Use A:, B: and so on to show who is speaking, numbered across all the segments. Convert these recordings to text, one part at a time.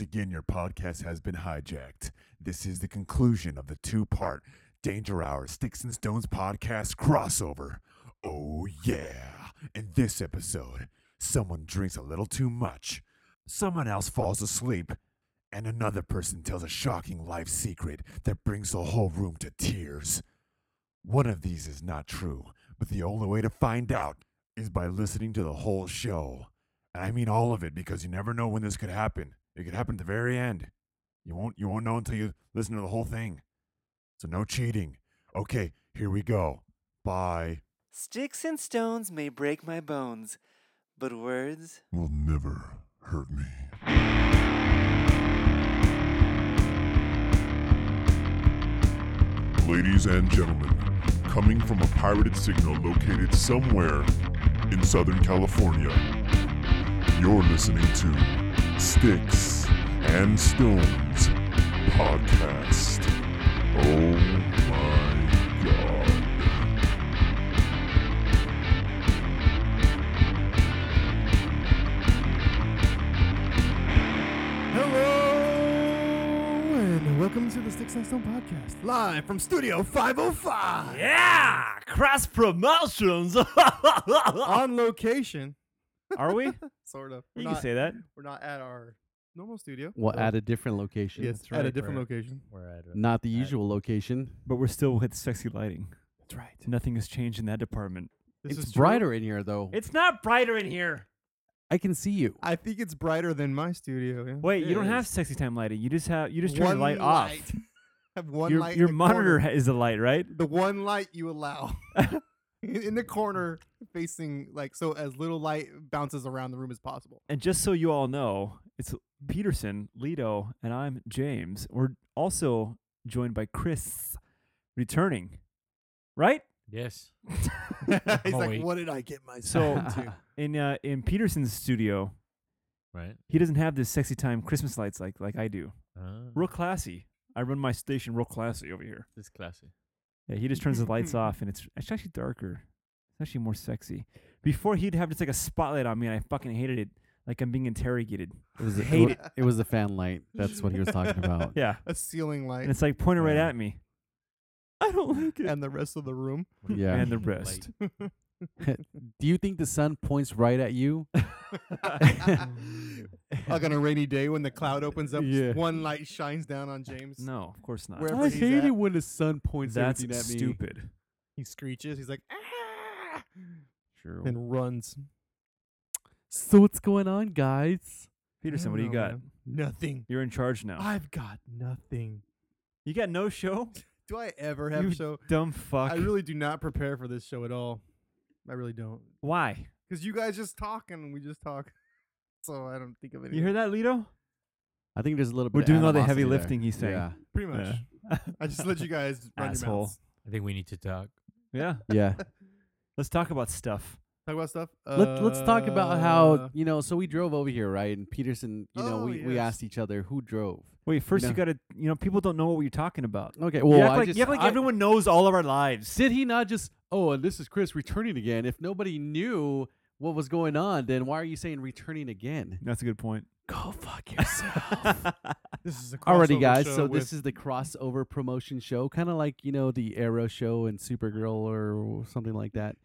A: Again, your podcast has been hijacked. This is the conclusion of the two part Danger Hour Sticks and Stones podcast crossover. Oh, yeah. In this episode, someone drinks a little too much, someone else falls asleep, and another person tells a shocking life secret that brings the whole room to tears. One of these is not true, but the only way to find out is by listening to the whole show. And I mean all of it because you never know when this could happen. It could happen at the very end. You won't you won't know until you listen to the whole thing. So no cheating. Okay, here we go. Bye.
B: Sticks and stones may break my bones, but words.
A: Will never hurt me.
C: Ladies and gentlemen, coming from a pirated signal located somewhere in Southern California, you're listening to Sticks and Stones Podcast. Oh my god.
D: Hello and welcome to the Sticks and Stone podcast, live from Studio 505
E: Yeah, cross promotions.
D: on location.
E: Are we?
D: Sort of. We're
E: You
D: not,
E: can say that.
D: We're not at our normal studio.
F: Well,
D: So-
F: at a different location.
D: yes, at a different location.
E: We're at
F: Not the usual location.
E: but we're still with sexy lighting.
D: That's right.
E: Nothing has changed in that department.
D: This
F: it's
D: is true.
F: brighter in here, though.
E: It's not brighter in here.
F: I can see you.
D: I think it's brighter than my studio. yeah.
E: Wait, you
F: It
E: don't have
F: is.
E: sexy time lighting. You just have you just turn
D: One
E: the light,
D: light.
E: off.
D: I have one
E: your
D: light. in
E: your
D: the
E: monitor
D: corner.
E: ha- is the light, right?
D: the one light you allow. In in the corner, facing like so, as little light bounces around the room as possible.
E: And just so you all know, it's Peterson, Lito, and I'm James. We're also joined by Chris returning. Right?
G: Yes.
D: He's
G: Oh,
D: like,
G: wait.
D: "What did I get myself
E: So-
D: into?"
E: In uh, in Peterson's studio,
G: Right.
E: he doesn't have this sexy time Christmas lights like like I do.
G: Ah,
E: real classy. I run my station real classy over here.
G: This is classy.
E: Yeah, he just turns the lights off, and it's it's actually darker. It's actually more sexy. Before he'd have just like a spotlight on me, and I fucking hated it. Like I'm being interrogated.
F: It was, a,
E: hate
F: wa- it was the fan light. That's what he was talking about.
E: Yeah,
D: A ceiling
E: and
D: light
E: it's like pointed right
F: Yeah.
E: at me. I don't like it.
D: and the rest of the room.
G: What do you
F: Yeah.
G: mean,
E: And the
G: like,
E: rest.
F: Do you think the sun points right at you?
D: like on a rainy day when the cloud opens up, just
F: Yeah.
D: one light shines down on James.
E: No, of course not.
D: Where-
F: I
D: Wherever he's
F: hate
D: at.
F: it when the sun points
E: That's
F: everything at me.
E: stupid.
D: He screeches. He's like, ah!
F: Sure.
D: and runs.
F: So what's going on, guys?
E: Peterson,
D: I
E: what do you
D: don't know,
E: got?
D: Oh, man. Nothing.
E: You're in charge now.
D: I've got nothing.
E: you got no show.
D: Do I ever have
E: You
D: show?
E: Dumb fuck.
D: I really do not prepare for this show at all. I really don't.
E: Why?
D: Because you guys just talk and we just talk. So I don't think of anything.
E: You hear that, Lito?
F: I think there's a little bit.
E: We're
F: of
E: doing all the
F: animosity
E: heavy
F: there.
E: lifting he's saying.
F: Yeah.
D: Pretty much.
E: Yeah.
D: I just let you guys run your
E: Asshole.
D: mouths.
G: I think we need to talk.
E: yeah.
F: Yeah.
E: Let's talk about stuff.
D: Talk about stuff.
F: Let, let's talk about how
D: Uh,
F: you know. So we drove over here, right? And Peterson, you know,
D: Oh,
F: we, we
D: yes.
F: asked each other who drove.
E: Wait, first you,
F: know-
E: gotta, you know, people don't know what you're talking about.
F: Okay. Well,
E: you act
F: I
E: like,
F: just
E: you act like
F: I-
E: everyone knows all of our lives.
F: Did he not just? Oh, and this is Chris returning again. If nobody knew what was going on, then why are you saying returning again?
E: That's a good point.
F: Go fuck yourself.
D: This is a
F: Alrighty,
D: crossover
F: guys.
D: show
F: So
D: with
F: this is the crossover promotion show, kind of like you know the Arrow show and Supergirl or something like that.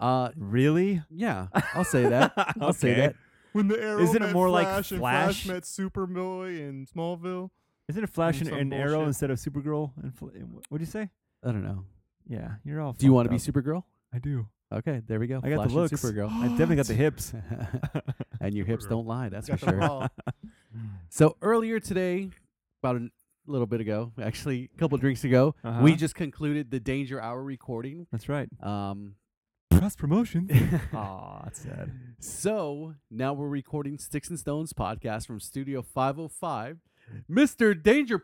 F: Uh,
E: Really?
F: yeah, I'll say that. I'll say
E: Okay.
F: that.
D: When the Arrow
E: Isn't it
D: met
E: more like
D: Flash and
E: Flash?
D: met Superboy in Smallville?
E: Isn't it Flash
D: And
E: and,
D: some
E: and Arrow
D: bullshit.
E: instead of Supergirl? And Fl- and wh- what'd you say?
F: I don't know.
E: Yeah, you're all.
F: Do you
E: want to
F: be Supergirl?
E: I do.
F: Okay, there we go.
E: I got
F: Flash
E: the looks.
F: And Supergirl.
E: I definitely got the hips.
F: and your hips
G: Supergirl.
F: don't lie. That's for
D: Got the
F: sure.
D: ball.
F: So earlier today, about a little bit ago, actually a couple drinks ago,
E: Uh-huh.
F: we just concluded the Danger Hour recording.
E: That's right.
F: Um, uh,
E: Cross promotion. Aw, that's sad.
F: so now we're recording Sticks and Stones podcast from Studio 505, Mr. Danger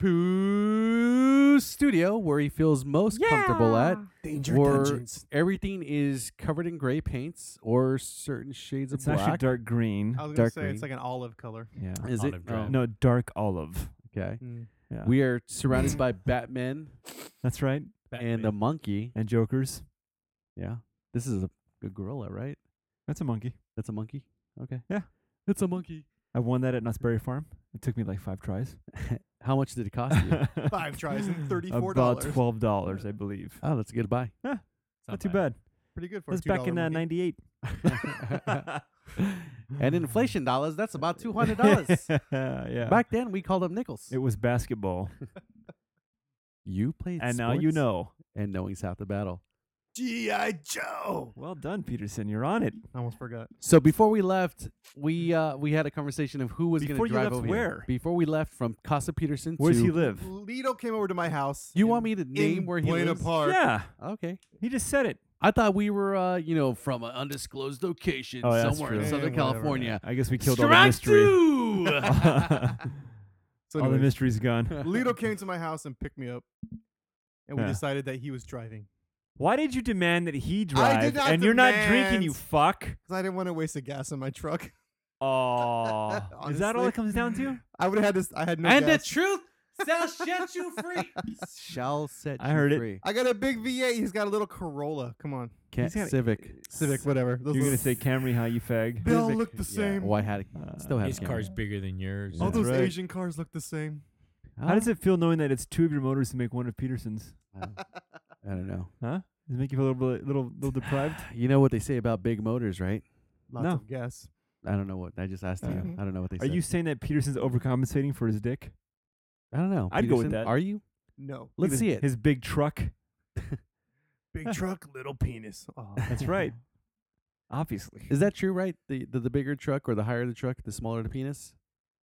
F: Poo Studio, where he feels most comfortable at.
D: Danger
F: Or- Everything is covered in gray paints or certain shades
E: It's
F: of
E: actually
F: black.
E: dark green.
D: I was gonna
F: dark
D: say
F: green.
D: it's like an olive color.
E: Yeah.
F: Is it?
G: Olive drab.
F: Oh,
E: No, dark olive.
F: Okay.
E: Yeah.
F: We are surrounded by Batman
E: that's right.
F: and the monkey.
E: And Joker's.
F: Yeah. This is a, a gorilla, right?
E: That's a monkey.
F: That's a monkey. Okay.
E: Yeah.
F: It's a monkey.
E: I won that at Nutsberry Farm. It took me like five tries.
F: How much did it cost you?
D: Five tries and $34.
E: About twelve dollars, I believe.
F: oh, that's a good buy.
E: Not too bad.
D: Pretty good for
E: That's
D: a $2
E: back in uh,
D: movie.
E: '98.
F: and inflation dollars, that's about two hundred dollars.
E: yeah.
F: Back then, we called them nickels.
E: It was basketball,
F: you played,
E: and
G: uh,
E: now you
F: sports?
E: know.
F: And knowing's half the battle.
D: G.I. Joe.
E: Well done, Peterson. You're on it.
D: I almost forgot.
F: So before we left, we uh, we had a conversation of who was going
E: Before
F: to
E: you
F: drive
E: left
F: over
E: where?
F: Here. Before we left from Casa Peterson
E: Where does
F: to
E: he live?
D: Lito came over to my house.
F: You
D: in-
F: want me to name
D: in
F: where he
D: Buena
F: lives?
D: Park.
E: Yeah,
F: Okay.
E: he just said it.
F: I thought we were, uh, you know, from an undisclosed location
E: Oh, yeah, that's
F: somewhere in
E: true.
F: Southern
D: Yeah, whatever,
F: California.
E: I guess we killed all the
F: Strike
E: mystery.
F: two!
D: So
E: all the
D: anyways,
E: mystery's gone.
D: Lito came to my house and picked me up, and we
E: Yeah.
D: decided that he was driving
E: Why did you demand that he drive?
D: not
E: and you're not drinking, you
D: demand-
E: fuck.
D: because I didn't want to waste the gas in my truck.
E: Oh, is that all
D: Honestly.
E: it comes down to?
D: I would have had this. I had no
F: and the
D: gas.
F: truth shall set you free. shall set
E: I
F: you
E: heard it.
F: free.
D: I got a big V8. He's got a little Corolla. Come on,
F: Can't,
E: He's gotta-
F: Civic.
D: Civic, whatever. Those
E: You're gonna
D: little-
E: say Camry, how you fag?
D: they all look the
F: Yeah.
D: same.
F: Well, I had it.
E: Uh,
F: Still have
G: His car's bigger than yours.
D: all
E: that's
D: those
E: right.
D: Asian cars look the same.
E: How does it feel knowing that it's two of your motors to make one of Peterson's?
F: I don't- I don't know.
E: Huh? Does it make you feel a little bit, little, little deprived?
F: You know what they say about big motors, right?
D: Lots
E: No.
D: of gas.
F: I don't know what I just asked you.
E: Mhm.
F: I don't know what they
E: Are
F: said.
E: you saying that Peterson's overcompensating for his dick?
F: I don't know.
E: I'd go with
F: Peterson,
E: that.
F: Are you?
D: No
F: Let's
E: Even
F: see it.
E: His big truck.
D: big truck, little penis. Oh.
E: That's right. Obviously.
F: Is that true? Right? The, the the bigger truck or the higher the truck, the smaller the penis.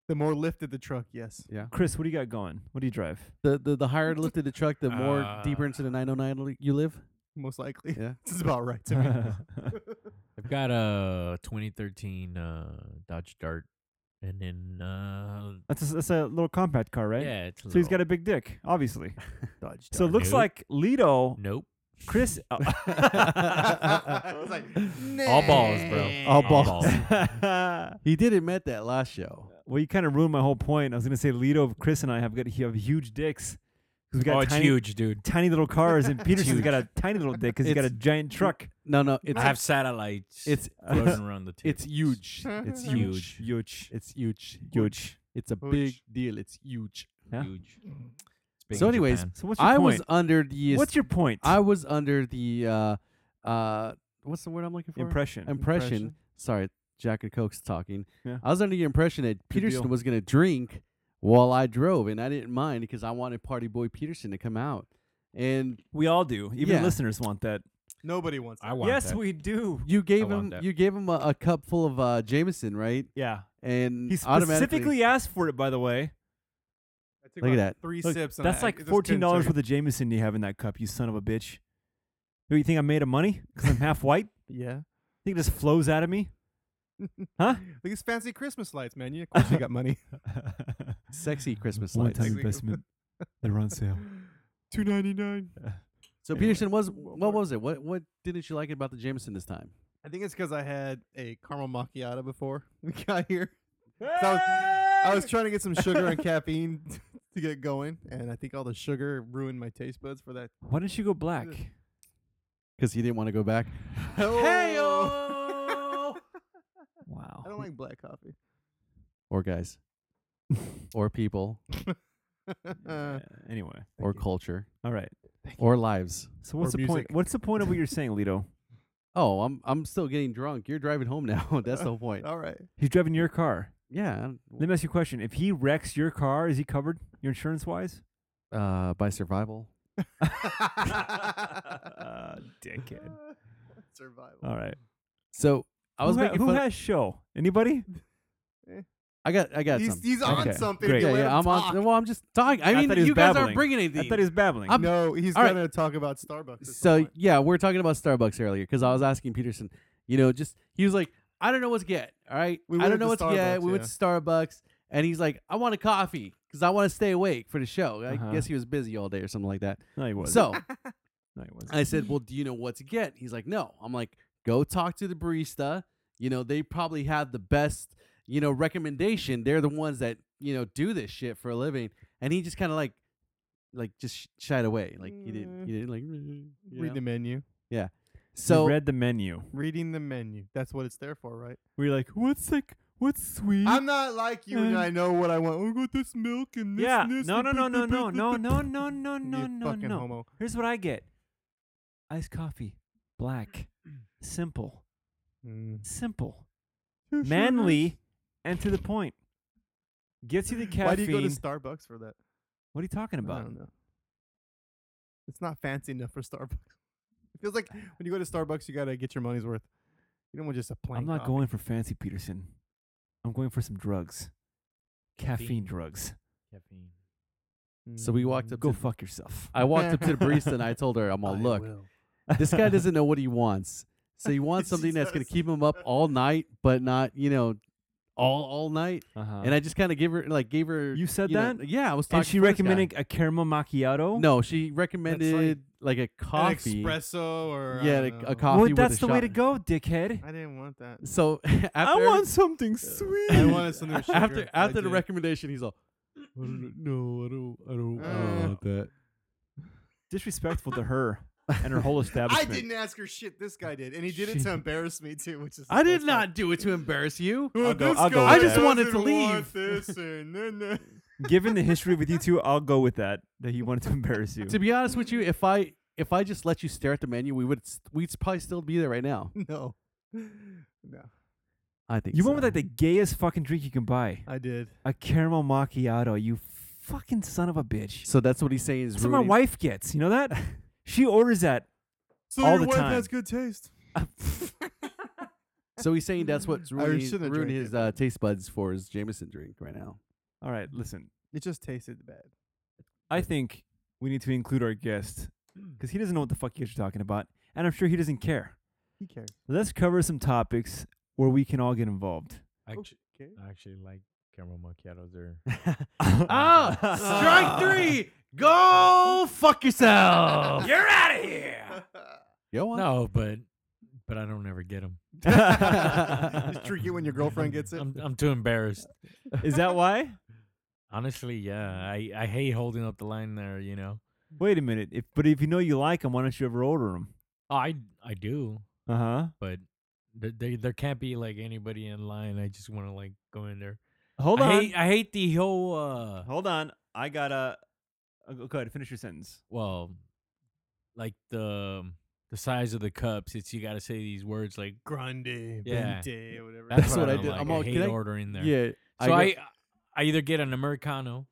D: The more lifted the truck, yes.
E: Chris, what do you got going? What do you drive?
F: The the, the higher lifted the truck, the more deeper into the
G: Uh,
F: 909 li- you live.
D: Most likely.
F: Yeah.
D: This is about right to me.
E: That's
G: I've got a 2013 uh, Dodge Dart, and then uh,
E: a, that's a little compact car, right?
G: yeah, it's a
E: So he's got
G: little-
E: a big dick, obviously.
D: Dodge.
E: So it looks
G: Nope.
E: like Lido,
G: nope.
E: Chris. oh.
D: It's like,
G: All balls, bro.
F: All balls.
E: well,
F: He did admit that last show.
E: you kind of ruined my whole point. I was gonna say Lido, Chris, and I have got you have huge dicks 'Cause we got
G: oh, it's
E: tiny,
G: huge, dude.
E: tiny little cars, and Peterson's got a tiny little dick because he's got a
F: It's-
E: giant truck.
F: No, no, it's
G: I have satellites.
F: it's
G: floating around the.
F: it's
G: table.
F: huge. It's
G: Huge.
F: huge.
E: Huge,
F: It's huge.
E: huge.
F: It's a big deal. It's huge.
E: Yeah.
G: Huge. It's big
F: So
G: in
F: anyways,
G: Japan.
E: So what's your
F: I
E: point?
F: was under the
E: what's your point?
F: I was under the uh uh what's the word I'm looking for?
E: impression.
F: Impression.
D: Impression.
F: Sorry, Jack and Coke's talking.
E: Yeah.
F: I was under the impression that Peterson
E: deal.
F: was gonna drink while I drove, and I didn't mind because I wanted Party Boy Peterson to come out. And
E: We all do. Even
F: Yeah.
E: listeners want that.
D: Nobody wants that.
G: I want
E: yes,
G: that.
E: we do.
F: you gave
G: want
F: him
G: that.
F: you gave him a, a cup full of uh, Jameson, right?
E: Yeah.
F: And
E: He
F: automatically
E: specifically asked for it, by the way.
D: I took
F: Look at
D: about
F: that.
D: Three
E: Look,
D: sips. and
E: that's
D: I- I
E: like
D: just couldn't
E: fourteen dollars
D: tell
E: worth of Jameson you have in that cup. You son of a bitch. Do you think I'm made of money? Because I'm half white.
D: you. Yeah.
E: think it just flows out of me, huh?
D: These fancy Christmas lights, man. You, of course you got money.
F: sexy Christmas
E: One
F: lights.
E: time investment. They're on sale.
D: Two ninety nine.
F: So
E: Anyway.
F: Peterson was what was it? What what didn't you like about the Jameson this time?
D: I think it's because I had a caramel macchiato before we got here. So I, was, I was trying to get some sugar and caffeine to get going, and I think all the sugar ruined my taste buds for that.
E: Why didn't you go black?
F: Because he didn't want to go back.
D: Hey-o!
E: Wow.
D: I don't like black coffee.
F: Or guys. or people.
E: Uh, anyway,
F: Or culture.
E: all right.
F: Or lives.
E: So what's
D: Or
E: the point?
D: music.
E: What's the point of what you're saying, Lito?
F: Oh, I'm I'm still getting drunk. You're driving home now. That's the whole point.
D: all right.
E: He's driving your car.
F: Yeah.
E: Let me ask you a question. If he wrecks your car, is he covered, your insurance wise?
F: Uh, by survival.
E: Uh, dickhead.
D: Survival.
E: All right.
F: So I was
E: who ha-
F: making
E: who
F: fun.
E: has show? Anybody?
F: I got I got
D: He's,
F: some.
D: he's on
E: Okay,
D: something.
E: great.
D: You
F: yeah,
D: let him
F: yeah. I'm
D: talk.
F: on. Well, I'm just talking. I
E: I
F: mean,
E: thought he was
F: you guys
E: babbling.
F: aren't bringing
E: I
F: anything.
E: thought he was babbling.
F: I'm-
D: No, he's
F: all right.
D: going to talk about Starbucks. at some
F: so
D: point.
F: yeah, we're talking about Starbucks earlier because I was asking Peterson. You know, just he was like, I don't know what's get. All right,
D: We
F: I
D: went
F: don't know
D: to
F: what's get.
D: Starbucks,
F: We went to Starbucks, and he's like, I want a coffee because I want to stay awake for the show. I
E: Uh-huh.
F: guess he was busy all day or something like that.
E: no, he wasn't.
F: So uh,
E: no, he wasn't.
F: I said, "Well, do you know what to get?" He's like, "No." I'm like, "Go talk to the barista. You know, they probably have the best, you know, recommendation. They're the ones that you know do this shit for a living." And he just kind of like, like just sh- shied away. Like he didn't, he didn't like. "Mm," you
D: Mm. read
F: know?
D: the menu.
E: so
F: So
E: read the menu.
D: Reading the menu. That's what it's there for, right?
E: We are like, what's like, What's sweet?
D: I'm not like you, and
E: Uh,
D: I know what I want. Oh, get this milk and this.
E: yeah.
D: and this
E: No,
D: and
E: no,
D: this
E: no,
D: and
E: no,
D: this
E: no,
D: and
E: no,
D: this."
E: no, no, no, no,
D: You
E: no,
D: fucking
E: no.
D: homo.
E: Here's what I get. Iced coffee. Black. Simple.
D: Mm.
E: Simple. Manly and to the point. Gets you the caffeine.
D: Why do you go to Starbucks for that?
E: what are you talking
D: I
E: about?
D: don't know. It's not fancy enough for Starbucks. It feels like when you go to Starbucks, you gotta get your money's worth. You don't want just a plain.
E: I'm not
D: coffee.
E: going for fancy Peterson. I'm going for some drugs. Caffeine,
G: Caffeine.
E: drugs.
G: Caffeine.
F: So we walked
D: Mm.
F: up.
E: Go
F: To,
E: fuck yourself.
F: I walked up to the barista and I told her, "I'm all
D: I
F: look.
D: will.
F: This guy doesn't know what he wants. So he wants something that's gonna keep him up all night, but not you know, all all night."
D: Uh.
E: Uh-huh.
F: And I just kind of give her like gave her.
E: You said
F: know-
E: that?
F: yeah, I was talking.
E: and she
F: to this guy.
E: recommended a caramel macchiato.
F: No, she recommended like, a
D: An
F: coffee.
D: espresso or I
F: yeah,
D: don't
F: like a
D: know.
F: coffee.
E: well,
F: with
E: that's
F: a
E: the way
F: shot.
E: to go, dickhead.
D: I didn't want that.
F: So after
E: something sweet.
D: I wanted something with sugar.
F: after
D: I
F: after the
D: did.
F: recommendation, he's all, "I don't know, I don't, I don't, I don't
D: Uh,
F: want that."
E: Disrespectful to her and her whole
D: I
E: establishment.
D: didn't ask her shit. This guy did, and he did it
E: Shit.
D: to embarrass me too, which is.
F: I did not do it to embarrass you.
D: Well,
E: I'll go-
D: this
E: I'll go
D: guy
E: with I just that.
F: wanted to
D: doesn't want
F: leave.
D: this and then that.
E: Given the history with you two, I'll go with that. That he wanted to embarrass you.
F: To be honest with you, if I if I just let you stare at the menu, we would s- we'd probably still be there right now.
D: No, no,
F: I think
E: You
F: so.
E: went with like the gayest fucking drink you can buy,
D: I did.
E: a caramel macchiato. You fucking son of a bitch.
F: So that's what he's saying is
E: That's what my
F: ruining-
E: wife gets. You know that? She orders that.
D: So
E: All
D: your
E: the
D: wife
E: time.
D: has good taste.
F: So he's saying that's what's
D: I
F: ruining,
D: shouldn't have
F: ruining
D: drank
F: his
D: it.
F: uh, taste buds for his Jameson drink right now.
E: All right, listen.
D: It just tasted bad.
E: I think we need to include our guest because he doesn't know what the fuck you guys are talking about, and I'm sure he doesn't care.
D: He cares.
E: Let's cover some topics where we can all get involved.
G: Actually,
D: Okay.
G: I actually like caramel macchiatos. Or Oh,
F: Ah, strike three. Go fuck yourself.
E: You're out of here.
F: Go on.
G: no, but but I don't ever get them.
D: just drink it when your girlfriend gets it.
G: I'm, I'm too embarrassed.
E: Is that why?
G: Honestly, yeah, I I hate holding up the line there. You know.
E: Wait a minute. If but if you know you like them, why don't you ever order them?
G: Oh, I I do,
E: Uh huh.
G: but th- they there can't be like anybody in line. I just want to like go in there.
E: Hold
G: I
E: on.
G: hate, I hate the whole. uh
E: Hold on. I gotta. uh, Go go ahead. Finish your sentence.
G: well, like the the size of the cups. It's you got to say these words like.
D: Grande,
G: Yeah.
D: Bente, whatever.
F: That's what I
G: don't
F: did.
G: Like.
F: I'm
G: I
F: all-
G: hate
F: can I-
G: ordering there.
F: Yeah.
G: So I,
F: got-
G: I either get an americano,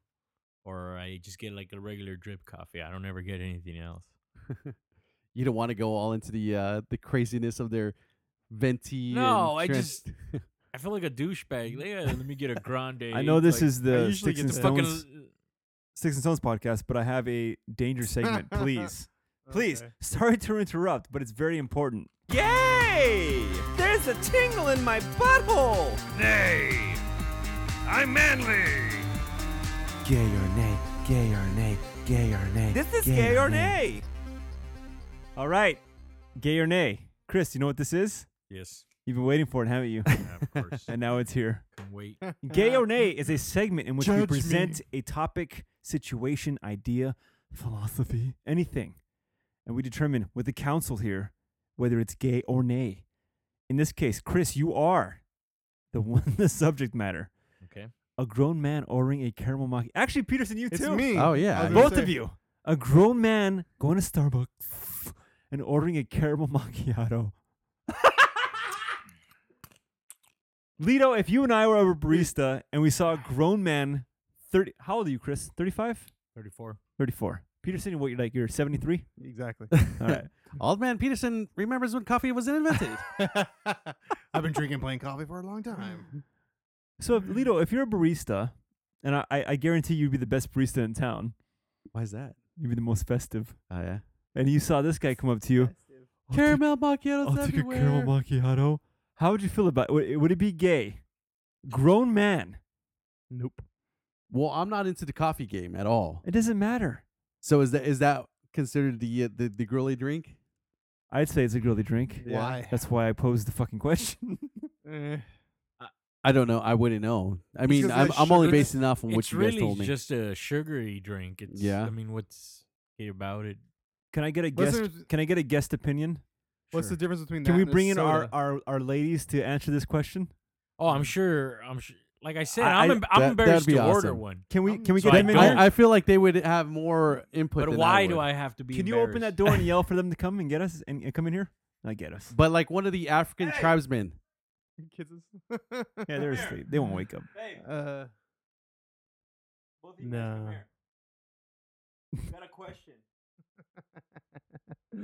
G: or I just get like a regular drip coffee. I don't ever get anything else.
F: you don't want to go all into the uh the craziness of their venti.
G: No,
F: and
G: I
F: trans-
G: just- I feel like a douchebag. Like, "Yeah, let me get a grande.
E: I know
G: It's
E: this
G: like,
E: is the
D: usually
E: sticks
D: get
E: and
D: the
E: stones
G: fucking.
E: sticks and stones podcast, but I have a danger segment. Please, please.
D: Okay.
E: Sorry to interrupt, but it's very important. Yay! There's a tingle in my butthole.
C: Nay, I'm manly.
E: Gay or nay, gay or nay, gay or nay. This is gay, or nay. All right, gay or nay. Chris, you know what this is?
G: Yes,
E: You've been waiting for it, haven't you?
G: yeah, of course.
E: and now it's here.
G: Can wait.
E: Gay or nay is a segment in which we
D: Uh, Judge
E: present a topic, situation, idea, philosophy, anything. And we determine with the council here whether it's gay or nay. In this case, Chris, you are the one the subject matter.
G: Okay.
E: A grown man ordering a caramel macchiato. Actually, Peterson, you
D: It's
E: too.
D: me.
F: Oh, yeah,
D: I was
F: I-
D: gonna
E: Both of
D: say,
E: you. A grown man going to Starbucks and ordering a caramel macchiato. Lito, if you and I were a barista and we saw a grown man, 30, how old are you, Chris? 35?
G: Thirty-four.
E: 34. Peterson, what you're like, you're 73?
D: Exactly.
E: All right.
F: Old man Peterson remembers when coffee was invented.
D: I've been drinking plain coffee for a long time.
E: So, if, Lito, if you're a barista, and I, I I guarantee you'd be the best barista in town,
F: Why is that?
E: you'd be the most festive,
F: Oh yeah.
E: and you saw this guy come up to you, I'll take-
F: Caramel macchiatos
E: I'll take Oh, a
F: everywhere.
E: caramel macchiato. How would you feel about it? Would, would it be gay? Grown man.
D: Nope.
F: well, I'm not into the coffee game at all.
E: It doesn't matter.
F: So is that is that considered the uh, the, the girly drink?
E: I'd say it's a girly drink.
F: Yeah.
D: Why?
E: That's why I posed the fucking question.
D: Eh.
F: I don't know. I wouldn't know. I
D: It's
F: mean,
D: 'cause
F: I'm,
D: there's
F: I'm only
D: sugar.
F: basing off on what
G: it's
F: you
G: really
F: guys told me.
G: just a sugary drink. It's,
F: Yeah.
G: I mean, what's gay about it?
E: Can I get a
D: What's
E: guest?
D: the-
E: Can I get a guest opinion?
D: What's the difference between that?
E: Can we
D: and a
E: bring in our,
D: soda?
E: our our ladies to answer this question?
G: Oh, I'm sure. I'm sure. Like I said, I,
E: I-
G: am
E: I-
G: em- I'm
F: that-
G: embarrassed
F: that'd be
G: to order
F: awesome.
G: one.
E: Can we? Can we
G: So
E: get
G: I
E: them in
G: don't-
E: here?
F: I, I feel like they would have more input.
G: But
F: than
G: why
F: I
G: do
F: would.
G: I have to be?
E: Can you open
G: embarrassed?
E: that door and yell for them to come and get us and, and come in here? Like get us.
F: But like one of the African tribesmen.
D: Kids.
E: Yeah, they're asleep. They won't wake up.
D: Uh, no.
E: Got a question.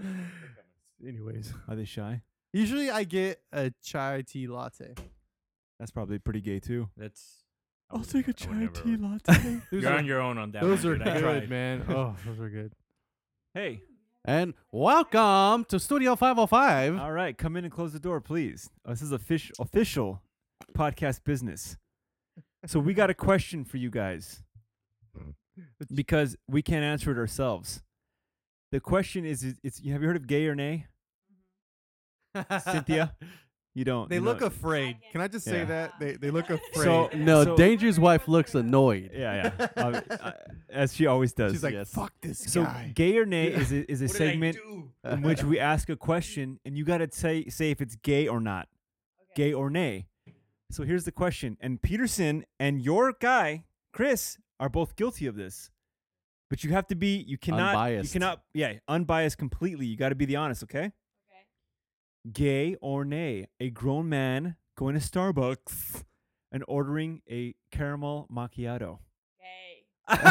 D: Anyways,
E: Are they shy?
D: usually I get a chai tea latte.
E: That's probably pretty gay too.
G: That's. I
E: I'll
G: would
E: take a
G: never- I would
E: chai
G: never
E: tea
G: order.
E: latte.
D: Those
G: You're
D: are,
G: on your own on that.
D: those
G: one,
D: are
G: dude. I
D: good,
G: tried.
D: man. Oh, those are good.
E: hey,
F: And welcome to Studio 505.
E: all right, come in and close the door, please. Uh, This is official official podcast business. So we got a question for you guys because we can't answer it ourselves. The question is: is it's have you heard of gay or nay, Cynthia? You don't.
D: Mm-hmm. They
E: you
D: look
E: know-
D: afraid. Can I just say
E: Yeah.
D: that they they look afraid?
E: So-
F: Oh, no,
E: So-
F: Danger's wife looks annoyed.
E: Yeah, yeah. Ob- I- as she always does.
D: she's like,
E: yes.
D: "Fuck this
E: So,
D: guy."
E: gay or nay is a, is a
G: What did I
E: segment
G: do?
E: in which we ask a question and you got to say say if it's gay or not, gay or nay. So here's the question, and Peterson and your guy Chris are both guilty of this, but you have to be you cannot
F: Unbiased.
E: you cannot yeah unbiased completely. You got to be the honest, okay? Okay. Gay or nay, a grown man going to Starbucks and ordering a caramel macchiato.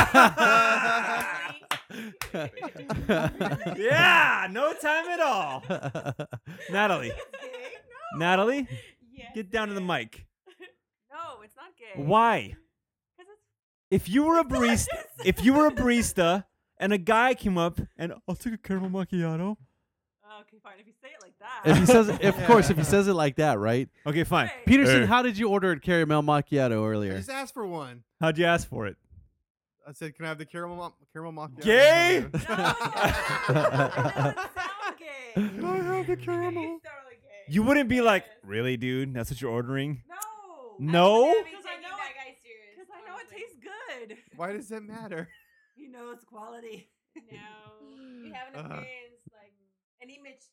E: yeah, no time at all. Natalie,
H: No.
E: Natalie,
H: Yes,
E: get down to the
H: it is.
E: mic.
H: No, it's not gay.
E: Why?
H: 'Cause it's-
E: If you were a barista, if you were a barista and a guy came up and I'll take a caramel macchiato.
H: Okay, fine. If you say it like that.
F: If he says, if, of course, if he says it like that, right?
E: Okay, fine.
H: Hey.
F: Peterson, how did you order a caramel macchiato
D: I
F: earlier?
D: just asked for one.
E: How'd you ask for it?
D: I said, "Can I have the caramel mo- caramel macchiato?"
E: Gay?
H: No, it doesn't sound gay. It's totally gay.
E: You wouldn't be like, really, dude? That's what you're ordering?
H: No.
E: No?
H: Because I know it, Because I know it tastes good.
D: Why does that matter?
H: You know it's quality.
I: No, we have an
D: Uh-huh.
I: appearance, like an image to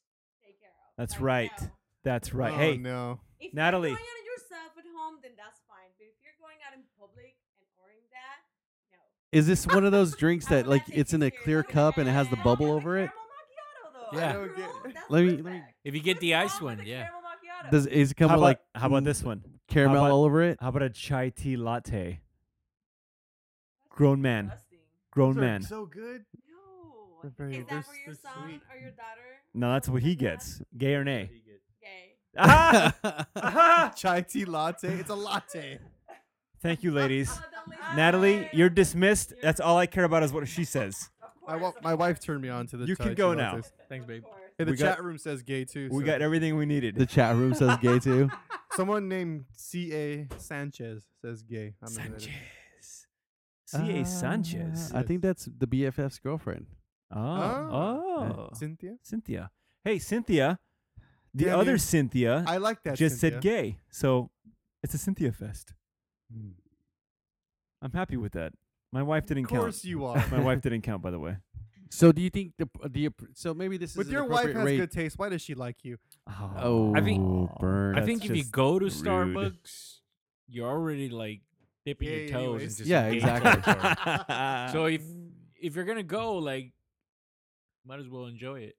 I: take care of.
E: That's
I: like,
E: right.
I: no.
E: That's right.
D: Oh,
E: hey,
D: no.
I: If
E: Natalie.
I: you're going out yourself at home, then that's fine. But if you're going out in public and ordering that, no.
F: Is this one of those drinks
I: I will
F: that
I: not
F: like
I: take
F: it's
I: you
F: in a
I: serious.
F: clear
I: Okay,
F: cup and it
I: I
F: has the
I: don't
F: bubble
I: have a
F: over it?
I: caramel macchiato, though.
G: Yeah.
D: I
I: That's
D: don't get
I: cool.
D: it.
I: That's
F: Let me- let me-
I: perfect.
G: If you get the
I: What's
G: ice
I: wrong
G: one,
I: with a
G: yeah.
I: caramel macchiato?
F: Does is it come
E: how
F: with
E: about, mm.
F: like
E: how about this one?
F: caramel
E: about-
F: all over it?
E: How about a chai tea latte? Grown man.
H: Disgusting.
E: Grown
D: Those are
E: man.
D: So good.
I: No.
D: They're very-
I: Is
D: they're
I: that for
D: s-
I: your
D: they're
I: son
D: sweet.
I: or your daughter?
E: No, that's what he gets. Gay or nay?
I: Okay.
E: Ah!
D: Chai tea latte. It's a latte.
E: Thank you, ladies.
I: Oh, don't listen.
E: Natalie, you're dismissed.
I: You're-
E: That's all I care about is what she says.
D: My, wa- my wife turned me on to the.
E: You
D: chai tea
E: can go now.
D: lattes.
G: Thanks, babe.
D: Hey, the
E: We got-
D: chat room says gay too.
E: We
D: so-
E: got everything we
F: the
E: needed.
F: chat room says gay too.
D: someone named C. A. Sanchez says gay. I'm offended.
E: C.A. Sanchez.
F: Uh, I think that's the BFF's girlfriend.
E: Oh.
D: Ah.
E: oh.
D: Cynthia.
E: Cynthia. Hey, Cynthia. The
D: Damn,
E: other
D: dude.
E: Cynthia
D: I like that.
E: just
D: Cynthia.
E: said gay. So it's a Cynthia fest. I'm happy with that. My wife didn't
D: Of course
E: count.
D: you are.
E: My wife didn't count, by the way.
F: So do you think the the so maybe this is
D: But
F: an
D: your wife
F: appropriate
D: has
F: rate-
D: good taste. Why does she like you?
F: Oh,
G: I think-
F: burn.
G: I
E: That's
G: think if you
E: just
G: go to
E: rude.
G: Starbucks, you're already like dipping
D: Yeah,
G: your toes
D: anyways.
G: into some
F: Yeah,
G: gay
F: exactly.
G: territory. so if if you're gonna go, like, might as well enjoy it.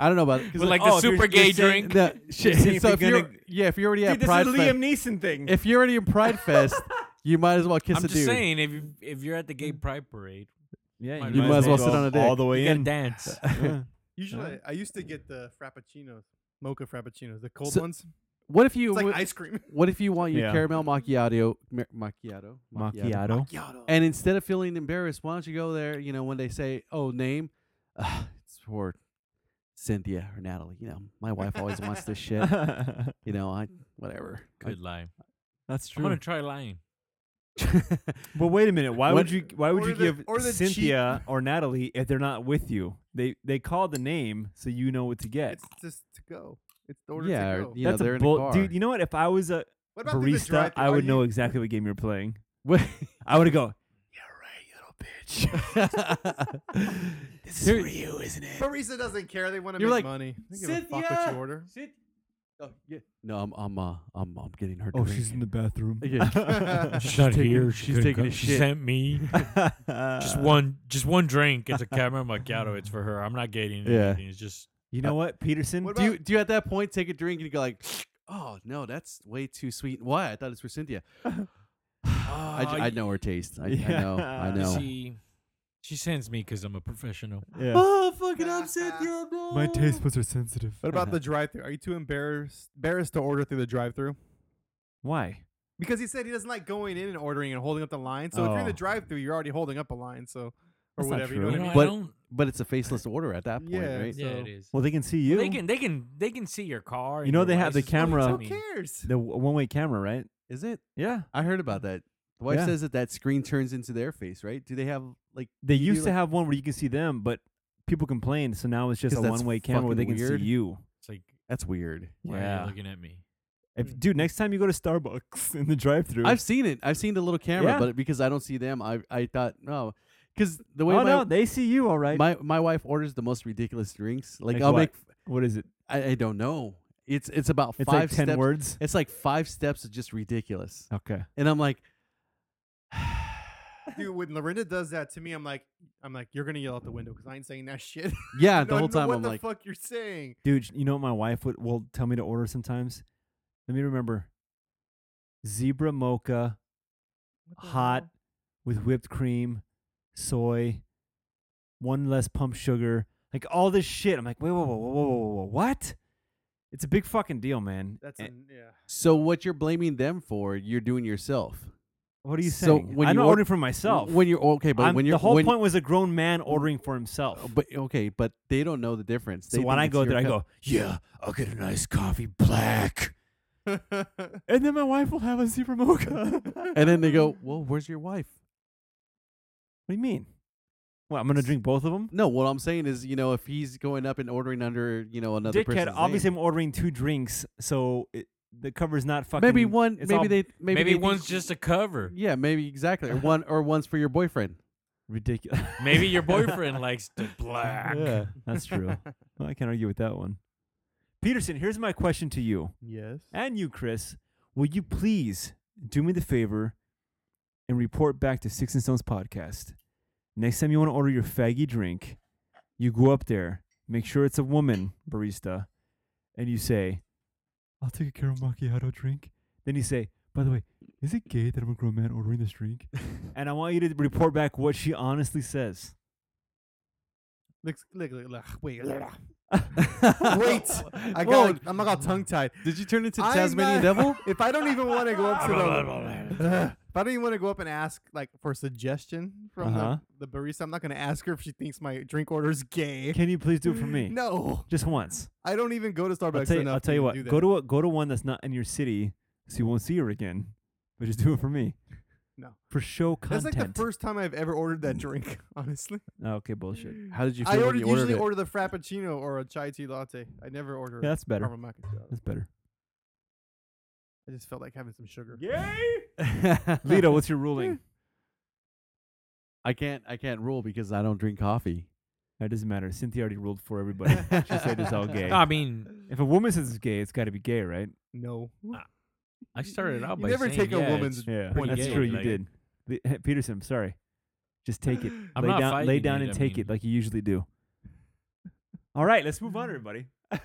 F: I don't know about it. 'cause
G: But like the
E: oh, if you're-
G: super
E: you're
G: gay
E: saying-
G: drink.
F: the, shit,
E: saying if
F: so
E: you're
F: if you're,
E: gonna-
F: yeah, if you're already at
E: Dude, this
F: Pride
E: is
F: Fest,
E: Liam Neeson thing.
F: if you're already in Pride Fest, you might as well kiss
G: I'm
F: a
G: just
F: dude.
G: saying, if you- if you're at the gay pride parade,
E: yeah,
G: You might as well sit
E: go
F: on a
E: all
F: dick.
E: the way
G: you gotta
E: in.
G: dance.
E: Yeah.
D: Usually,
E: Huh?
D: I used to get the frappuccinos, mocha frappuccinos, the cold
F: So-
D: ones.
F: What if you
D: It's like
F: what,
D: ice cream.
F: what if you want your
E: Yeah.
F: caramel macchiato ma- macchiato
E: Macchiato.
F: And instead of feeling embarrassed, why don't you go there? You know, when they say, "Oh, name," uh, it's for Cynthia or Natalie. You know, my wife always wants this shit. You know, I whatever. I-
G: Good lie.
E: That's
G: I'm gonna try lying.
E: But wait a minute. Why
F: What-
E: would you? Why would
D: Or
E: you
D: the-
E: give
D: or the cheap-
E: Cynthia or Natalie if they're not with you? They they call the name so you know what to get.
D: It's just to go. It's the order
F: yeah,
D: to
F: or,
D: go.
F: you know,
E: That's
F: they're
E: a
F: in the
E: bull,
F: car.
E: dude. You know what? If I was a
D: What about through the
E: barista,
D: drive-thru?
E: I
D: Are
E: would
D: you-
E: know exactly what game you're playing.
F: Wait.
E: I would go.
D: Barista doesn't care. They want to
F: You're
D: make
F: like,
D: money. They give a fuck what you
F: "Cynthia!"
D: order.
F: Oh, yeah. No, I'm I'm uh, I'm I'm getting her.
E: Oh,
F: drink.
E: she's in the bathroom.
F: Yeah.
G: She's not
F: taking-
G: here. She
F: she's
G: couldn't
F: taking
G: come.
F: a
G: she
F: shit. Uh.
G: sent me just one, just one drink. It's a camera macchiato. It's for her. I'm not getting
F: Yeah.
G: anything. It's just
E: You know what, Peterson?
F: do you do you at that point take a drink and you go like, oh no, that's way too sweet. Why? I thought it's for Cynthia. I, j-
G: Oh,
F: I
G: y-
F: know her taste. I, I
E: Uh, Yeah.
F: know. I know.
G: She, she sends me because I'm a professional.
E: yeah.
F: Oh, fucking up, Cynthia. No.
A: "Oh."
E: My taste buds are sensitive.
D: What about the drive-through? Are you too embarrassed embarrassed to order through the drive-through?
E: Why?
D: Because he said he doesn't like going in and ordering and holding up the line. So if you're in the
E: Oh.
D: drive-through, you're already holding up a line. So or
E: That's not
D: whatever. You know
E: true.
D: what I
G: You know,
D: mean?
G: I
F: But-
G: don't-
F: But it's a faceless order at that point,
D: Yeah,
F: right?
D: so-
G: yeah, it is.
E: Well, they can see you.
G: They can, they can, they can see your car.
E: You
G: and
E: know
G: your
E: they have the
G: license plate.
E: camera-
G: I
D: Who
G: mean,
D: cares?
E: the one way camera, right?
F: Is it?
E: Yeah.
F: I heard about that. The wife
E: Yeah.
F: says that that screen turns into their face, right? Do they have like?
E: They
F: do
E: used to
F: like-
E: have one where you can see them, but people complained, so now it's just a
F: 'Cause that's
E: one way camera where they
F: fucking
E: can
F: weird.
E: see you.
G: It's like,
F: That's weird.
G: why are
E: Yeah.
G: you looking at me?
E: If, dude, next time you go to Starbucks in the drive through,
F: Hmm. I've seen it. I've seen the little camera,
E: Yeah.
F: but because I don't see them, I I thought no, because the way
E: oh
F: my,
E: no, they see you, all right.
F: my my wife orders the most ridiculous drinks. Like,
E: Like
F: I'll
E: what?
F: make.
E: what is it?
F: I, I don't know. It's it's about
E: It's
F: five
E: like ten
F: steps.
E: words.
F: It's like five steps of just ridiculous,
E: Okay.
F: and I'm like,
D: Dude, when Lorinda does that to me, I'm like, I'm like, you're gonna yell out the window because I ain't saying that shit.
F: yeah.
D: No,
F: the
D: no,
F: whole time
D: what
F: I'm
D: the
F: like,
D: fuck you're saying?
E: Dude, you know what my wife would will tell me to order sometimes? Let me remember. Zebra mocha hot with whipped cream, soy, one less pump sugar, like all this shit. I'm like, wait, whoa, whoa, whoa, whoa, whoa, whoa, what? It's a big fucking deal, man.
D: That's
E: Eh,
D: an, yeah.
F: so what you're blaming them for? You're doing yourself.
E: what are you
F: so
E: saying?
F: when
E: I'm
F: you
E: not
F: or-
E: ordering for myself.
F: When you're okay, but
E: I'm-
F: when you're
E: the whole
F: when,
E: point was a grown man ordering for himself.
F: But okay, but they don't know the difference.
E: So
F: They
E: when
F: think
E: I
F: it's
E: go
F: your
E: there, I
F: cup.
E: go, yeah, I'll get a nice coffee black. and then my wife will have a zebra mocha. what
F: and then they go, "Well, where's your wife?"
E: do you mean? Well, I'm gonna drink both of them.
F: No, what I'm saying is, you know, if he's going up and ordering under, you know, another
E: Dickhead.
F: person's
E: Obviously,
F: name,
E: I'm ordering two drinks, so it, the cover's not fucking.
F: maybe one,
E: it's
F: maybe
E: all
F: they, maybe,
G: Maybe,
F: they think
G: one's
F: she-
G: just a cover.
F: yeah, maybe exactly, or one or one's for your boyfriend.
E: ridiculous.
G: Maybe your boyfriend likes the black.
E: Yeah, that's true. Well, I can't argue with that one. Peterson, here's my question to you
D: Yes.
F: Eh.
E: and you, Chris. Will you please do me the favor and report back to Six and Stones podcast? Next time you want to order your faggy drink, you go up there, make sure it's a woman barista, and you say, I'll take a caramel macchiato drink. Then you say, by the way, is it gay that I'm a grown man ordering this drink? and I want you to report back what she honestly says.
D: Look, look, look, look, wait.
F: Wait,
D: Wait, I got. I'm not got tongue tied.
F: Did you turn into
D: I'm
F: Tasmanian
D: not-
F: Devil?
D: If I don't even want to go up to the, if I don't even want to go up and ask like for a suggestion from
E: Uh-huh.
D: the, the barista, I'm not gonna ask her if she thinks my drink order is gay.
E: Can you please do it for me?
D: No,
E: Just once.
D: I don't even go to Starbucks
E: I'll tell you,
D: enough.
E: I'll tell
D: to
E: you
D: even
E: what.
D: do that.
E: Go to a, go to one that's not in your city, so you won't see her again. But just do it for me.
D: No.
E: For show
D: That's
E: content.
D: like the first time I've ever ordered that drink. Honestly,
E: Oh, okay, bullshit.
D: Mm.
F: How did you feel
D: I
F: when
D: ordered,
F: you ordered
D: usually
F: it?
D: order the frappuccino or a chai tea latte. I never order.
E: Yeah, that's better.
D: caramel macchiato.
E: That's better.
D: I just felt like having some sugar.
E: Lito, what's your ruling?
F: I can't, I can't rule because I don't drink coffee.
E: That doesn't matter. Cynthia already ruled for everybody. she said it's all gay.
G: No, I mean,
E: If a woman says it's gay, it's got to be gay, right?
D: No.
G: I started out
D: You
G: by
D: never
G: saying,
D: take a
G: yeah,
D: woman's-
G: it's-
E: Yeah,
G: pretty
E: that's
G: gay,
E: true. You
G: like-
E: did, Li- Peterson. I'm sorry. Just take it.
G: I'm
E: lay
G: not
E: down, lay
G: fighting
E: down
G: it,
E: and
G: I
E: take
G: mean-
E: it like you usually do. all right, let's move on, everybody.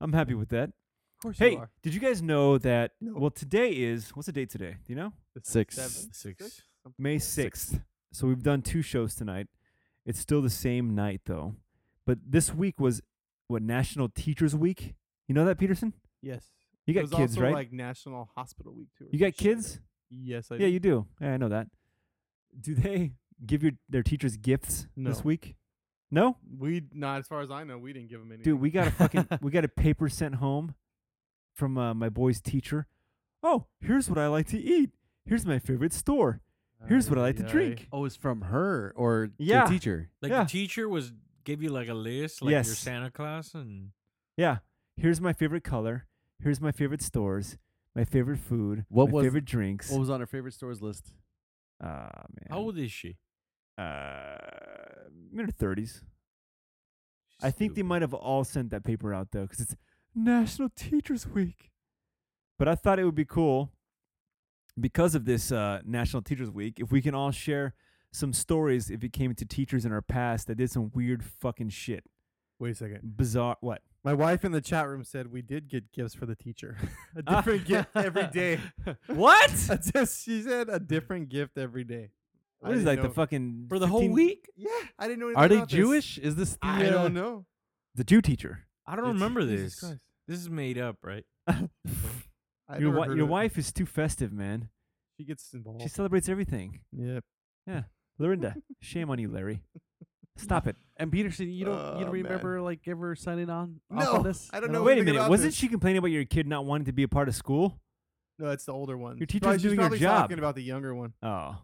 E: I'm happy with that.
D: Mm. Of course
E: Hey,
D: you are.
E: did you guys know that?
D: No.
E: Well, today is what's the date today? Do you know?
F: Six.
D: Seven,
G: Six.
D: something
E: May
D: like that.
E: sixth. So we've done two shows tonight. It's still the same night though, but this week was what National Teachers Week. You know that Peterson?
D: Yes.
E: You
D: it
E: got
D: was
E: kids,
D: also
E: right?
D: Like National Hospital Week too. or
E: you
D: some
E: got
D: shit.
E: kids?
D: Yes, I
E: Yeah,
D: do.
E: you do. Yeah, I know that. Do they give your their teachers gifts
D: No.
E: this week? No,
D: we not as far as I know, we didn't give them any.
E: dude. We got a fucking we got a paper sent home from uh, my boy's teacher. Oh, here's what I like to eat. Here's my favorite store.
D: Uh,
E: Here's what I like to drink.
F: Oh, it's from her or
E: Yeah.
F: the teacher.
G: Like
E: Yeah.
G: the teacher was give you like a list, like your
E: Yes.
G: Santa Claus, and
E: Yeah. Here's my favorite color. Here's my favorite stores. My favorite food.
F: What
E: my
F: was-
E: favorite drinks?
F: What was on her favorite stores list?
E: Ah, man.
G: how old is she?
E: Uh, mid thirties. I
G: She's
E: think they
G: stupid.
E: might have all sent that paper out though, because it's National Teachers Week. But I thought it would be cool because of this uh, National Teachers Week if we can all share some stories if it came to teachers in our past that did some weird fucking shit.
D: Wait a second.
E: Bizarre. What?
D: My wife in the chat room said we did get gifts for the teacher. a different gift every day.
E: What?
D: I just- she said a different gift every day. I
E: what is
D: didn't
E: like the
D: know-
E: fucking.
F: For the whole
E: 15
F: week?
D: Yeah, I didn't know. Anything
F: Are they
D: about this.
F: Jewish? Is this the,
D: I
F: uh,
D: don't know.
E: The Jew teacher.
G: I don't
D: It's-
G: remember
D: Jesus
G: this.
D: Christ.
G: This is made up, right?
D: I
E: your
D: never
E: wi-
D: heard
E: your
D: of it.
E: wife is too festive, man.
D: She gets involved.
E: She celebrates everything.
D: yep.
E: Lorinda, shame on you, Larry. Stop it.
F: And Peterson, you don't you
D: Oh,
F: don't remember like ever signing on? off on
D: No,
F: this?
D: I don't know.
E: Wait a
D: anything
E: minute.
D: about
E: Wasn't
D: this.
E: she complaining about your kid not wanting to be a part of school?
D: No, it's the older one.
E: Your
D: She's
E: teacher's
D: probably- she's
E: doing her
D: probably
E: job.
D: Talking about the younger one.
E: Oh,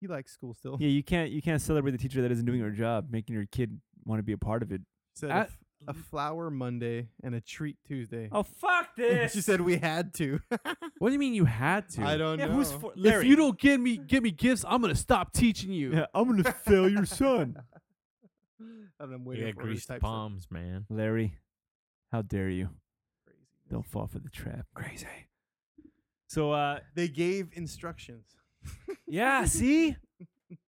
D: He likes school
F: Oh.
D: still.
E: yeah. You can't. You can't celebrate the teacher that isn't doing her job, making your kid want to be a part of it.
D: Said a
F: I-
D: f- a flower Monday and a treat Tuesday.
E: Oh fuck
D: she said we had to.
F: What do you mean you had to?
D: I don't
E: yeah,
D: know.
E: who's for
F: If
E: Larry?
F: you don't give me give me gifts, I'm gonna stop teaching you.
E: yeah, I'm gonna fail your son,
D: And I'm
G: We
D: waiting
G: got
D: for this
G: greased
D: type stuff.
G: palms, man.
E: Larry. How dare you? Don't fall for the trap. Crazy. So, uh,
D: They gave instructions.
E: yeah. See,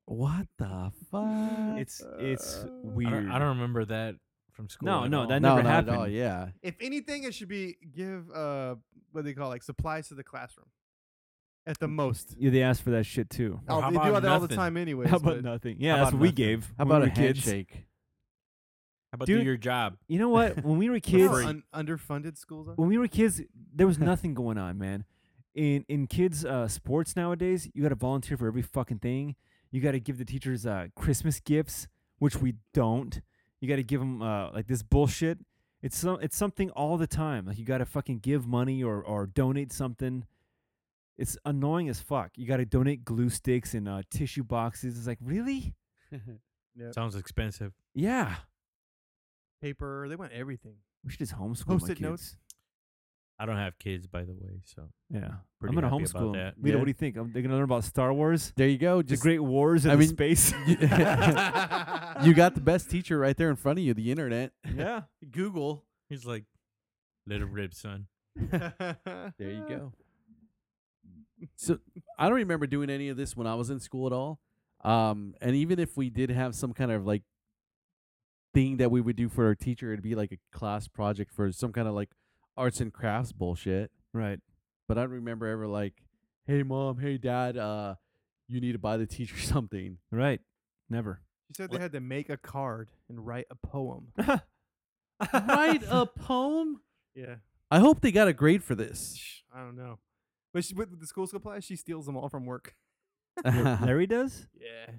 F: What the fuck?
E: it's it's
D: Uh,
E: weird.
G: I don't, I don't remember that from school.
E: No,
G: at
E: no,
G: all.
E: that
F: no,
E: never
F: not
E: happened.
F: at all. Yeah,
D: If anything, it should be give uh what do they call it, like supplies to the classroom. At the most.
E: Yeah, they asked for that shit too.
G: Or
D: Oh,
G: how
D: they do
G: about
D: that all the
G: nothing?
D: time anyways.
E: How about
D: but
E: nothing? Yeah,
F: How
E: that's
F: about
E: what we
F: nothing?
E: gave.
F: how
E: when we
F: about a
E: were kids.
F: handshake?
G: How about
E: Dude-
G: do your job?
E: You know what? When we were
D: you know
E: kids,
D: how un- underfunded schools are?
E: when we were kids, there was nothing going on, man. In in kids uh, sports nowadays, you got to volunteer for every fucking thing. You got to give the teachers uh, Christmas gifts, which we don't. You got to give them uh, like this bullshit. It's some it's something all the time. Like you got to fucking give money or or donate something. It's annoying as fuck. You got to donate glue sticks and uh, tissue boxes. It's like really?
G: Sounds expensive.
E: Yeah,
D: Paper, they want everything.
E: we should just homeschool my
D: Post-it
E: kids.
D: notes?
G: I don't have kids, by the way, so
E: Yeah,
G: Pretty
E: I'm gonna
G: happy
E: homeschool
G: about
E: 'em.
G: that.
E: Vito,
F: Yeah.
E: what do you think? Um, they're gonna learn about Star Wars,
F: There you go.
E: the
F: Just
E: Great Wars, and
F: I
E: the
F: mean-
E: space.
F: you got the best teacher right there in front of you. The internet.
E: yeah.
F: Google.
G: he's like, "Let it rip, son."
D: there
F: There you go. So I don't remember doing any of this when I was in school at all. Um, and even if we did have some kind of like thing that we would do for our teacher, it'd be like a class project for some kind of like arts and crafts bullshit.
E: Right.
F: But I don't remember ever like, hey mom, hey dad, uh, you need to buy the teacher something.
E: Right. Never.
D: She said they had to make a card and write a poem.
F: Write a poem.
D: yeah.
F: I hope they got a grade for this.
D: I don't know. But she, with the school supplies, she steals them all from work.
E: Larry does
D: Yeah.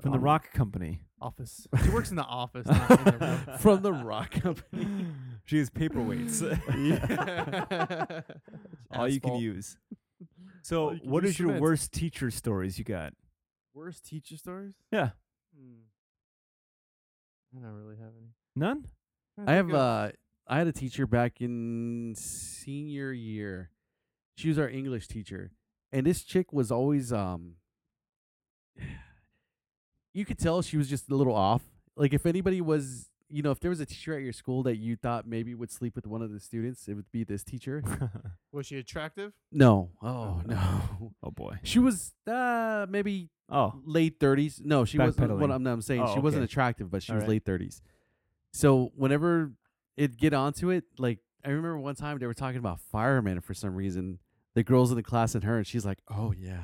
E: from the Rock Company.
D: Office. She works in the office. Not in the room.
F: From the rock company.
E: she is paperweights. All you can
D: Asphalt.
E: use. So,
D: you can
E: what
D: use
E: is your
D: cement.
E: worst teacher stories you got?
D: Worst teacher stories?
E: Yeah.
D: Hmm. I don't really have any.
E: None.
F: I have
D: think of-
F: uh I had a teacher back in senior year. She was our English teacher. And this chick was always um you could tell she was just a little off. Like if anybody was you know, if there was a teacher at your school that you thought maybe would sleep with one of the students, it would be this teacher.
D: Was she attractive?
F: No. Oh no.
E: oh boy.
F: She was uh maybe
E: Oh.
F: late thirties. No, she wasn't. What
E: Backpedaling.
F: I'm, no, I'm saying
E: Oh,
F: she wasn't
E: okay.
F: attractive, but she was
E: Alright.
F: late thirties. So whenever it get onto it, like I remember one time they were talking about firemen for some reason. The girls in the class and her, and she's like, "Oh yeah,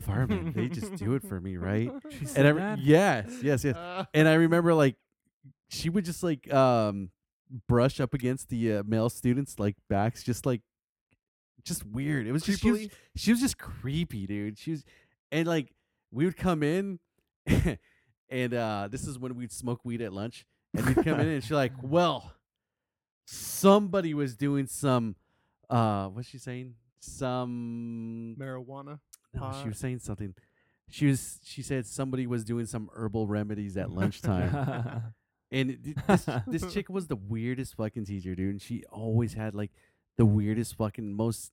F: firemen. they just do it for me, right?" and I, re- yes, yes, yes.
D: Uh,
F: And I remember like she would just like um brush up against the uh, male students like backs, just like just weird. It was just she was-
D: creepily?
F: she was just creepy, dude. She was, and like we would come in, and uh this is when we'd smoke weed at lunch, and we'd come in, and she's like, "Well, somebody was doing some, uh, what's she saying? Some,
D: marijuana.
F: no, she
D: pot.
F: was saying something. She was, she said somebody was doing some herbal remedies at lunchtime." And it- th- this, this chick was the weirdest fucking teacher, dude. And she always had like the weirdest fucking most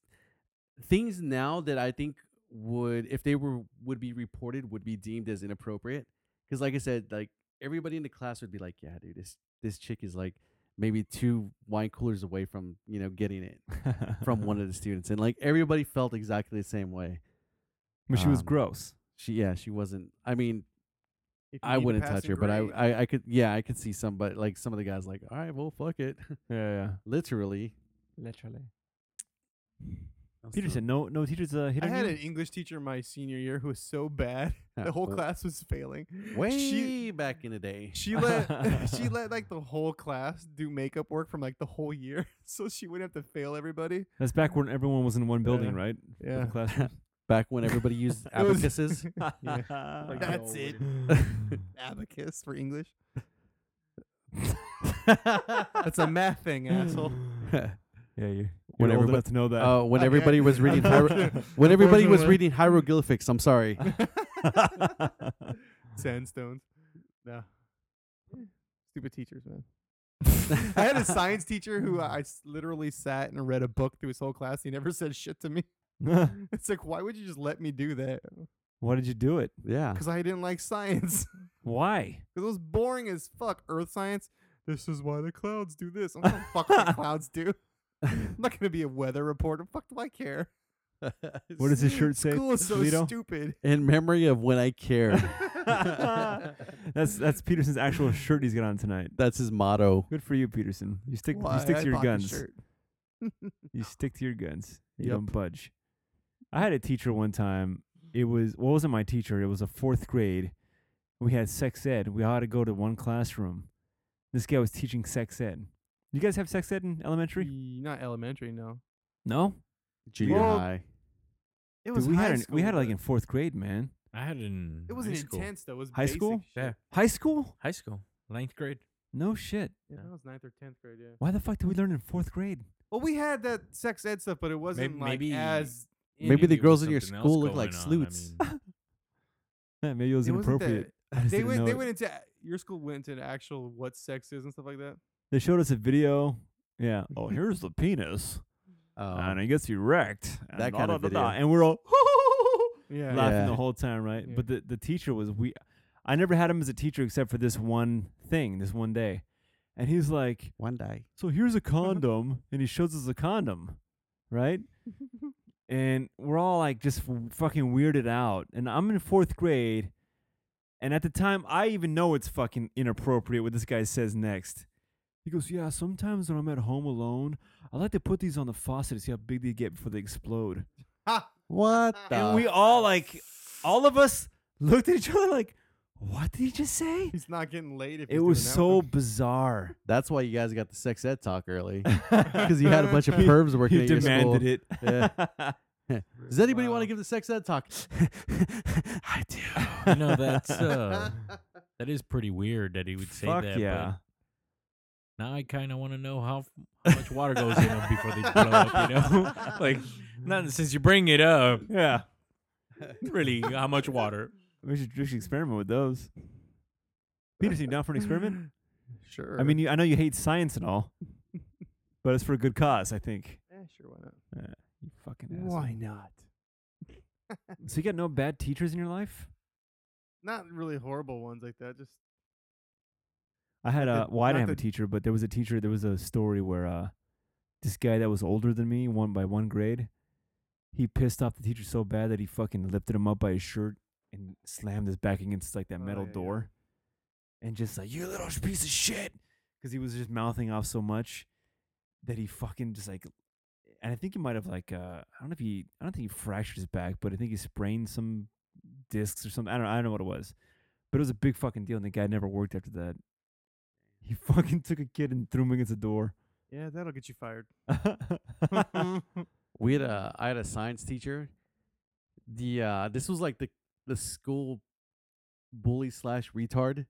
F: things now that I think would, if they were, would be reported, would be deemed as inappropriate. Cause like I said, like everybody in the class would be like, yeah, dude, this, this chick is like maybe two wine coolers away from you know getting it from one of the students, and like everybody felt exactly the same way.
E: But she was
F: Um,
E: gross.
F: She yeah, she wasn't. I mean,
D: If you
F: I
D: need to
F: wouldn't
D: pass
F: touch
D: in
F: her, but I,
D: grade,
F: I I could yeah, I could see somebody like some of the guys like, all right, well, fuck it,
E: Yeah, yeah.
F: literally.
E: Literally. Peterson, no, no teachers uh, hit
D: I
E: on
D: had
E: you?
D: an English teacher my senior year who was so bad,
F: Yeah,
D: the whole
F: well-
D: class was failing.
F: way
D: She-
F: back in the day.
D: She let she let like the whole class do makeup work from like the whole year, so she wouldn't have to fail everybody.
E: That's back when everyone was in one building,
D: Yeah.
E: right?
D: Yeah.
E: With the classrooms.
F: Back when everybody used
D: It was-
F: abacuses.
D: Like,
E: That's
D: no,
E: it.
D: Abacus for English. That's a math thing, asshole.
E: yeah, you.
F: When
E: When you're Oh, old
F: everybody-
E: enough to know that.
F: uh, when
D: Yeah.
F: everybody was reading hier- when everybody was reading hieroglyphics. I'm sorry.
D: Sandstones. No. Stupid teachers, man. I had a science teacher who I s- literally sat and read a book through his whole class. He never said shit to me. It's like, why would you just let me do that?
E: Why did you do it?
F: Yeah.
D: Because I didn't like science.
E: Why?
D: Because it was boring as fuck. Earth science. This is why the clouds do this. I'm like, fuck what the clouds do. I'm not gonna be a weather reporter. Fuck do I care?
E: What does his shirt say?
D: School is so
E: Toledo?
D: stupid.
F: In memory of when I cared.
E: that's that's Peterson's actual shirt he's got on tonight.
F: That's his motto.
E: Good for you, Peterson. You stick
D: Why?
E: you stick
D: I
E: to your
D: bought the
E: guns.
D: shirt.
E: You stick to your guns. You
D: Yep.
E: don't budge. I had a teacher one time. It was well, it wasn't my teacher. It was a fourth grade. We had sex ed. We had to go to one classroom. This guy was teaching sex ed. You guys have sex ed in elementary?
D: Y- Not elementary, no.
E: No.
F: Junior
D: Well,
F: high.
D: It
E: Dude, we had an- we had it like in fourth grade, man.
G: I had it in.
D: It wasn't
G: high school.
D: intense though. It was
E: High
D: basic
E: school?
D: shit.
G: Yeah.
E: High school?
G: High school, ninth grade.
E: No shit.
D: Yeah, that was ninth or tenth grade. Yeah.
E: Why the fuck did we learn in fourth grade?
D: Well, we had that sex ed stuff, but it wasn't like
G: maybe-
D: as
F: Maybe the
G: there was
F: girls in your
G: something else
F: school look
G: going
F: like
G: on, I
F: sleuths.
G: mean,
E: Yeah, maybe it was
D: It wasn't that-
E: inappropriate. I just
D: they
E: didn't
D: went.
E: know
D: They
E: it.
D: went into your school went into actual what sex is and stuff like that.
E: They showed us a video. Yeah. Oh, here's the penis, and
F: Um,
E: it gets erect. And
F: That kind of
E: da-da-da-da,
F: video.
E: And we're all
D: Yeah.
E: laughing
F: Yeah.
E: the whole time, right?
D: Yeah.
E: But the, the teacher was we. I never had him as a teacher except for this one thing, this one day, and he's like,
F: one day.
E: "So here's a condom," and he shows us a condom, right? and we're all like just f- fucking weirded out. And I'm in fourth grade, and at the time, I even know it's fucking inappropriate what this guy says next. He goes, "Yeah, sometimes when I'm at home alone, I like to put these on the faucet to see how big they get before they explode."
F: What
E: and
F: the-
E: we all Oh, like, all of us looked at each other like, "What did he just say?"
D: He's not getting laid. If
E: It
D: he's
E: was
D: doing that
E: so
D: with
E: bizarre.
F: That's why you guys got the sex ed talk early. Because you had a bunch of pervs working
E: He
F: at your school.
E: demanded it.
F: Does anybody want
D: Wow.
F: to give the sex ed talk? I do.
G: you know that's uh, that is pretty weird that he would say
E: Fuck
G: that. but
E: yeah.
G: Now I kind of want to know how, how much water goes in them before they blow up. You know, like not since you bring it up.
E: Yeah.
G: Really, how much water?
E: We should, we should experiment with those. Peterson, you down for an experiment?
D: Sure.
E: I mean, you, I know you hate science and all, but it's for a good cause, I think.
D: yeah, sure. Why not?
E: You fucking asshole.
D: not?
E: So you got no bad teachers in your life?
D: Not really horrible ones like that. Just
E: I had
D: Not
E: a
D: the-
E: well, I
D: not
E: didn't have a
D: the-
E: teacher, but there was a teacher. There was a story where uh, this guy that was older than me, one by one grade, he pissed off the teacher so bad that he fucking lifted him up by his shirt and slammed his back against like that
D: Oh,
E: metal
D: yeah, yeah.
E: door, and just like you little sh- piece of shit, because he was just mouthing off so much that he fucking just like, and I think he might have like uh, I don't know if he I don't think he fractured his back, but I think he sprained some discs or something. I don't I don't know what it was, but it was a big fucking deal, and the guy never worked after that. He fucking took a kid and threw him against the door.
D: yeah, that'll get you fired.
F: we had a I had a science teacher. The uh this was like the the school bully slash retard.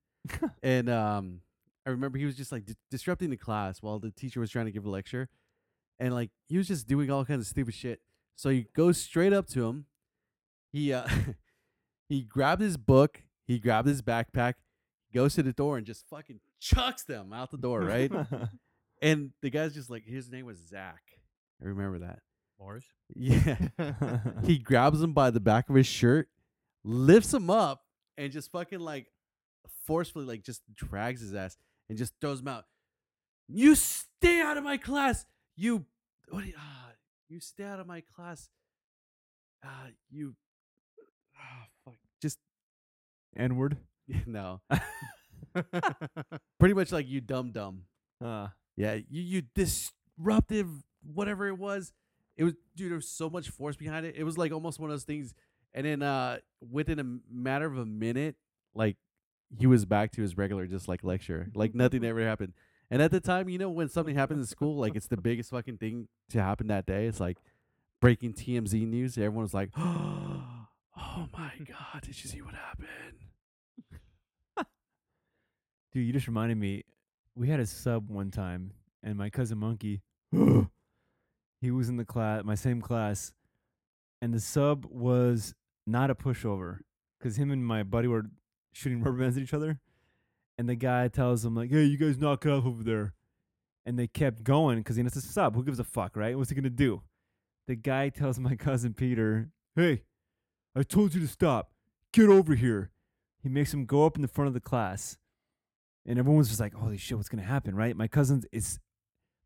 F: and um I remember he was just like di- disrupting the class while the teacher was trying to give a lecture. And like he was just doing all kinds of stupid shit. So he goes straight up to him. He uh he grabbed his book, he grabbed his backpack, goes to the door and just fucking chucks them out the door, right? and the guy's just like his name was Zach. I remember that.
G: Morris.
F: Yeah. he grabs him by the back of his shirt, lifts him up, and just fucking like forcefully, like just drags his ass and just throws him out. You stay out of my class. You what? do you- ah, you stay out of my class. Uh, you. ah, fuck. Just
E: N word.
F: no. Pretty much like you dumb dumb.
E: Uh,
F: Yeah, you you disruptive whatever it was. It was dude, there was so much force behind it. It was like almost one of those things. And then uh within a m- matter of a minute, like he was back to his regular just like lecture. Like nothing ever happened. And at the time, you know, when something happens in school, like it's the biggest fucking thing to happen that day. It's like breaking TMZ news. Everyone was like, Oh my god, did you see what happened?
E: Dude, you just reminded me. We had a sub one time, and my cousin Monkey, he was in the class, my same class, and the sub was not a pushover because him and my buddy were shooting rubber bands at each other, and the guy tells him like, "Hey, you guys knock it off over there," and they kept going because you know it's a sub. Who gives a fuck, right? What's he gonna do? The guy tells my cousin Peter, "Hey, I told you to stop. Get over here." He makes him go up in the front of the class and everyone's just like, "Holy shit, what's gonna happen?" Right? My cousin is,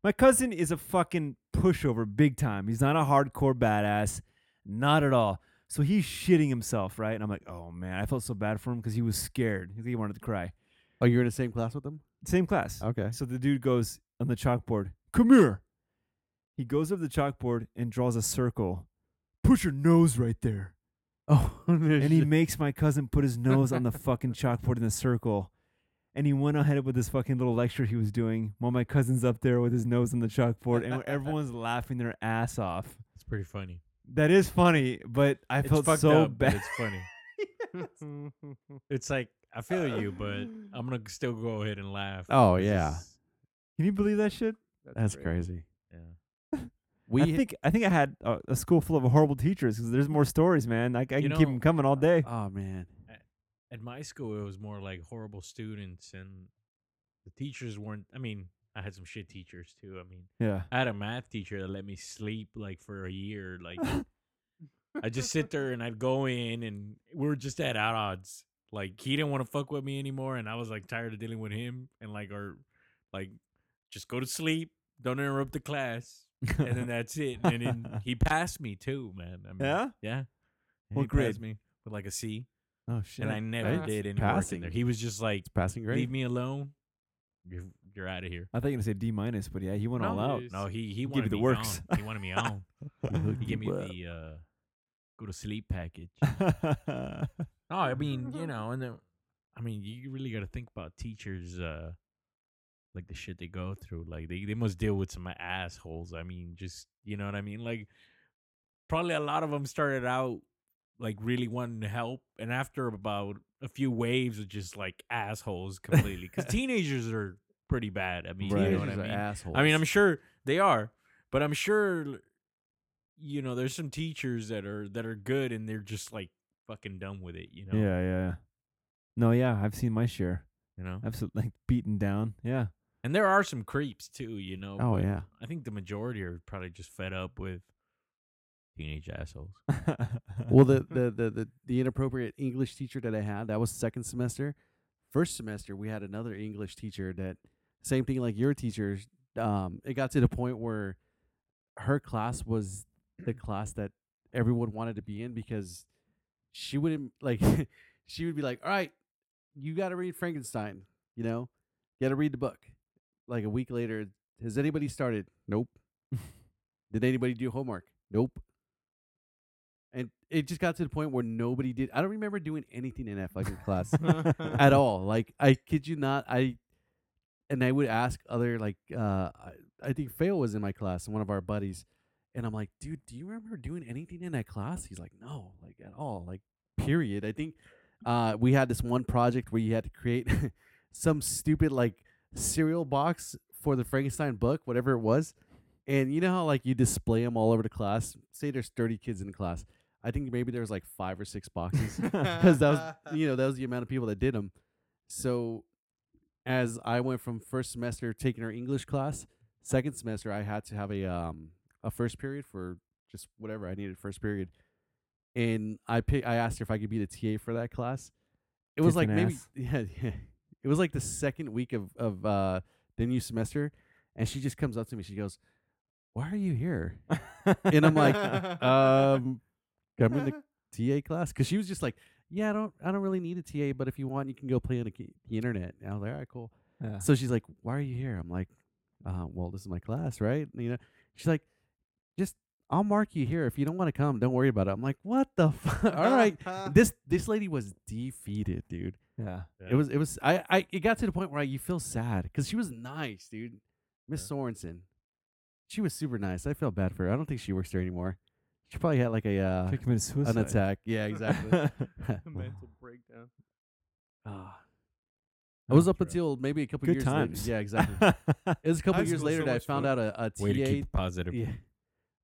E: my cousin is a fucking pushover, big time. He's not a hardcore badass, not at all. So he's shitting himself, right? And I'm like, "Oh man," I felt so bad for him because he was scared. He wanted to cry.
F: Oh, you were in the same class with them?
E: Same class.
F: Okay.
E: So the dude goes on the chalkboard, "Come here." He goes up the chalkboard and draws a circle. Put your nose right there.
F: Oh,
E: And he makes my cousin put his nose on the fucking chalkboard in the circle. And he went ahead with this fucking little lecture he was doing while my cousin's up there with his nose on the chalkboard and everyone's laughing their ass off.
G: It's pretty funny.
E: That is funny, but I
G: It's
E: felt
G: fucked
E: so
G: up, but
E: bad.
G: It's funny. It's like I feel you, but I'm gonna still go ahead and laugh.
F: Oh,
G: It's
F: yeah.
G: just-
E: Can you believe that shit?
F: That's crazy.
G: yeah.
F: We
E: I think I think I had a, a school full of horrible teachers because there's more stories, man. I, I can keep 'em keep
G: know,
E: them coming all day.
F: Oh man.
G: At my school, it was more like horrible students, and the teachers weren't. I mean, I had some shit teachers too. I mean,
E: yeah.
G: I had a math teacher that let me sleep like for a year. Like, I just sit there and I'd go in, and we are just at odds. Like, he didn't want to fuck with me anymore, and I was like tired of dealing with him. And like, our like, just go to sleep. Don't interrupt the class. and then that's it. And then he passed me too, man. I mean,
E: Yeah?
G: yeah.
E: What
G: he
E: grade?
G: passed me with like a C,
E: oh shit.
G: and I never
D: That's
G: did any work in
F: passing.
G: there. He was just like,
F: It's passing grade.
G: "Leave me alone. You're you're out of here."
E: I thought you were gonna say D minus, but yeah, he went all out.
G: No, he he
E: you
G: wanted
E: the
G: me
E: works.
G: gone. He wanted me on. he gave me
E: You up.
G: the uh, go to sleep package. No, I mean you know, and then I mean you really got to think about teachers, uh, like the shit they go through. Like they they must deal with some assholes. I mean, just you know what I mean. Like probably a lot of them started out like really wanting to help, and after about a few waves of just like assholes completely, because teenagers are pretty bad. I mean, you know what I mean. I mean, I'm sure they are, but I'm sure you know there's some teachers that are that are good and they're just like fucking done with it, you know.
E: Yeah, yeah. No, yeah, I've seen my share.
G: You know.
E: Absolutely, like beaten down. Yeah.
G: And there are some creeps too, you know.
F: Oh
G: but
F: yeah.
G: I think the majority are probably just fed up with teenage assholes.
F: Well, the, the the the the inappropriate English teacher that I had that was second semester. First semester we had another English teacher that same thing like your teachers. Um, it got to the point where her class was the class that everyone wanted to be in because she wouldn't like she would be like, all right, you got to read Frankenstein, you know, you got to read the book. Like a week later, has anybody started? Nope. Did anybody do homework? Nope. And it just got to the point where nobody did. I don't remember doing anything in that fucking class at all. Like I kid you not, I and I would ask other like uh I, I think Fail was in my class, one of our buddies, and I'm like, dude, do you remember doing anything in that class? He's like, no, like at all, like period. I think uh we had this one project where you had to create some stupid like cereal box for the Frankenstein book, whatever it was. And you know how like you display them all over the class. Say there's 30 kids in the class. I think maybe there was like five or six boxes because that was you know that was the amount of people that did them. So as I went from first semester taking our English class, second semester I had to have a um a first period for just whatever I needed first period, and I pick I asked her if I could be the TA for that class. It was like
E: Kicking
F: maybe
E: ass.
F: yeah, yeah it was like the second week of of uh the new semester, And she just comes up to me. She goes, "Why are you here?" and I'm like, um, "I'm in the TA class." Because she was just like, "Yeah, I don't, I don't really need a TA, but if you want, you can go play on the, ki- the internet." And I was like, "All right, cool."
E: Yeah.
F: So she's like, "Why are you here?" I'm like, uh, "Well, this is my class, right?" You know, she's like, "Just I'll mark you here. If you don't want to come, don't worry about it." I'm like, "What the? Fu- All right." this this lady was defeated, dude.
E: yeah.
G: Yeah.
F: It was it was I I it got to the point where I, you feel sad because she was nice, dude. Miss Sorensen, she was super nice. I felt bad for her. I don't think she works there anymore. She probably had like a uh,
E: She committed
F: an
E: suicide.
F: attack. Yeah, exactly.
D: Mental breakdown.
F: Ah. I was
G: Oh,
F: up
G: true.
F: until maybe a couple
E: Good
F: years
E: times.
F: later. Yeah, exactly. It was a couple
D: High
F: years
D: school's
F: later
D: so
F: that I
D: much
F: found
D: fun.
F: out a, a TA.
G: Way to keep positive.
F: yeah.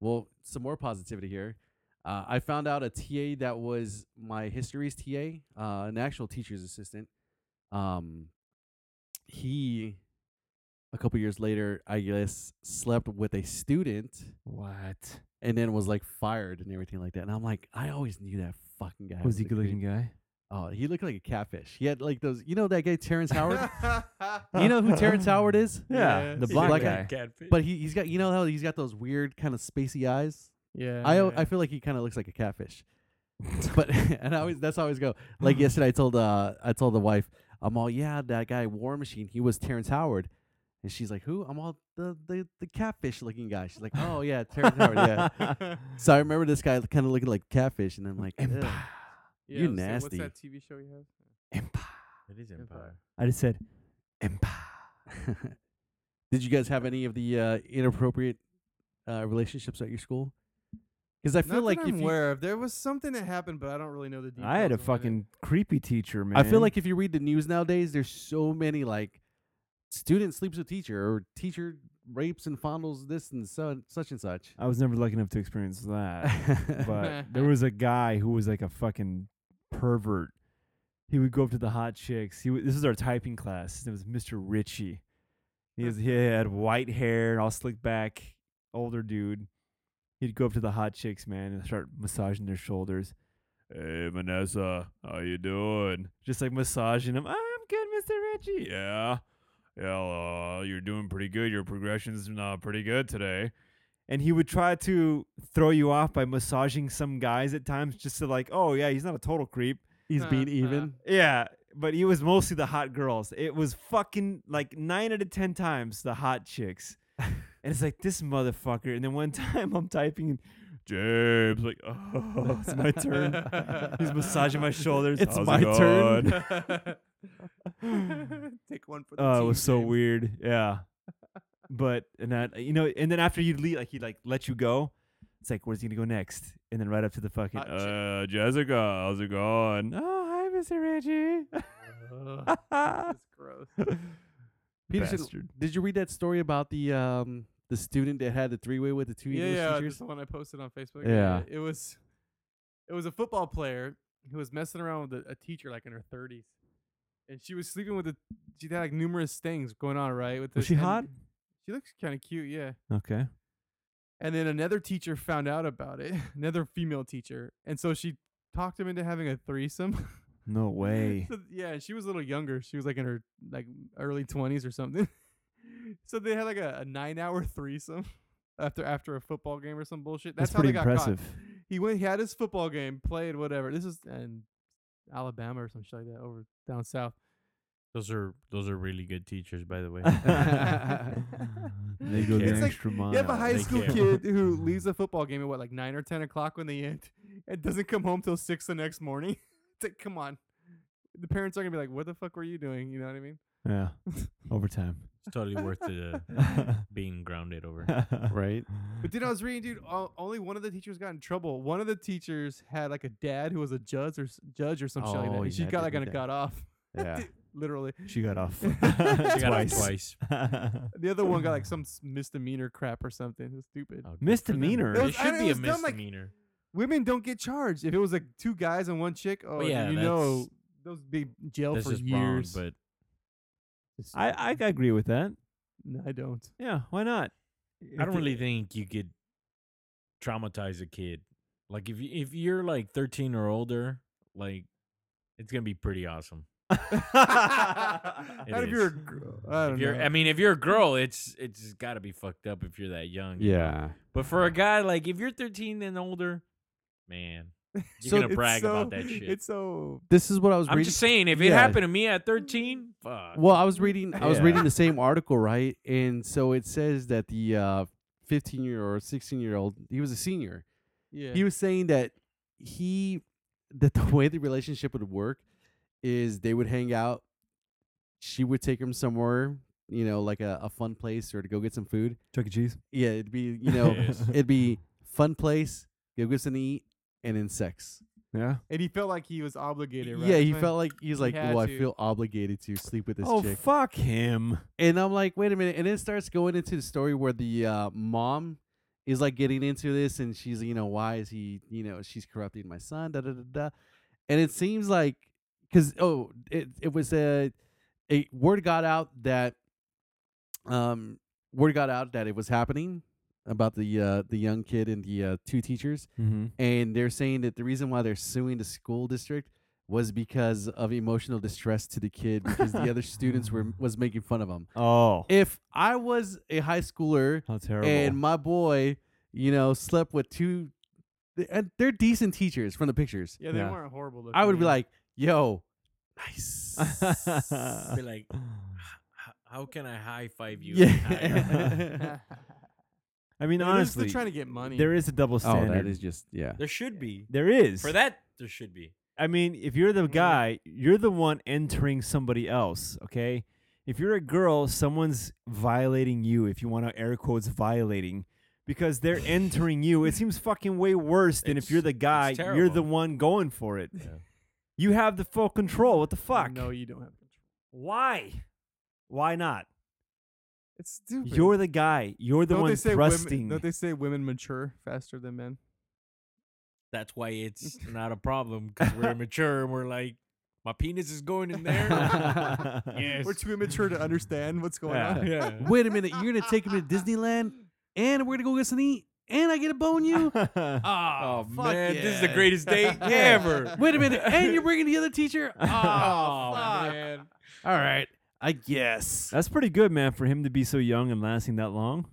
F: Well, some more positivity here. Uh, I found out a TA that was my history's TA, uh, an actual teacher's assistant. Um, he, a couple years later, I guess, slept with a student
E: What?
F: and then was like fired and everything like that. And I'm like, I always knew that fucking guy
E: Was he
F: a
E: good looking
F: creep.
E: guy?
F: Oh, he looked like a catfish. He had like those, you know, that guy Terrence Howard. you know who Terrence Howard is?
E: Yeah,
D: Yeah,
E: the
F: he's
E: black
F: like a
E: guy.
G: Catfish.
F: But he, he's got, you know how he's got those weird kind of spacey eyes.
D: yeah.
F: I, al- I feel like he kind of looks like a catfish. but and I always that's how I always go. Like yesterday, I told uh I told the wife, I'm all yeah that guy War Machine. He was Terrence Howard, and she's like, who? I'm all the the, the catfish looking guy. She's like, oh yeah, Terrence Howard. Yeah. So I remember this guy kind of looking like catfish, and I'm like, "Ugh."
D: Yeah,
F: You
D: I was gonna say,
F: nasty.
D: What's that TV show you have?
G: it is Empire.
E: I just said,
F: did you guys have any of the uh, inappropriate uh, relationships at your school? Because I feel
D: Not
F: like
D: that
F: if
D: I'm
F: you,
D: aware of. There was something that happened, but I don't really know the details.
E: I had a
D: of it.
E: fucking creepy teacher, man.
F: I feel like if you read the news nowadays, there's so many like student sleeps with teacher or teacher rapes and fondles this and so such and such.
E: I was never lucky enough to experience that. but there was a guy who was like a fucking pervert. He would go up to the hot chicks. He w- this is our typing class. His name was Mr. Ritchie. He, was, he had white hair and all slicked back, older dude. He'd go up to the hot chicks, man, and start massaging their shoulders. Hey, Vanessa, how you doing? Just like massaging them. I'm good, Mr. Ritchie. Yeah, yeah, uh, you're doing pretty good. Your progression's uh, pretty good today and he would try to throw you off by massaging some guys at times just to like oh yeah he's not a total creep
F: he's being
D: Uh, uh.
F: even.
E: yeah but he was mostly the hot girls it was fucking like nine out of ten times the hot chicks and it's like this motherfucker and then one time i'm typing in james like oh it's my turn he's massaging my shoulders
F: It's
E: "How's it
F: my turn."
E: going?"
D: Take one for the
E: oh it
D: team,
E: was so
D: James.
E: weird yeah but and that you know and then after you leave like he like let you go it's like where's he gonna go next and then right up to the fucking
D: Hot chick.
E: uh jessica how's it going oh hi mr reggie
D: Ugh, this is gross.
F: Peterson,
E: Bastard.
F: did you read that story about the um the student that had the three way with the two
D: yeah,
F: English
D: yeah, this
F: teachers?
D: one I posted on Facebook.
F: Yeah.
D: it was, it was a football player who was messing around with a, a teacher like in her thirties, and she was sleeping with a. She had like numerous things going on, right? With
E: was
D: this-
E: she
D: and
E: hot
D: She looks kind of cute, yeah.
E: okay
D: And then another teacher found out about it, another female teacher, and so she talked him into having a threesome.
E: no way
D: So, yeah, she was a little younger. She was like in her like early twenties or something. so they had like a, a nine hour threesome after after a football game or some bullshit. That's,
E: that's,
D: how
E: pretty
D: they got
E: impressive
D: caught. He went. He had his football game, played whatever. This is in Alabama or some shit like that over down south.
G: Those are those are really good teachers, by the way.
E: they go the
G: It's like-
E: extra mile
D: You have a high
G: they
D: school
G: can't.
D: kid who leaves a football game at what like nine or ten o'clock when they end, and doesn't come home till six the next morning. it's like, come on. The parents are gonna be like, "What the fuck were you doing?" You know what I mean?
E: yeah overtime
G: it's totally worth the being grounded over.
F: Right.
D: But then I was reading, dude. o- Only one of the teachers got in trouble. One of the teachers had like a dad who was a judge or s- judge or some shit like that.
F: Oh,
D: And she
F: yeah,
D: got
F: they
D: like
F: did
D: kind of
F: that.
D: got off,
F: Yeah.
D: literally.
E: she got off
G: She got off
E: twice,
G: twice.
D: The other one got like some s- misdemeanor crap or something. It was stupid.
G: Oh, good for them.
E: Misdemeanor.
G: It,
D: It was- I-
G: should
D: it
G: be a
D: was dumb, like-
G: misdemeanor.
D: Women don't get charged. If it was like two guys and one chick, oh
G: yeah,
D: you
G: that's-
D: know those be jail
G: That's
D: oh, for
G: just
D: years.
G: wrong,
D: It's-
E: I, I agree with that.
D: no, I don't.
E: Yeah, why not?
G: but I don't really think you could traumatize a kid. Like if you if you're like 13 or older, like it's gonna be pretty awesome.
D: Not if
G: is.
D: you're a girl. I don't
G: If you're,
D: know.
G: I mean, if you're a girl, it's it's got to be fucked up if you're that young. you know?
F: Yeah.
G: But for a guy, like if you're 13 and older, man, you're
F: So
G: gonna
D: It's
G: brag about
D: so-
G: that shit.
D: It's so
F: This is what I was
G: I'm
F: reading.
G: just saying, if it
F: Yeah.
G: happened to me at 13, fuck.
F: Well, I was reading. I was
G: Yeah.
F: reading the same article, right? And so it says that the uh, 15 year or 16 year old, he was a senior.
D: yeah.
F: He was saying that he that the way the relationship would work is they would hang out. She would take him somewhere, you know, like a, a fun place or to go get some food.
E: Chuck E. Cheese.
F: Yeah, it'd be you know,
G: Yes.
F: it'd be fun place, go get something to eat, and then sex.
E: Yeah.
D: and he felt like he was obligated. Right?
F: Yeah, he
D: Like,
F: felt like he's like,
D: had
F: oh, I
D: to."
F: feel obligated to sleep with this
E: oh
F: chick.
E: fuck him.
F: And I'm like, wait a minute. And it starts going into the story where the uh, mom is like getting into this and she's, you know, why is he, you know, she's corrupting my son, da da da da. And it seems like, because, oh, it, it was a, a word got out that, um, word got out that it was happening about the uh, the young kid and the uh, two teachers
E: Mm-hmm.
F: and they're saying that the reason why they're suing the school district was because of emotional distress to the kid because the other students were was making fun of him.
E: Oh,
F: If I was a high schooler
E: how terrible.
F: and my boy, you know, slept with two, th- and they're decent teachers from the pictures.
D: Yeah, they
E: Yeah.
D: weren't horrible. Looking
F: I would be
D: yeah.
F: like, "Yo, nice."
G: I'd be like, "H- how can I high five you?
F: Yeah.
D: I
E: I mean,
D: mean,
E: honestly,
D: they're trying to get money.
E: there is a double
F: oh,
E: standard.
F: that is just yeah.
G: there should be.
E: there is.
G: For that, there should be.
E: I mean, if you're the
D: Mhm.
E: guy, you're the one entering somebody else, okay? If you're a girl, someone's violating you, if you want to air quotes violating, because they're entering you. It seems fucking way worse than if
G: It's-
E: you're the
G: it's
E: guy, you're the
G: terrible.
E: one going for it.
G: Yeah.
E: You have the full control. What the fuck?
D: No, you don't have control.
E: Why? Why not?
D: It's stupid.
E: You're the guy. You're the
D: don't
E: one
D: they say
E: thrusting.
D: Women, don't they say women mature faster than men?
G: That's why it's not a problem because we're immature and we're like, my penis is going in there. yes.
D: We're too immature to understand what's going on.
G: Yeah.
F: Wait a minute, you're gonna take him to Disneyland, and we're gonna go get some eat, and I get a bone you.
G: Oh,
F: fuck
G: man, this is the
F: yeah.
G: greatest day ever.
F: Wait a minute, and you're bringing the other teacher.
G: Oh, man.
F: All right, I guess
E: That's pretty good, man, for him to be so young and lasting that long.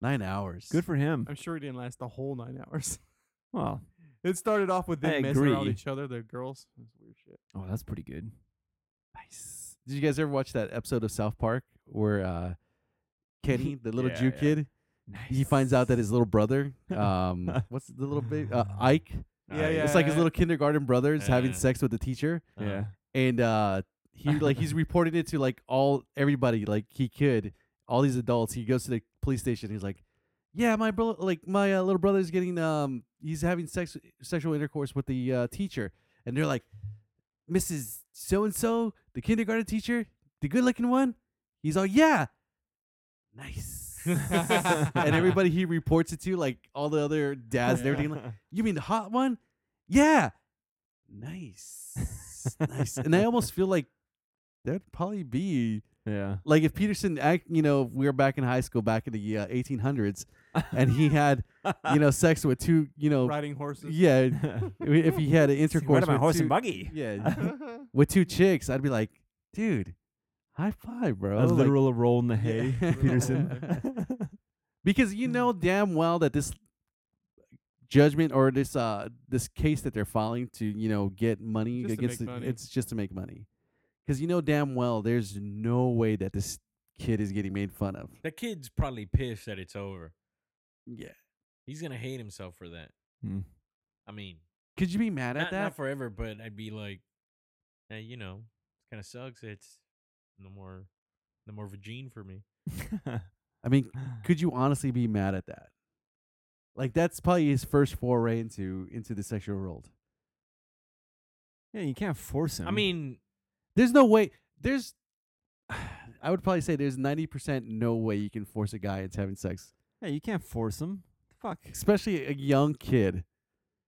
F: nine hours.
E: Good for him.
D: I'm sure it didn't last the whole nine hours.
E: Well,
D: It started off with them
E: I
D: messing around
E: agree.
D: with each other, the girls. That's weird shit.
E: oh, that's pretty good.
F: Nice. Did you guys ever watch that episode of South Park where uh, Kenny, the little
G: Yeah,
F: Jew
G: yeah.
F: kid,
E: Nice.
F: he finds out that his little brother, um, what's the little big uh, Ike?
D: Yeah, yeah.
F: It's like his little kindergarten brother is having
G: Yeah.
F: sex with the teacher,
E: Yeah.
F: and uh, he like he's reporting it to like all everybody like he could, all these adults. He goes to the police station. He's like, "Yeah, my brother, like my uh, little brother's getting um, he's having sex sexual intercourse with the uh, teacher," and they're like, "Mrs. So and So, the kindergarten teacher, the good looking one." He's all, "Yeah, nice." and everybody he reports it to, like all the other dads and everything, like, you mean the hot one? Yeah. Nice. nice. And I almost feel like that'd probably be
E: Yeah.
F: like if Peterson act, you know, we were back in high school back in the uh, 1800s and he had, you know, sex with two, you know,
D: Riding horses.
F: yeah, if he had an intercourse with two,
E: buggy.
F: yeah, with two chicks, I'd be like, dude, high five, bro.
E: A
F: Like,
E: literal roll in the hay,
F: Yeah.
E: Peterson.
F: because
D: Mm.
F: you know damn well that this judgment or this uh this case that they're filing to you know get money
D: Just to
F: against
D: make
F: the-
D: money.
F: it's just to make money because you know damn well there's no way that this kid is getting made fun of
G: The kid's probably pissed that it's over.
F: yeah
G: He's gonna hate himself for that.
E: Hmm.
G: I mean,
F: could you be mad
G: not,
F: at that
G: not forever, but I'd be like, eh, you know, kind of sucks. It's no more, no more vagine for me.
F: i mean could you honestly be mad at that like that's probably his first foray into into the sexual world
E: yeah, you can't force him.
G: I mean,
F: there's no way there's i would probably say there's 90% no way you can force a guy into having sex
E: yeah, you can't force him. Fuck.
F: especially a young kid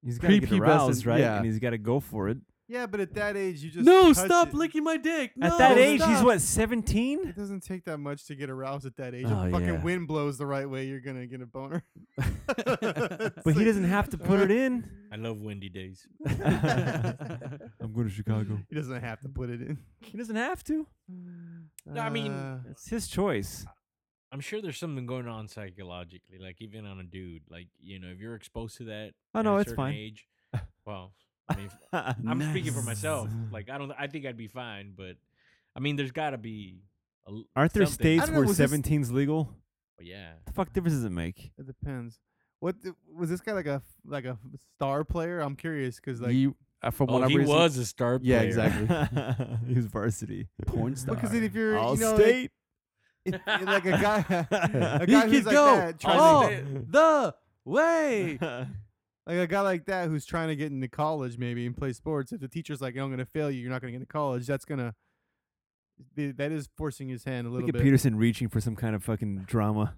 E: He's got to get
F: Prepubescent,
E: aroused, right?
F: yeah.
E: And he's got to go for it.
D: Yeah, but at that age, you just
F: no,
D: touch
F: stop
D: it.
F: licking my dick.
E: At
F: No,
E: that age, he's
F: stop.
E: what, 17?
D: It doesn't take that much to get aroused at that age.
F: Oh,
D: if fucking
F: yeah.
D: wind blows the right way, you're gonna get a boner.
F: But
E: But he doesn't have to put it in.
G: I love windy days.
E: I'm going to Chicago.
D: He doesn't have to put it in.
E: He doesn't have to.
G: I mean-
D: Uh,
E: It's his choice.
G: I'm sure there's something going on psychologically, like even on a dude. Like you know, if you're exposed to that,
E: Oh,
G: at
E: no,
G: a
E: it's
G: certain
E: fine.
G: Age, well, I mean, I'm speaking for myself. Like I don't, I think I'd be fine, but I mean, there's got to be. A, l-
E: Arthur
G: something.
E: states
D: don't know,
E: where
D: was this-
E: 17's legal.
G: But yeah,
E: The fuck difference does it make?
D: it depends. What the, was this guy like a like a star player? I'm curious because like
F: you, uh, from
G: oh,
F: what
G: he
F: I recent-
G: was a star.
F: Yeah,
G: player.
F: exactly.
E: he was varsity.
F: porn
D: Well,
F: star.
D: 'cause then if you're
E: All
D: you know,
E: state.
D: if- if- like a guy, a
F: he
D: guy
F: could
D: who's like
F: go Oh.
D: that, trying
F: all
D: to,
F: the way.
D: like a guy like that who's trying to get into college maybe and play sports. If the teacher's like, "I'm going to fail you. You're not going to get into college," that's gonna th- that is forcing his hand a little
E: Look at
D: bit.
E: Peterson reaching for some kind of fucking drama,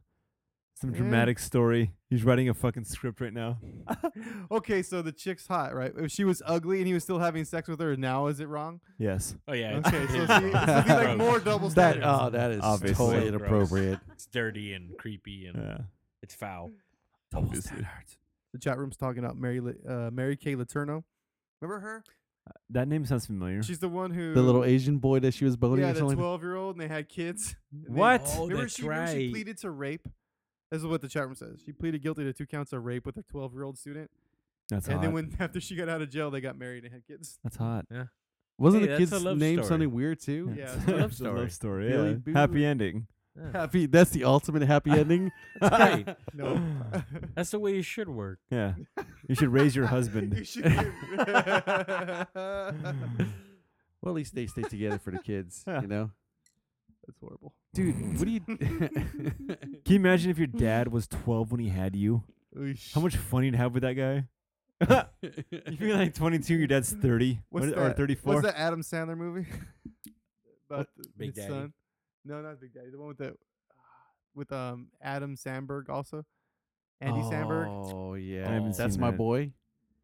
E: some
D: Yeah.
E: dramatic story. He's writing a fucking script right now.
D: okay, so the chick's hot, right? If she was ugly and he was still having sex with her, now is it wrong?
E: Yes.
G: Oh yeah. it's
D: Okay, so see,
G: completely
D: so see
G: gross.
D: like
G: Gross.
D: more double
F: That
D: standards.
F: oh, that is
E: Obviously.
G: So
F: totally
G: gross.
F: inappropriate.
G: It's dirty and creepy and
E: Yeah.
G: it's foul.
E: Obviously.
D: the chat room's talking about Mary Li- uh, Mary Kay Letourneau. Remember her?
E: That name sounds familiar.
D: She's the one who
F: The little Asian boy that she was boating
D: yeah,
F: or
D: the
F: something.
D: twelve year old, and they had kids. And they-
E: What?
G: Oh,
D: remember
G: that's
D: she, remember she
G: right.
D: pleaded to rape. This is what the chat room says. She pleaded guilty to two counts of rape with her twelve year old student.
E: That's
D: and
E: hot.
D: then when after she got out of jail, they got married and had kids.
E: That's hot.
F: Wasn't
G: Hey,
F: the
G: that's
F: kid's
G: a love
F: name
G: story.
F: something weird too?
D: Yeah,
E: It's
D: it's
E: a
D: a
E: love story. yeah.
F: Billy Boo.
E: Happy ending.
F: Happy. That's the ultimate happy ending.
G: Right.
D: No,
G: That's the way it should work.
E: Yeah. You should raise your husband.
D: you should. That's
F: well, at least they stay together for the kids. You know,
D: horrible.
F: dude. What do you?
E: Can you imagine if your dad was 12 when he had you? How much fun you'd have with that guy? You'd be like 22, your dad's 30
D: What's
E: what-
D: that?
E: or 34.
D: What's that Adam Sandler movie? About the,
G: Big
D: his
G: Daddy.
D: son? No, not Big Daddy. The one with the with um Adam Sandberg also. Andy Sandberg.
F: Oh yeah,
E: I haven't
F: that's
E: seen
F: my
E: that.
F: boy.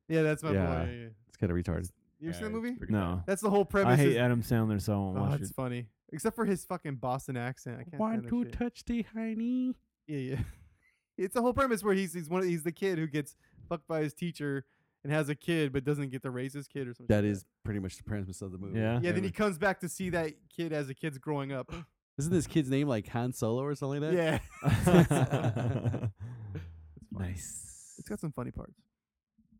D: Yeah, that's my
F: Yeah.
D: boy. Yeah, yeah.
F: It's kind of retarded.
D: You ever seen the movie?
E: No.
D: That's the whole premise.
E: I hate
D: is-
E: Adam Sandler, so I won't
D: oh,
E: watch
D: it's
E: it.
D: funny. Except for his fucking Boston accent. I can't
F: One
D: stand that
F: two
D: shit.
F: touch the hiney.
D: Yeah, yeah. It's the whole premise where he's he's one of, he's the kid who gets fucked by his teacher and has a kid but doesn't get to raise his kid or something.
F: That is pretty much the premise of the movie.
E: Yeah.
D: Yeah, then he comes back to see that kid as the kid's growing up.
F: Isn't this kid's name like Han Solo or something like that?
D: yeah.
E: nice.
D: It's got some funny parts.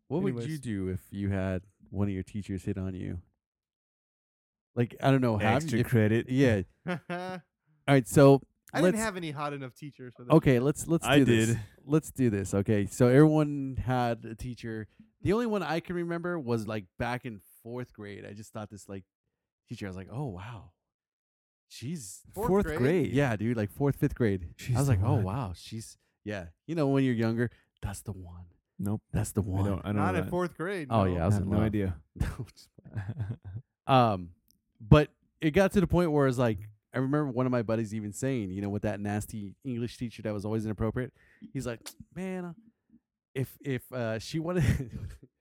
F: What would you
D: Anyways.
F: do if you had one of your teachers hit on you? Like I don't know how.
E: Extra credit.
F: Yeah.
D: I
F: All right. So
D: didn't
F: let's-
D: have any hot enough teachers for that.
F: Okay, let's let's do
E: I
F: this.
E: did.
F: Let's do this. Okay. So everyone had a teacher. The only one I can remember was like back in fourth grade. I just thought this like teacher. I was like, oh wow, she's
D: Fourth grade?
F: Yeah, dude, like fourth, fifth grade.
E: She's
F: I was
E: the
F: like, oh
E: one.
F: wow, she's yeah. You know, when you're younger, that's the one.
E: Nope.
F: That's the
E: I
F: one.
E: don't, I don't
D: Not
E: know
D: in
E: that.
D: fourth grade.
F: Oh,
D: no.
F: yeah.
E: I
F: was
E: have
F: in
E: no
F: love.
E: idea.
F: um, but it got to the point where it's like I remember one of my buddies even saying, you know, with that nasty English teacher that was always inappropriate. He's like, man, uh, if if uh, she wanted,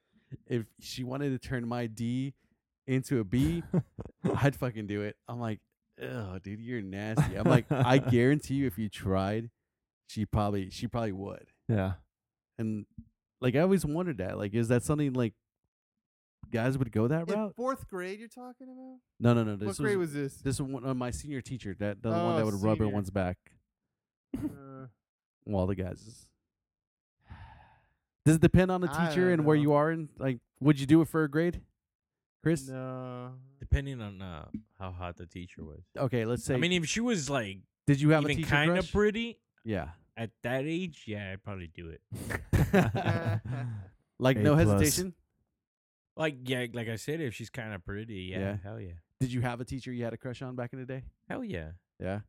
F: if she wanted to turn my D into a B, I'd fucking do it. I'm like, oh, dude, you're nasty. I'm like, I guarantee you, if you tried, she probably she probably would.
E: yeah.
F: And like, I always wondered that. Like, is that something like guys would go that
D: In
F: route?
D: fourth grade, you're talking about?
F: No, no, no. This
D: what grade was this?
F: this one uh, my senior teacher that the one
D: Oh,
F: that would rub
D: senior.
F: everyone's back.
D: Uh,
F: Well, the guys. Does it depend on the
D: I
F: teacher
D: don't
F: and where
D: know.
F: you are? And like, would you do it for a grade, Chris?
D: no.
G: Depending on uh, how hot the teacher was.
F: Okay, let's say.
G: I mean, if she was like
F: did you have a
G: even
F: teacher
G: kind
F: crush?
G: of pretty
F: yeah,
G: at that age, yeah, I'd probably do it.
F: like
E: A
F: no
E: plus.
F: hesitation.
G: Like yeah, like I said, if she's kind of pretty, yeah,
F: Yeah.
G: hell yeah,
F: Did you have a teacher you had a crush on back in the day?
G: hell yeah.
F: Yeah.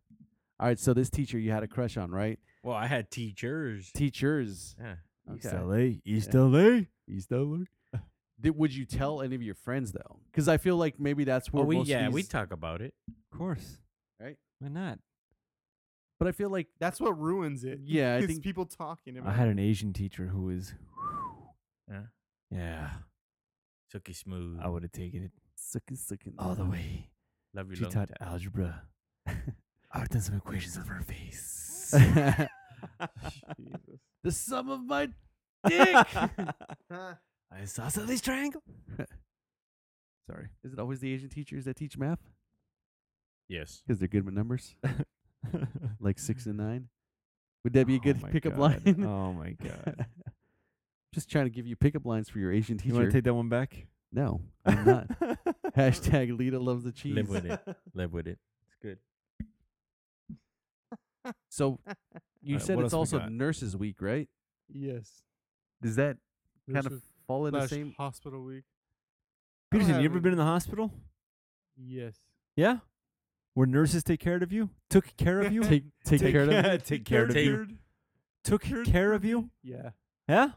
F: All right, so this teacher you had a crush on, right?
G: Well, I had teachers.
F: Teachers.
G: Yeah. Oh,
E: East
F: Okay.
E: LA. East
F: Yeah.
E: LA.
F: East Dover. Did, would you tell any of your friends though? Because I feel like maybe that's where
G: Oh, we
F: most of
G: yeah, we
F: these-
G: talk about it.
E: Of course.
F: Right?
E: Why not?
F: but I feel like
D: That's what ruins it.
F: Yeah, I
D: It's
F: think-
D: people talking about
E: I had an Asian teacher who was.
G: Yeah.
E: Yeah.
G: Sucky smooth.
E: I would have taken it
F: Sucking, sucking.
E: all the way.
G: Love you,
E: She
G: long
E: taught algebra. I've done some equations on her face.
D: Jesus.
F: the sum of my dick.
E: I saw Salisbury triangle.
F: Sorry. Is it always the Asian teachers that teach math?
G: Yes.
F: Because they're good with numbers, like six and nine. Would that be a good
E: oh my
F: pickup
E: God.
F: line?
E: Oh my god!
F: Just trying to give you pickup lines for your Asian
E: you
F: teacher.
E: want to take that one back?
F: no, I'm not. Hashtag Lita loves the cheese.
G: Live with it. Live with it. It's good.
F: So you
E: Alright,
F: said
E: what
F: it's
E: else we
F: also
E: got?
F: Nurses Week, right?
D: yes.
F: Does that kind
D: Nurses
F: of fall in the
D: slash
F: same?
D: hospital week. I don't
E: Peterson, you
D: have
E: ever
D: any-
E: been in the hospital?
D: Yes.
E: Yeah. Where nurses take care of you, took care of you,
F: Take take care of it.
E: take care of you, took care of you.
D: Yeah.
E: Yeah.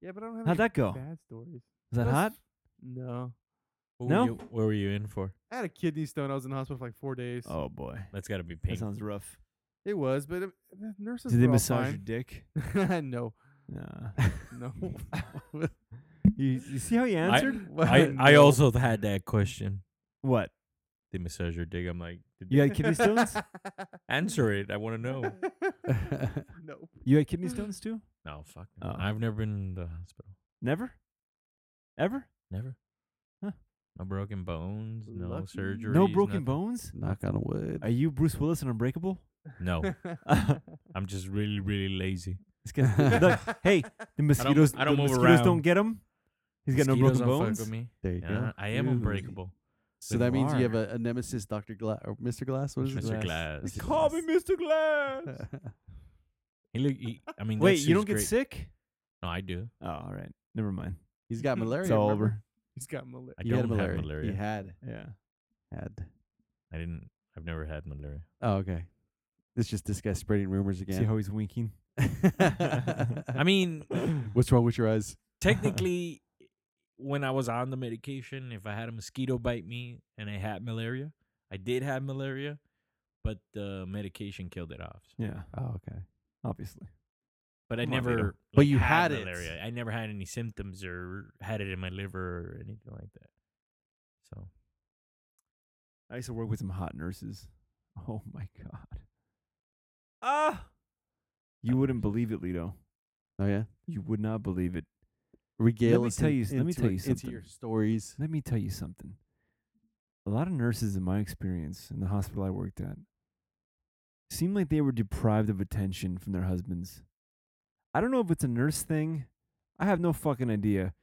D: Yeah, but I don't have
E: How'd
D: any
E: that go?
D: bad stories.
E: Is that hot?
D: That's- No.
G: What
E: No?
G: Were you, what were you in for?
D: I had a kidney stone. I was in the hospital for like four days.
E: Oh boy,
G: That's got to be
E: that
G: painful.
E: sounds rough.
D: It was, but it, the nurses
E: Did they
D: were all
E: massage your
D: fine.
E: dick?
D: no,
E: Nah.
D: no.
E: you, you see how he answered?
G: I, I
D: No.
G: also had that question.
E: what?
G: They massage your dick. I'm like, did
E: You had kidney stones?
G: answer it. I want to know.
D: no.
E: you had kidney stones too?
G: No, fuck. no.
E: Oh.
G: I've never been in the hospital.
E: Never? Ever?
G: Never.
E: Huh.
G: No broken bones. No
D: Lucky. No
G: surgery.
E: No broken bones?
F: Knock on wood.
E: Are you Bruce Willis and Unbreakable?
G: No. I'm just really, really lazy.
E: This guy's- Look, hey, the mosquitoes.
G: I don't
E: the
G: move
E: mosquitoes
G: around.
E: don't get him. He's got no
G: Mosquitoes
E: broken
G: don't fuck
E: bones.
G: with me.
F: there you
G: Yeah,
F: go.
G: I am
F: Ooh.
G: unbreakable.
F: So that means you have
E: are.
F: a, a nemesis, Doctor Glass or Mr. Glass. What is it?
G: Mr. Glass.
F: Mr.
E: Call me Mr. Glass.
G: He look. He, I mean, that
E: Wait, you
G: suit's
E: don't get
G: great.
E: sick?
G: No, I do.
E: Oh, all right. Never mind.
F: He's got malaria.
E: It's all
F: remember?
E: over.
D: He's got malaria.
G: I
F: He
G: don't
F: had malaria.
G: have malaria.
F: He had
E: Yeah.
F: had.
G: I didn't. I've never had malaria.
F: Oh, okay. It's just this guy spreading rumors
E: See
F: again.
E: how he's winking?
G: I mean,
F: What's wrong with your eyes?
G: technically, when I was on the medication, if I had a mosquito bite me and I had malaria, I did have malaria, but the medication killed it off.
E: Yeah.
F: Oh, okay.
E: Obviously.
G: But I
E: Come on, Vito.
G: never.
F: But
G: like,
F: you had it.
G: malaria. I never had any symptoms or had it in my liver or anything like that. So
E: I used to work with some hot nurses. Oh my god. Ah. You wouldn't believe it, Lito.
F: Oh yeah.
E: You would not believe it.
F: Regale
E: me
F: us
E: tell
F: in-
E: you s- let me
F: into
E: tell
F: it-
E: you
F: into your stories.
E: Let me tell you something. A lot of nurses, in my experience, in the hospital I worked at, seemed like they were deprived of attention from their husbands. I don't know if it's a nurse thing. I have no fucking idea.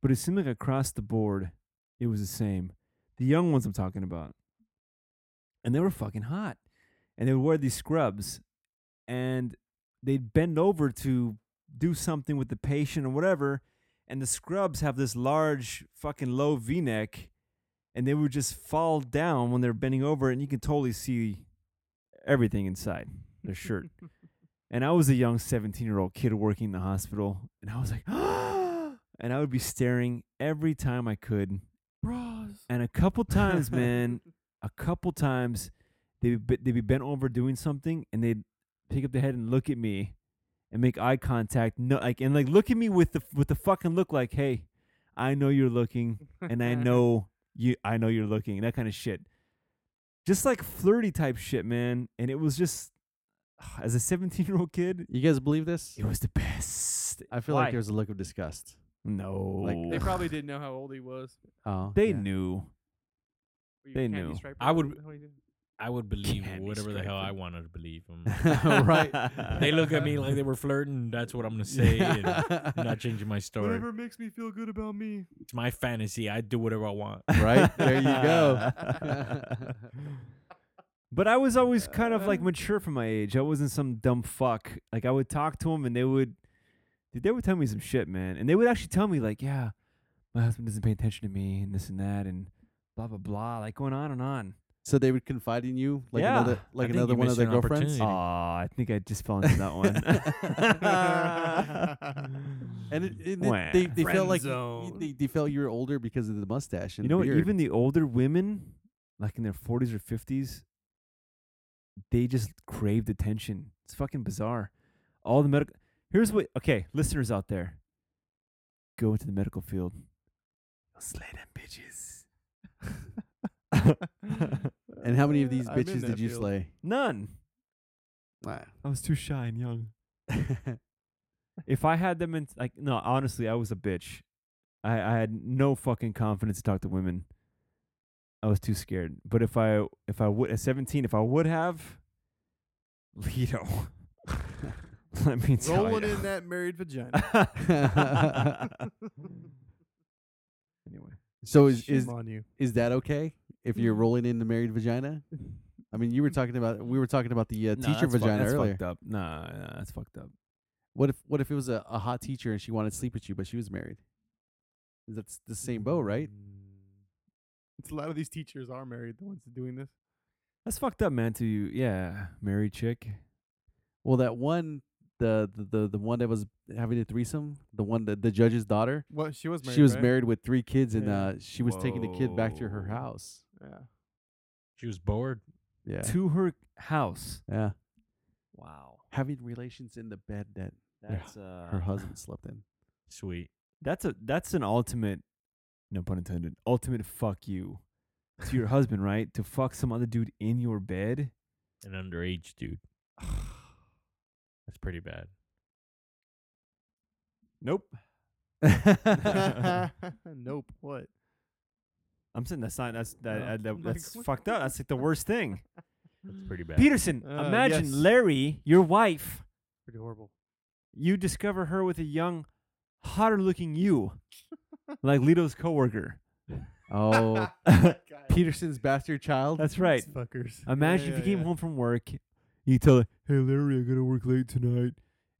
E: But it seemed like across the board, it was the same. The young ones I'm talking about. And they were fucking hot. And they would wear these scrubs. And they'd bend over to do something with the patient or whatever and the scrubs have this large fucking low v-neck and they would just fall down when they're bending over and you can totally see everything inside their shirt and i was a young 17 year old kid working in the hospital and i was like and i would be staring every time i could
D: Bros.
E: and a couple times man a couple times they'd be, they'd be bent over doing something and they'd pick up the head and look at me and make eye contact no like and like look at me with the with the fucking look like hey i know you're looking and i know you i know you're looking that kind of shit just like flirty type shit man and it was just as a 17 year old kid
F: You guys believe this?
E: it was the best
F: I feel
E: Why?
F: like there's a look of disgust.
E: no
D: They probably didn't know how old he was.
F: Oh,
E: they
F: yeah.
E: knew
D: Were you
E: They
D: candy
E: knew.
D: striper?
G: I would-
D: Is that how you did it?
G: I would believe
E: Candy
G: whatever the hell I
E: striping.
G: wanted to believe. Um,
F: right.
G: they look at me like they were flirting. That's what I'm gonna say. and I'm not changing my story.
D: Whatever makes me feel good about me.
G: It's my fantasy. I do whatever I want.
F: right there, you go.
E: But I was always kind of like mature for my age. I wasn't some dumb fuck. Like I would talk to them and they would dude, they would tell me some shit, man. And they would actually tell me like, yeah, my husband doesn't pay attention to me and this and that and blah blah blah, like going on and on.
F: so they would confide in you, like
E: Yeah.
F: another,
G: I
F: like
G: think
F: another
G: you
F: one
G: missed
F: of their
G: an
F: girlfriends.
E: Aw,
G: opportunity.
E: I think I just fell into that one.
F: And it, it,
E: Wah.
F: it, they, they felt
D: Friend
F: like y- y-
D: zone.
F: they, they felt you were older because of the mustache. And
E: you know
F: the
E: what?
F: beard.
E: Even the older women, like in their forties or fifties, they just craved attention. It's fucking bizarre. All the medical. Here's what. Okay, listeners out there, go into the medical field. Slay them bitches.
F: And how many of these
D: I'm in
F: bitches
D: that
F: did you
D: field.
F: slay?
E: None.
F: Ah.
E: I was too shy and young. if I had them in, like, no, honestly, I was a bitch. I, I had no fucking confidence to talk to women. I was too scared. But if I, if I would, at 17, if I would have, Lito. Let me tell
D: Rolling
E: you.
D: in that married vagina.
E: anyway.
F: so is
D: Shame
F: is
D: on you.
F: is that okay if you're
D: Mm-hmm.
F: rolling in the married vagina? I mean, you were talking about we were talking about the uh,
E: Nah,
F: teacher
E: that's fuck-
F: vagina
E: that's
F: earlier.
E: fucked up. Nah, nah, that's fucked up.
F: What if what if it was a, a hot teacher and she wanted to sleep with you, but she was married? That's the same boat, right?
D: It's a lot of these teachers are married, the ones doing this.
E: That's fucked up, man. To yeah, married chick.
D: Mm-hmm.
F: Well, that one, the the the, the one that was having a threesome, the one that the judge's daughter,
D: Well, she was married.
F: she was
D: right?
F: married with three kids, and
D: Yeah.
F: uh, she was taking the kid back to her
E: Whoa.
F: house.
D: Yeah.
G: She was bored.
F: Yeah,
E: to her house.
F: yeah,
E: Wow,
F: having relations in the bed that
E: that's
F: her
E: uh,
F: husband slept in.
G: Sweet.
E: that's a that's an ultimate, no pun intended, ultimate fuck you to your husband, right? To fuck some other dude in your bed.
G: An underage dude. That's pretty bad.
E: Nope.
D: nope. What?
E: I'm saying that's not that's that,
D: No.
E: uh, that
D: I'm like,
E: that's
D: what-
E: fucked up. That's like the worst thing.
G: That's pretty bad.
E: Peterson,
D: Uh,
E: imagine
D: yes.
E: Larry, your wife.
D: Pretty horrible.
E: You discover her with a young, hotter looking you, like Lito's coworker.
F: oh,
D: These
F: Peterson's bastard child.
E: That's right.
D: fuckers. Yeah,
E: Imagine
D: yeah,
E: if you came
D: yeah.
E: home from work, you tell her, "Hey Larry, I gotta work late tonight,"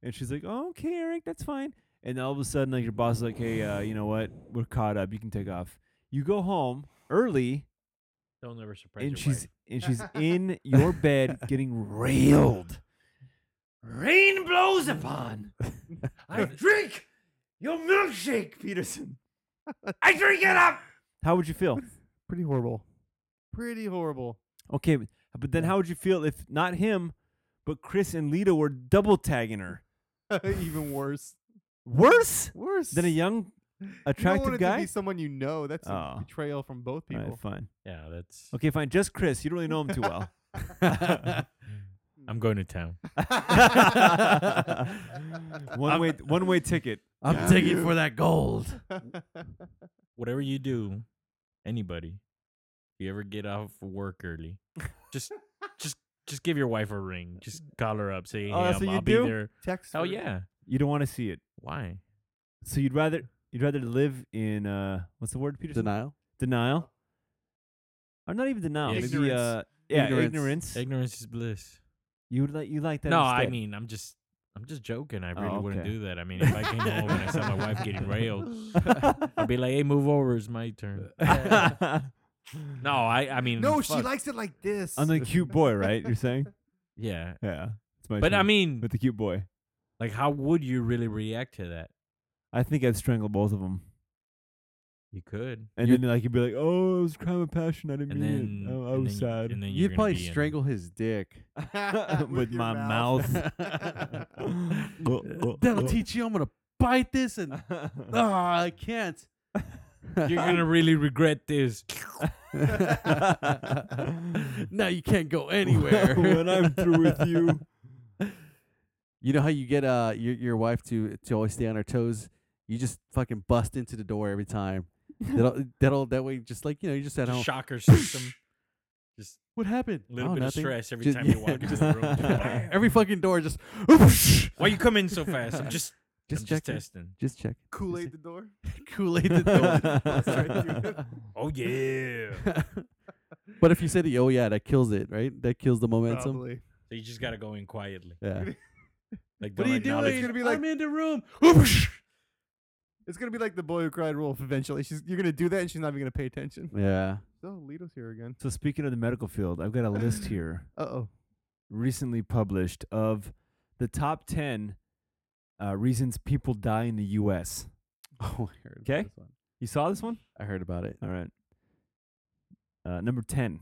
E: and she's like, oh, "Okay, Eric, that's fine." And all of a sudden, like your boss is like, "Hey, uh, you know what? We're caught up. You can take off." You go home early,
G: Don't ever surprise
E: and
G: your
E: she's
G: wife.
E: and she's in your bed getting railed. Rain blows upon. I drink your milkshake, Peterson. I drink it up. How would you feel?
D: Pretty horrible. Pretty horrible.
E: Okay, but but then how would you feel if not him, but Chris and Lita were double tagging her?
D: Even worse.
E: Worse
D: Worse.
E: than a young, attractive
D: you don't want It
E: guy.
D: to be someone you know. That's a
E: Oh.
D: betrayal from both
E: All right,
D: people.
E: fine.
G: Yeah, that's.
E: Okay, fine. Just Chris. You don't really know him too well.
G: I'm going to town.
E: one way, one way ticket.
F: I'm digging for that gold.
G: Whatever you do, anybody, if you ever get off work early, just, just, just give your wife a ring. Just call her up. Say, hey,
E: Oh, that's
G: I'm,
E: what you
G: I'll
E: do?
G: be there.
D: Text.
G: Hell
D: her.
G: yeah.
E: You don't want to see it.
G: Why?
E: So you'd rather, you'd rather live in uh, what's the word, Peterson?
F: Denial.
E: Denial. Or not even denial. Maybe,
D: Ignorance.
E: uh, yeah, ignorance.
F: Ignorance.
G: Ignorance is bliss.
E: You would like, you like that?
G: No, I
E: instead.
G: mean, I'm just, I'm just joking. I really
E: Oh,
G: wouldn't
E: okay.
G: do that. I mean, if I came home and I saw my wife getting railed, I'd be like, "Hey, move over. It's my turn." No, I, I mean,
D: No, she
G: fuck,
D: likes it like this.
E: I'm the cute boy, right? You're saying?
G: yeah,
E: Yeah, it's my.
G: but I
E: turn.
G: mean,
E: with the cute boy,
G: like, how would you really react to that?
E: I think I'd strangle both of them.
G: You could,
E: And
F: You-
E: then like you'd be like, "Oh, it was a crime of passion. I didn't
G: and
E: mean
G: then
E: it. Oh, I
G: and
E: was
G: then you-
E: sad."
G: and then you're
F: You'd
G: gonna
F: probably
G: be in-
F: strangle his dick.
E: with, my mouth.
F: That'll teach you. I'm gonna bite this, and ah, I can't.
G: You're gonna really regret this.
F: now you can't go anywhere.
E: when I'm through with you.
F: you know how you get uh your your wife to to always stay on her toes. You just fucking bust into the door every time. That'll that'll that way just like you know you just at home.
G: Just shock her system. Just
F: What happened?
G: a little
F: "Oh,
G: bit
F: nothing."
G: of stress every
F: Just-
G: time you
F: yeah,
G: walk into
F: just-
G: the room. Just bam.
F: Every fucking door just
G: Why you come in so fast? I'm just,
F: just
G: I'm
F: check
G: just testing.
F: just check
D: Kool Aid the door.
F: Kool Aid the door.
G: Oh yeah.
F: But if you said oh yeah, that kills it, right? That kills the momentum.
D: Probably.
G: So you just gotta go in quietly.
F: Yeah.
G: Like,
D: What
G: don't
D: are you doing?
G: acknowledge-
D: It's gonna be like
F: I'm in the room.
D: it's gonna be like the boy who cried wolf. Eventually, she's you're gonna do that, and she's not even gonna pay attention.
F: Yeah.
D: So Lito's here again.
E: So speaking of the medical field, I've got a list here
D: Uh oh.
E: recently published of the top ten uh, reasons people die in the U.S.
F: Oh, I heard. about
E: 'Kay.
F: this one.
E: You saw this one?
F: I heard about it.
E: All right. Uh, number ten,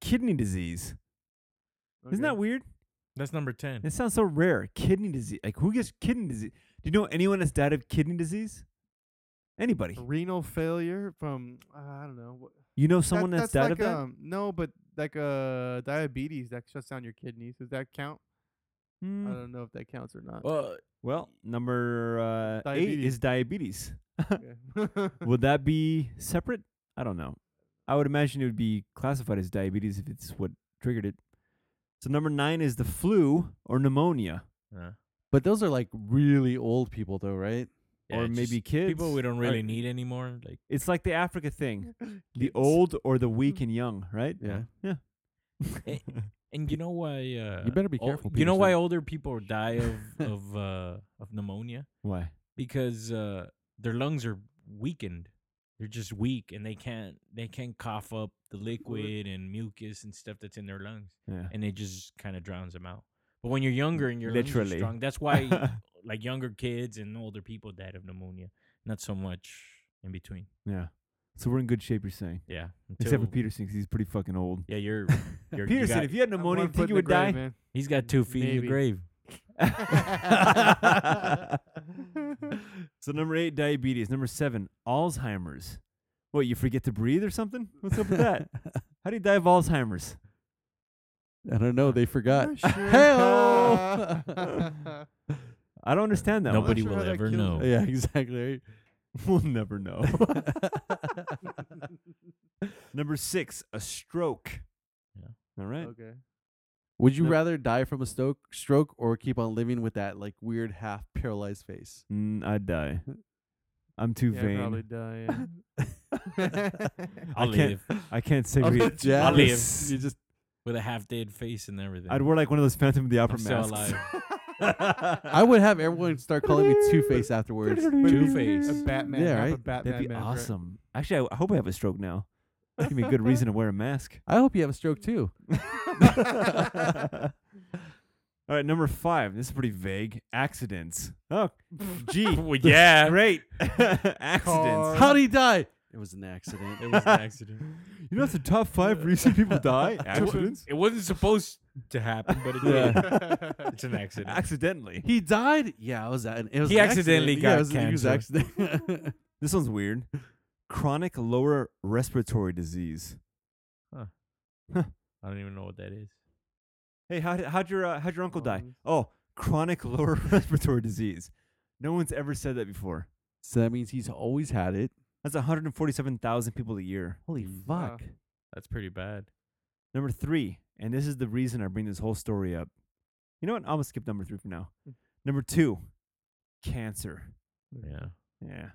E: kidney disease. Isn't that weird?
G: That's number ten.
E: It sounds so rare. Kidney disease. Like who gets kidney disease? Do you know anyone that's died of kidney disease? Anybody.
D: renal failure from uh, I don't know. What,
E: You know
D: that-
E: someone that's,
D: like,
E: died of that?
D: Um, no, but like uh, diabetes that shuts down your kidneys. Does that count?
E: Hmm.
D: I don't know if that counts or not.
G: Well,
E: Well, number uh, eight
D: Diabetes.
E: is diabetes.
D: Okay.
E: Would that be separate? I don't know. I would imagine it would be classified as diabetes if it's what triggered it. So number nine is the flu or pneumonia,
G: uh,
F: But those are like really old people, though, right?
G: yeah,
E: or
G: just
E: maybe kids.
G: people we don't really
E: Like,
G: need anymore. Like
E: It's like the Africa thing:
D: Kids.
E: the old or the weak and young, right?
F: Yeah.
E: yeah.
G: Eh, And you know why? Uh,
F: better be
G: ol-
F: careful,
G: you know why
F: Peterson.
G: older people die of of uh, of pneumonia?
E: Why?
G: Because uh, their lungs are weakened. They're just weak, and they can't they can't cough up the liquid and mucus and stuff that's in their lungs,
E: Yeah.
G: and it just kind of drowns them out. But when you're younger and your lungs are
E: Literally.
G: strong, that's why like younger kids and older people died of pneumonia. Not so much in between.
E: yeah. So we're in good shape, you're saying,
G: Yeah,
E: except for
G: until-
E: Peterson, 'cause he's pretty fucking old.
G: Yeah, you're. you're you
E: Peterson,
G: got-
E: if you had
D: I'm
E: pneumonia,
D: one
E: you
D: foot in
E: think you
D: the
E: would die?
D: grave, man.
G: he's got two feet in
D: Maybe.
G: the grave.
E: so number eight, diabetes. Number seven, Alzheimer's. What, you forget to breathe or something? What's up with that? How do you die of Alzheimer's?
F: I don't know. They
E: Oh,
F: forgot.
D: Not sure.
F: Uh, Hell!
E: I don't understand that.
G: Nobody
D: sure
G: will
D: how that
G: ever
D: kills
G: know.
F: yeah, exactly.
E: will never know. number six, a stroke.
G: Yeah.
E: All right.
D: okay.
F: Would you
E: No.
F: rather die from a stroke, stroke or keep on living with that like weird half paralyzed face?
E: Mm, I'd die. I'm too
D: Yeah, I'd
E: vain.
D: probably die. yeah.
G: I'll
E: I can't-
G: live
E: I can't
D: I'll be
E: segregate.
F: jealous.
G: live.
F: You just
G: with a half dead face and everything.
E: I'd wear like one of those Phantom of the Opera
G: I'm still
E: masks.
G: alive.
F: I would have everyone start calling me Two Face afterwards.
G: Two
D: a
G: Face.
D: Batman.
F: Yeah,
D: I have a
F: right?
D: Batman
E: That'd be
D: mask, right?
E: awesome. Actually, I, I hope I have a stroke now. That'd give me a good reason to wear a mask.
F: I hope you have a stroke too.
E: All right, number five. This is pretty vague. Accidents. Oh, gee,
G: Well, yeah.
E: great. Accidents.
D: Car.
F: How did he die? It was an accident.
G: It was an accident.
E: You know, it's the top five reason people die. Accidents.
G: It wasn't supposed to happen, but it did. It's an accident.
E: Accidentally.
F: He died? Yeah, it was an it was
G: He
F: an
G: accidentally
F: accident.
G: got
F: yeah, it was, He was accident.
E: This one's weird. Chronic lower respiratory disease.
G: I don't even know what that is.
E: Hey, how did, how'd your uh, how'd your uncle die?
D: Lungs.
E: Oh, chronic lower respiratory disease. No one's ever said that before.
F: so that means he's always had it.
E: That's 147,000 people a year.
F: Holy
G: Mm.
D: Wow.
F: fuck.
G: That's pretty bad.
E: Number three, and this is the reason I bring this whole story up. You know what? I'm gonna skip number three for now. Number two, cancer.
G: Yeah.
E: Yeah,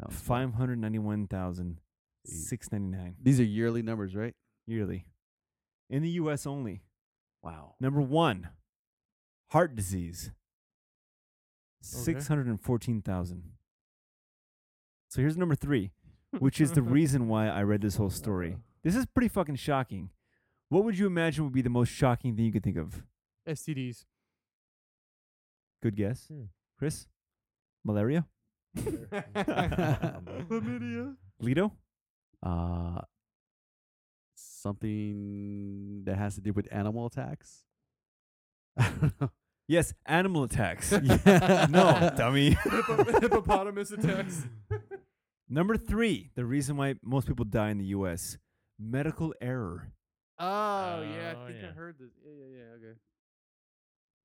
F: That was fucked.
E: five hundred ninety-one thousand six ninety-nine
F: These are yearly numbers, right?
E: yearly, in the U.S. only.
F: Wow.
E: Number one, heart disease. Six hundred and fourteen thousand. So here's number three,
D: Hmm.
E: which is the reason why I read this whole story. This is pretty fucking shocking. What would you imagine would be the most shocking thing you could think of?
D: STDs.
E: Good guess.
G: Hmm.
E: Chris? Malaria?
D: Chlamydia.
E: Lido?
F: Uh something that has to do with animal attacks. I don't know.
E: Yes, animal attacks.
F: Yeah.
E: no, dummy.
D: Hippo- hippopotamus attacks.
E: Number three, the reason why most people die in the US medical error.
D: Oh, yeah,
G: Oh,
D: I think
G: yeah.
D: I heard this. Yeah, yeah, yeah. Okay.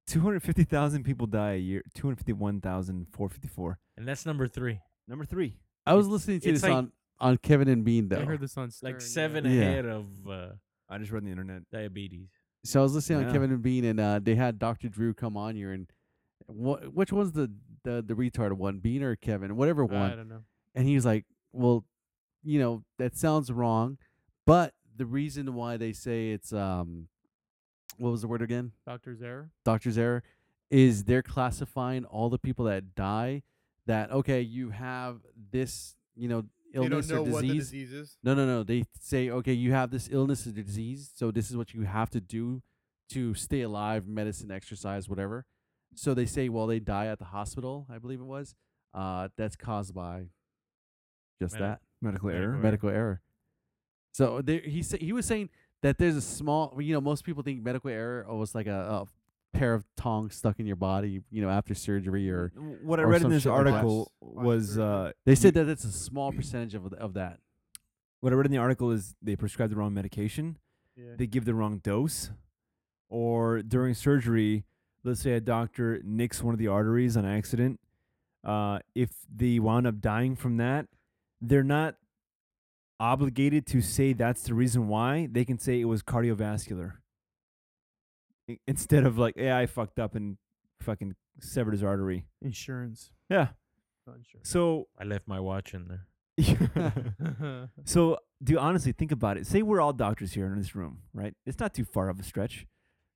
E: 250,000 people die a year, 251,454.
G: And that's number three.
E: Number three.
F: I was listening to
G: It's
F: this
G: like-
F: on, on Kevin and Bean though.
D: I heard this on Stern,
G: Like seven
F: Yeah.
G: ahead of uh,
E: I just read on the internet.
G: diabetes.
F: So I was listening
E: Yeah.
F: on Kevin and Bean, and uh, they had Dr. Drew come on here, and wh- which one's the, the the retarded one, Bean or Kevin, whatever
D: Yeah. I
F: one?
D: don't know.
F: And he was like, "Well, you know that sounds wrong, but the reason why they say it's um, what was the word again?
D: Doctor's error.
F: doctor's error is they're classifying all the people that die that okay you have this you know illness
D: they don't know
F: or
D: what the
F: disease
D: disease is.
F: no no no they say okay you have this illness or disease so this is what you have to do to stay alive medicine exercise whatever so they say well they die at the hospital i believe it was uh that's caused by just
G: Medical
F: that
G: Medical
E: Medical error.
G: error.
F: medical error. So there, he sa- he was saying that there's a small, you know, most people think medical error oh, it's like a, a pair of tongs stuck in your body, you know, after surgery or
E: What I
F: or
E: read
F: some
E: in this
F: shit like that.
E: article
D: Plastic
E: was
D: surgery.
E: uh,
F: they said that it's a small percentage of of that.
E: what I read in the article is they prescribe the wrong medication,
D: Yeah.
E: they give the wrong dose, or during surgery, let's say a doctor nicks one of the arteries on accident. Uh, if they wound up dying from that, they're not obligated to say that's the reason why. They can say it was cardiovascular I- instead of like, yeah, I fucked up and fucking severed his artery.
D: Insurance.
E: Yeah.
D: Insurance.
E: So
G: I left my watch in there.
E: So, do honestly think about it. Say we're all doctors here in this room, right? It's not too far of a stretch.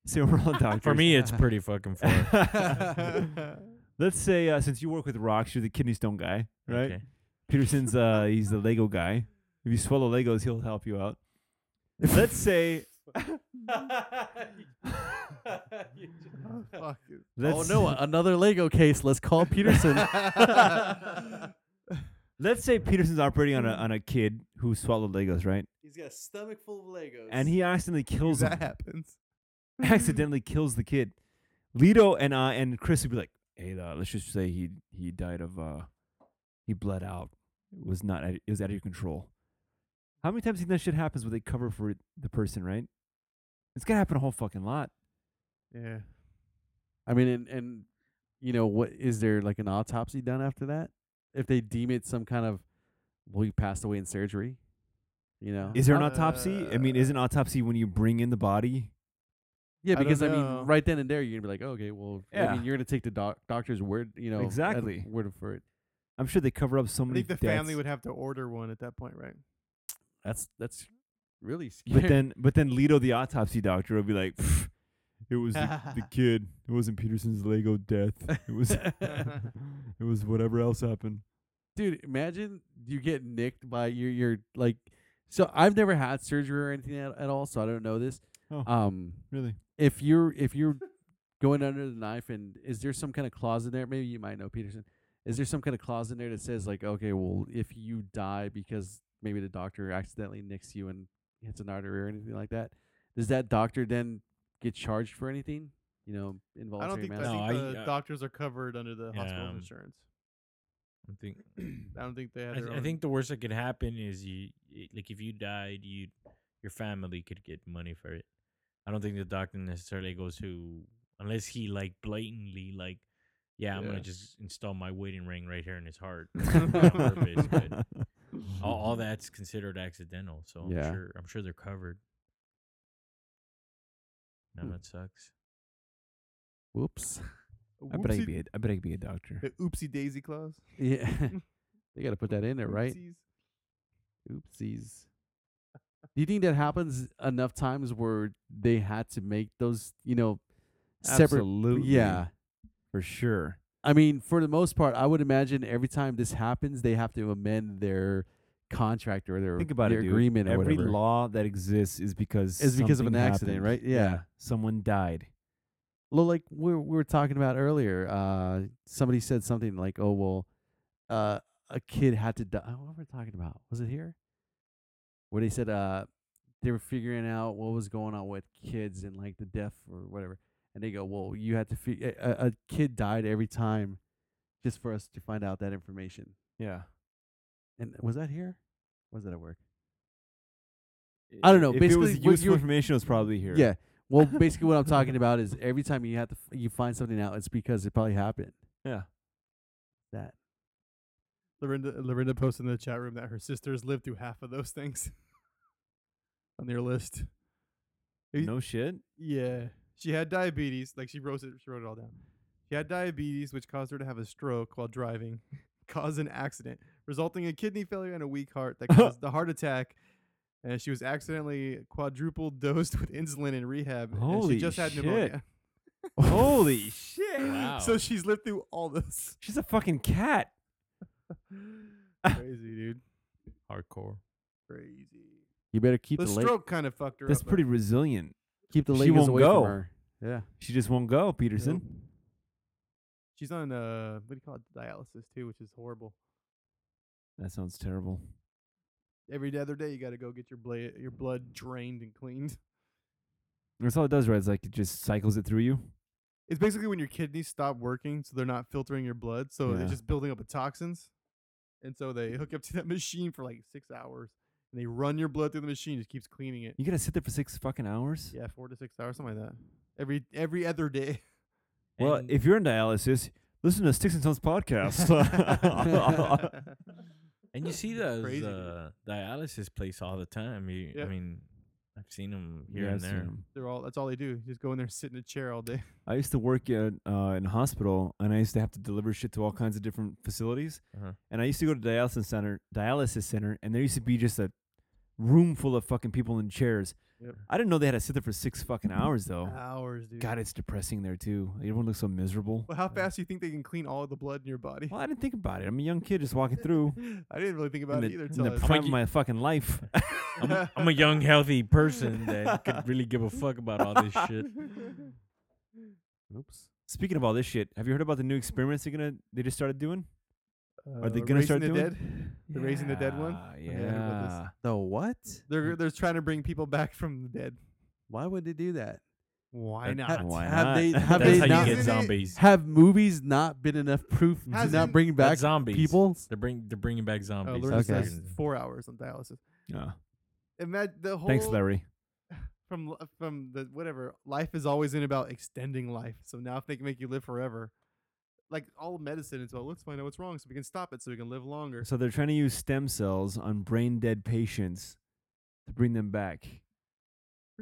E: Say we're all doctors.
G: For me, it's pretty fucking far.
E: Oh, Let's say uh, since you work with rocks, you're the kidney stone guy, right?
G: Okay.
E: Peterson's uh, he's the Lego guy. If you swallow Legos, he'll help you out. Let's say.
D: Oh, fuck it.
E: Let's,
F: oh no, a- another Lego case. Let's call Peterson.
E: Let's say Peterson's operating on a on a kid who swallowed Legos, right?
F: He's got a stomach full of Legos.
E: And he accidentally kills him.
D: that happens.
E: accidentally kills the kid. Lito and I and Chris would be like, "Hey, uh, let's just say he he died of uh, he bled out. It was not it was out of your control." How many times do you think that shit happens where they cover for it- the person, right? It's gonna happen a whole fucking lot.
D: Yeah.
F: I mean, and, and you know, what is there like an autopsy done after that? If they deem it some kind of, well, you passed away in surgery, you know?
E: Is there an autopsy? I mean,
D: Uh,
E: isn't autopsy when you bring in the body?
F: yeah,
D: I don't
F: because I,
D: know.
F: mean, right then and there, you're gonna be like, oh, okay, well, I
E: Yeah.
F: mean, you're gonna take the doc- doctor's word, you know, at
E: Exactly.
F: word for it.
E: I'm sure they cover up so
D: I
E: many.
D: think the
E: deaths.
D: family would have to order one at that point, right?
F: That's that's really scary.
E: But then, but then Lito, the autopsy doctor, would be like, "Pff, "It was the, the kid. It wasn't Peterson's Lego death. It was, it was whatever else happened."
F: dude, imagine you get nicked by your your like. So I've never had surgery or anything at, at all, so I don't know this.
E: Oh.
F: Um,
E: Really?
F: if you're if you're going under the knife and is there some kind of clause in there maybe you might know peterson is there some kind of clause in there that says like "Oh, okay well if you die because maybe the doctor accidentally nicks you and hits an artery or anything like that does that doctor then get charged for anything you know
D: I don't
F: involuntary
D: think, I
G: No,
F: manslaughter
D: think
G: I-
D: the
G: uh,
D: doctors are covered under the hospital's
G: um,
D: insurance.
G: I think.
D: I don't think they
G: I,
D: have.
G: th-
D: Their
G: I
D: own.
G: think the worst that could happen is you, i- like, if you died, you, your family could get money for it. I don't think the doctor necessarily goes to, unless he like blatantly like, yeah, I'm gonna
D: Yeah.
G: just install my wedding ring right here in his heart on purpose. But all, all that's considered accidental, so I'm
F: Yeah.
G: sure I'm sure they're covered. No, that sucks.
F: whoops
E: I bet I
D: Whoopsie-
E: could be a, I bet I could be a doctor.
D: the oopsie daisy clause.
F: yeah they gotta put that in there right
D: Oopsies.
F: Oopsies. Do you think that happens enough times where they had to make those, you know, separate?
E: Absolutely.
F: Yeah.
E: for sure.
F: I mean, for the most part, I would imagine every time this happens, they have to amend their contract or their,
E: Think about
F: their
E: it, dude.
F: agreement or
E: Every
F: whatever.
E: law that exists is because
F: Is because of
E: something
F: an accident,
E: happened.
F: right? Yeah.
E: someone died.
F: Well, like we we were talking about earlier, uh, somebody said something like, "Oh well, uh, a kid had to die." What were we talking about? Was it here? Where they said uh, they were figuring out what was going on with kids and like the deaf or whatever, and they go, "Well, you had to fi- a, a a kid died every time, just for us to find out that information."
E: Yeah,
F: And was that here? Was that at work? I don't know,
E: If
F: basically
E: it was
F: what
E: useful
F: you're-
E: information, it was probably here.
F: Yeah. Well, basically, what I'm talking about is every time you have to f- you find something out, it's because it probably happened.
E: Yeah.
F: That
D: Lorinda, Lorinda posted in the chat room that her sisters lived through half of those things on their list. Are you-
E: No shit.
D: Yeah. She had diabetes. Like she wrote it, she wrote it all down. She had diabetes, which caused her to have a stroke while driving, caused an accident, resulting in kidney failure and a weak heart that caused the heart attack. And she was accidentally quadruple dosed with insulin in rehab. and
E: Holy
D: she just had
E: shit.
D: pneumonia.
E: Holy shit!
G: Wow.
D: So she's lived through all this.
E: She's a fucking cat.
D: Crazy, dude.
G: Hardcore.
D: Crazy.
F: you better keep
D: The
F: the, la-
D: stroke kind of fucked her
E: That's
D: up.
E: pretty resilient.
F: keep the
E: She
F: Legos
E: won't
F: away
E: go.
F: from her. Yeah.
E: She just won't go, Peterson.
D: She's on uh what do you call it? Dialysis too, which is horrible.
E: That sounds terrible.
D: Every other day you gotta go get your bla- your blood drained and cleaned.
E: That's all it does, right? It's like it just cycles it through you.
D: It's basically when your kidneys stop working, so they're not filtering your blood, so
E: Yeah.
D: it's just building up with toxins. And so they hook up to that machine for like six hours, and they run your blood through the machine, just keeps cleaning it.
E: You gotta sit there for six fucking hours.
D: Yeah, four to six hours, something like that. Every every other day.
E: Well,
G: And-
E: if you're in dialysis, listen to Sticks and Stones podcast.
G: And you see those
D: Crazy, dude.
G: uh, dialysis place all the time. You,
D: Yeah.
G: I mean, I've seen them here
E: Yeah, I've
G: and
E: seen
G: there.
E: 'em.
D: They're all that's all they do. Just go in there, sit in a chair all day.
E: I used to work at, uh, in a hospital, and I used to have to deliver shit to all kinds of different facilities.
G: Uh-huh.
E: And I used to go to dialysis center, dialysis center, and there used to be just a room full of fucking people in chairs.
D: Yep.
E: I didn't know they had to sit there for six fucking hours though.
D: Hours, dude.
E: Oh, God, it's depressing there too. Like, Everyone looks so miserable.
D: Well, how fast do you think they can clean all of the blood in your body?
E: Well, I didn't think about it. I'm a young kid just walking through
D: I didn't really think
E: in
D: about
E: the,
D: it either.
E: in
D: Till
E: the
D: I
E: prime of
G: you-
E: my fucking life.
G: I'm, a- I'm a young, healthy person that could really give a fuck about all this shit.
F: Oops.
E: Speaking of all this shit, have you heard about the new experiments they're gonna they just started doing?
D: uh,
E: Are they gonna
D: raising
E: start
D: the
E: doing-
D: dead? They're raising the dead one.
E: Ah,
D: I heard about this.
E: Yeah.
F: The what?
E: Mm.
D: They're they're trying to bring people back from the dead.
F: Why would they do that?
D: Why
F: Ha-
D: not?
E: Why
F: have
E: not?
F: they? Have
G: That's
F: they
G: how
F: not,
G: you
D: Isn't
G: get
D: it-
G: zombies.
F: Have movies not been enough proof to not
D: Hasn't-
F: bring
G: That's
F: back
G: zombies.
F: people?
G: They're bring they're bringing back
D: Oh,
G: zombies.
D: Lourdes
F: Okay.
D: says four hours on dialysis.
E: Yeah.
D: And that the whole
E: Thanks, Larry.
D: from l- from the whatever life is always in about extending life. So now if they can make you live forever, like all medicine is well, let's find out what's wrong so we can stop it so we can live longer.
E: So they're trying to use stem cells on brain dead patients to bring them back.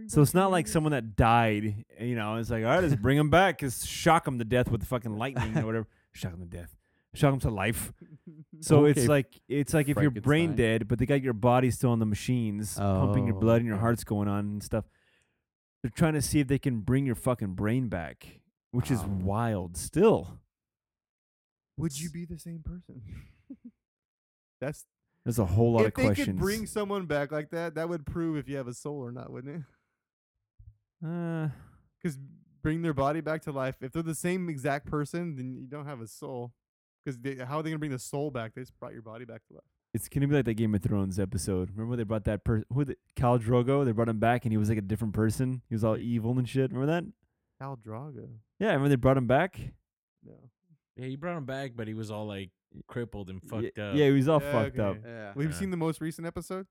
E: So it's not like someone that died, you know, it's like, all right, let's bring them back, just shock them to death with fucking lightning or whatever. Shock them to death. Shock them to life. So
F: Okay,
E: it's like it's like if you're brain
F: Frankenstein.
E: dead, but they got your body still on the machines, pumping your
F: Oh,
E: blood and your
F: okay.
E: heart's going on and stuff. They're trying to see if they can bring your fucking brain back, which is
F: Wow.
E: wild still.
D: Would you be the same person? That's
E: There's a whole lot
D: if
E: of
D: they
E: questions.
D: could bring someone back like that, that would prove if you have a soul or not, wouldn't it?
E: uh,
D: Because bring their body back to life. If they're the same exact person, then you don't have a soul. Because how are they gonna bring the soul back? They just brought your body back to life.
E: It's gonna be like that Game of Thrones episode. Remember when they brought that person, who the Cal Drogo? They brought him back, and he was like a different person. He was all evil and shit. Remember that?
D: Al Drago.
E: Yeah, remember they brought him back.
D: No.
G: Yeah, you brought him back, but he was all like crippled and
E: Ye-
G: fucked up.
E: Yeah, he was all
D: Yeah,
E: fucked up.
D: okay.
F: Yeah.
D: We've
G: Yeah.
D: seen the most recent episode.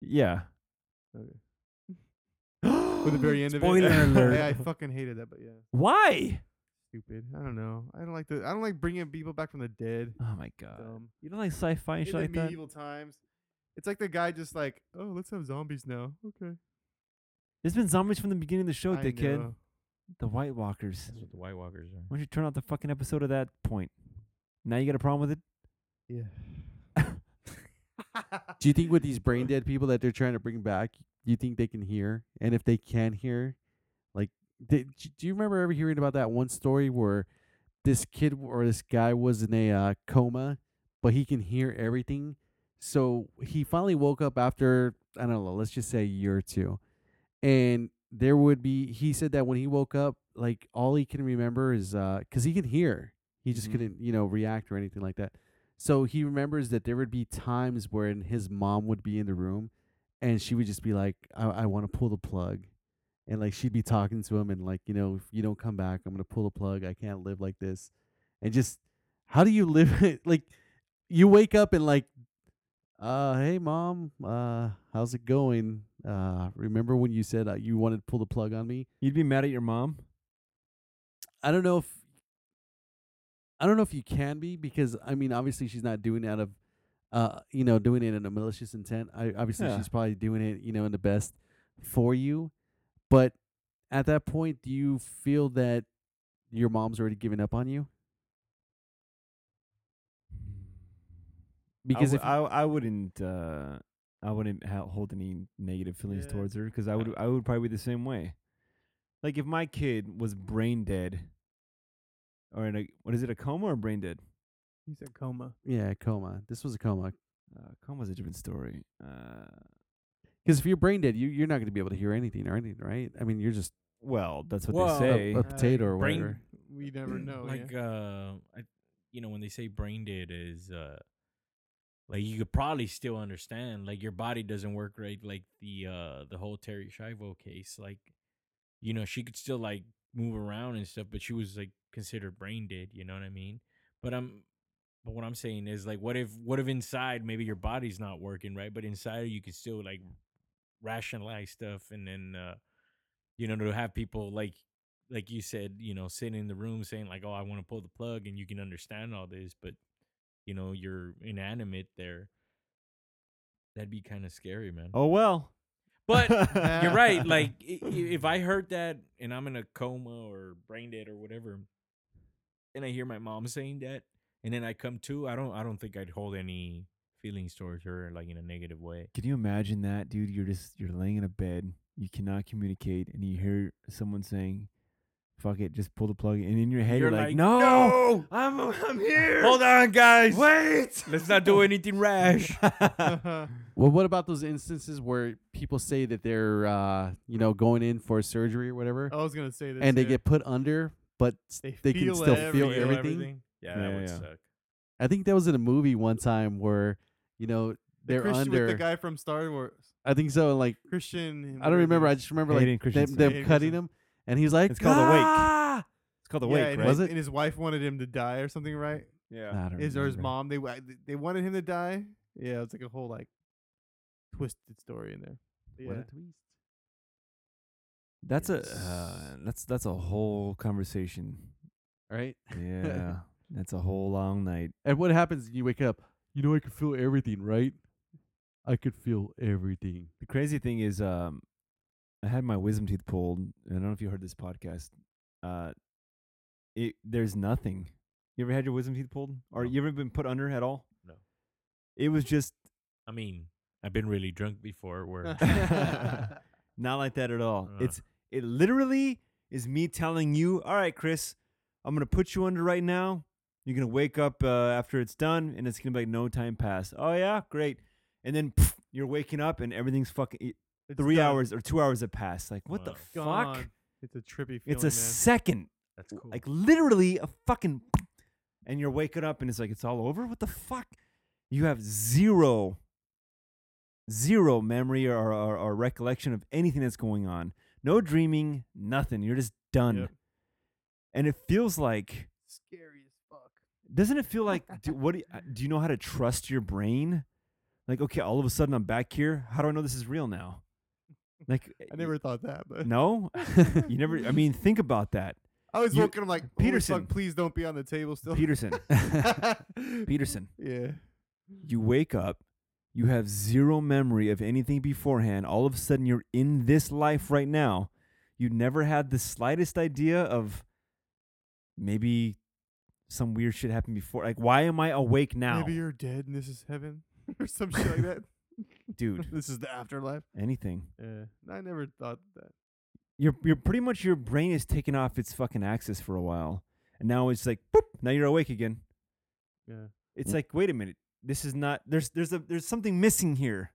E: Yeah.
D: Okay. With the very end
E: Spoiler
D: of it.
E: alert.
D: yeah, I fucking hated that, but yeah,
E: Why?
D: stupid. I don't know. I don't like the. I don't like bringing people back from the dead.
E: Oh my god.
D: Dumb.
E: You don't like sci-fi and
D: In
E: shit
D: the
E: like that.
D: medieval times, it's like the guy just like, oh, let's have zombies now. Okay.
E: There's been zombies from the beginning of the show,
D: I
E: dickhead.
D: know.
E: The White Walkers.
G: That's what the White Walkers are.
E: Why don't you turn off the fucking episode at that point? Now you got a problem with it?
F: Do you think with these brain dead people that they're trying to bring back, do you think they can hear? And if they can hear, like, they, d- do you remember ever hearing about that one story where this kid w- or this guy was in a uh, coma, but he can hear everything? So he finally woke up after, I don't know, let's just say a year or two. And there would be, he said that when he woke up, like, all he can remember is, because he can hear, he just
E: Mhm.
F: couldn't, you know, react or anything like that. So he remembers that there would be times when his mom would be in the room and she would just be like, I, I want to pull the plug. And like she'd be talking to him and like, you know, if you don't come back, I'm going to pull the plug. I can't live like this. And just, how do you live? it? like, you wake up and like, uh, hey, mom, uh, how's it going? Uh, remember when you said uh, you wanted to pull the plug on me?
E: You'd be mad at your mom.
F: I don't know if I don't know if you can be because I mean obviously she's not doing it out of uh you know doing it in a malicious intent. I obviously
E: Yeah.
F: she's probably doing it you know in the best for you, but at that point, do you feel that your mom's already given up on you? Because
E: I,
F: if
E: w- I, w- I wouldn't uh, I wouldn't ha- hold any negative feelings
D: Yeah.
E: towards her because I would I would probably be the same way. Like if my kid was brain dead, or in a what is it a coma or brain dead?
D: He said coma.
F: yeah, coma. This was a coma.
E: Uh, coma's a different story. Uh,
F: Because if you're brain dead, you you're not going to be able to hear anything or anything, right? I mean, you're just
E: well, that's what
G: Well, a-
E: they
F: a-
E: say.
F: a, potato or
G: brain-
F: whatever.
D: We never
E: Mm,
D: know.
G: Mm, like
D: yeah.
G: uh, I, you know, when they say brain dead is uh, like you could probably still understand. Like your body doesn't work right. Like the uh, the whole Terry Shivo case. Like you know, she could still like move around and stuff, but she was like considered brain dead. You know what I mean? But I'm, but what I'm saying is like, what if, what if inside maybe your body's not working right, but inside you can still like rationalize stuff, and then, uh, you know, to have people like, like you said, you know, sitting in the room saying like, oh, I want to pull the plug, and you can understand all this, but you know, you're inanimate there. That'd be kind of scary, man.
E: Oh well.
G: But you're right. Like i- i- if I heard that and I'm in a coma or brain dead or whatever, and I hear my mom saying that, and then I come to, I don't, I don't think I'd hold any feelings towards her like in a negative way.
E: Can you imagine that, dude? You're just you're laying in a bed, you cannot communicate, and you hear someone saying, "Fuck it, just pull the plug." And in your head, you're,
G: You're
E: like,
G: like,
E: "No,
G: "No,
E: I'm I'm here.
G: Hold on, guys.
E: wait,
G: Let's not do anything rash.
F: Well, what about those instances where people say that they're, uh, you know, going in for surgery or whatever,
D: I was gonna say this.
F: and they
D: too.
F: get put under, but s-
D: They
F: they can
D: feel
F: still
D: everything.
F: feel everything.
G: Yeah, that
E: Yeah,
G: would
E: yeah.
G: suck.
F: I think there was in a movie one time where, you know,
D: the
F: they're
D: Christian
F: under.
D: with the guy from Star Wars.
F: I think so. and, Like
D: Christian. and
F: I don't
D: whatever his
F: remember. I
D: name is.
F: just remember
E: Hayden
F: like them,
E: Christensen.
F: them
D: Hayden
F: cutting
D: Christensen.
F: him, and he's like,
E: It's called The Wake.
F: "Ah!"
E: It's called the
D: yeah,
E: wake,
D: and
E: right?
D: his,
F: Was it?
D: And his wife wanted him to die or something, right?
E: Yeah.
F: I don't
D: Is or his
F: remember.
D: mom? They wa- they wanted him to die. Yeah, it's like a whole like twisted story in there. But
F: What a
D: yeah.
F: twist.
E: That's a
F: Yes.
E: uh, that's that's a whole conversation.
F: Right.
E: Yeah, that's a whole long night.
F: And what happens when you wake up? You know, I could feel everything, right? I could feel everything.
E: The crazy thing is, um, I had my wisdom teeth pulled. and I don't know if you heard this podcast. Uh, it there's nothing. You ever had your wisdom teeth pulled, or
G: No.
E: you ever been put under at all?
G: No.
E: It was just
G: I mean, I've been really drunk before. Where
E: not like that at all.
G: Uh.
E: It's it literally is me telling you, all right, Chris, I'm gonna put you under right now. You're gonna wake up uh, after it's done, and it's gonna be like no time passed. Oh yeah, great. And then pff, you're waking up, and everything's fucking
D: It's
E: three
D: done.
E: hours or two hours have passed. Like what the
G: Wow.
E: fuck?
D: Gone. It's a trippy feeling.
E: It's a
D: man.
E: second,
G: that's cool.
E: like literally a fucking, and you're waking up and it's like it's all over. What the fuck? You have zero, zero memory or, or, or recollection of anything that's going on. No dreaming, nothing. You're just done,
D: Yep.
E: and it feels like.
D: scary as fuck.
E: Doesn't it feel like do, what do you, uh, do you know how to trust your brain? Like okay, all of a sudden I'm back here. How do I know this is real now? Like
D: I never thought that, but
E: no, you never. I mean, think about that,
D: I was
E: you-
D: woken. I'm like, Peterson,
E: Peterson.
D: please don't be on the table still.
E: Peterson. Peterson,
D: yeah.
E: you wake up, you have zero memory of anything beforehand. All of a sudden, you're in this life right now. You never had the slightest idea of maybe some weird shit happened before. Like, why am I awake now,
D: Maybe you're dead and this is heaven or some shit like that.
E: dude?
D: this is the afterlife.
E: Anything.
D: Yeah. I never thought that.
E: You're you're pretty much your brain is taken off its fucking axis for a while, and now it's like boop. Now you're awake again.
D: Yeah.
E: It's like, wait a minute, this is not. There's there's a there's something missing here,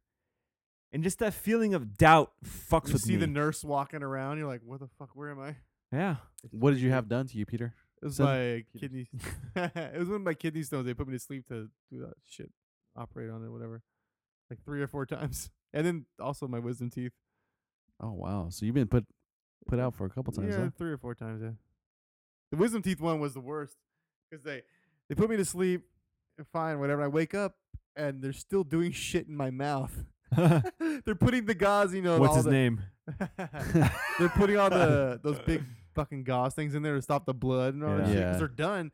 E: and just that feeling of doubt fucks
D: You
E: with
D: see
E: me.
D: the nurse walking around. You're like, what the fuck? Where am I?
E: yeah,
F: What did you have done to you, Peter?
D: It was
F: Some
D: my kidney. it was one of my kidney stones. They put me to sleep to do that shit, operate on it, whatever, like three or four times. And then also my wisdom teeth.
F: Oh wow! So you've been put put out for a couple times.
D: yeah,
F: huh?
D: three or four times. Yeah, the wisdom teeth one was the worst because they they put me to sleep. eh, Fine, whatever. I wake up and they're still doing shit in my mouth. they're putting the gauze, you know. and
E: what's
D: all
E: his
D: the,
E: name?
D: they're putting all the those big fucking gauze things in there to stop the blood and all that
E: Yeah.
D: shit because
F: Yeah.
D: they're done.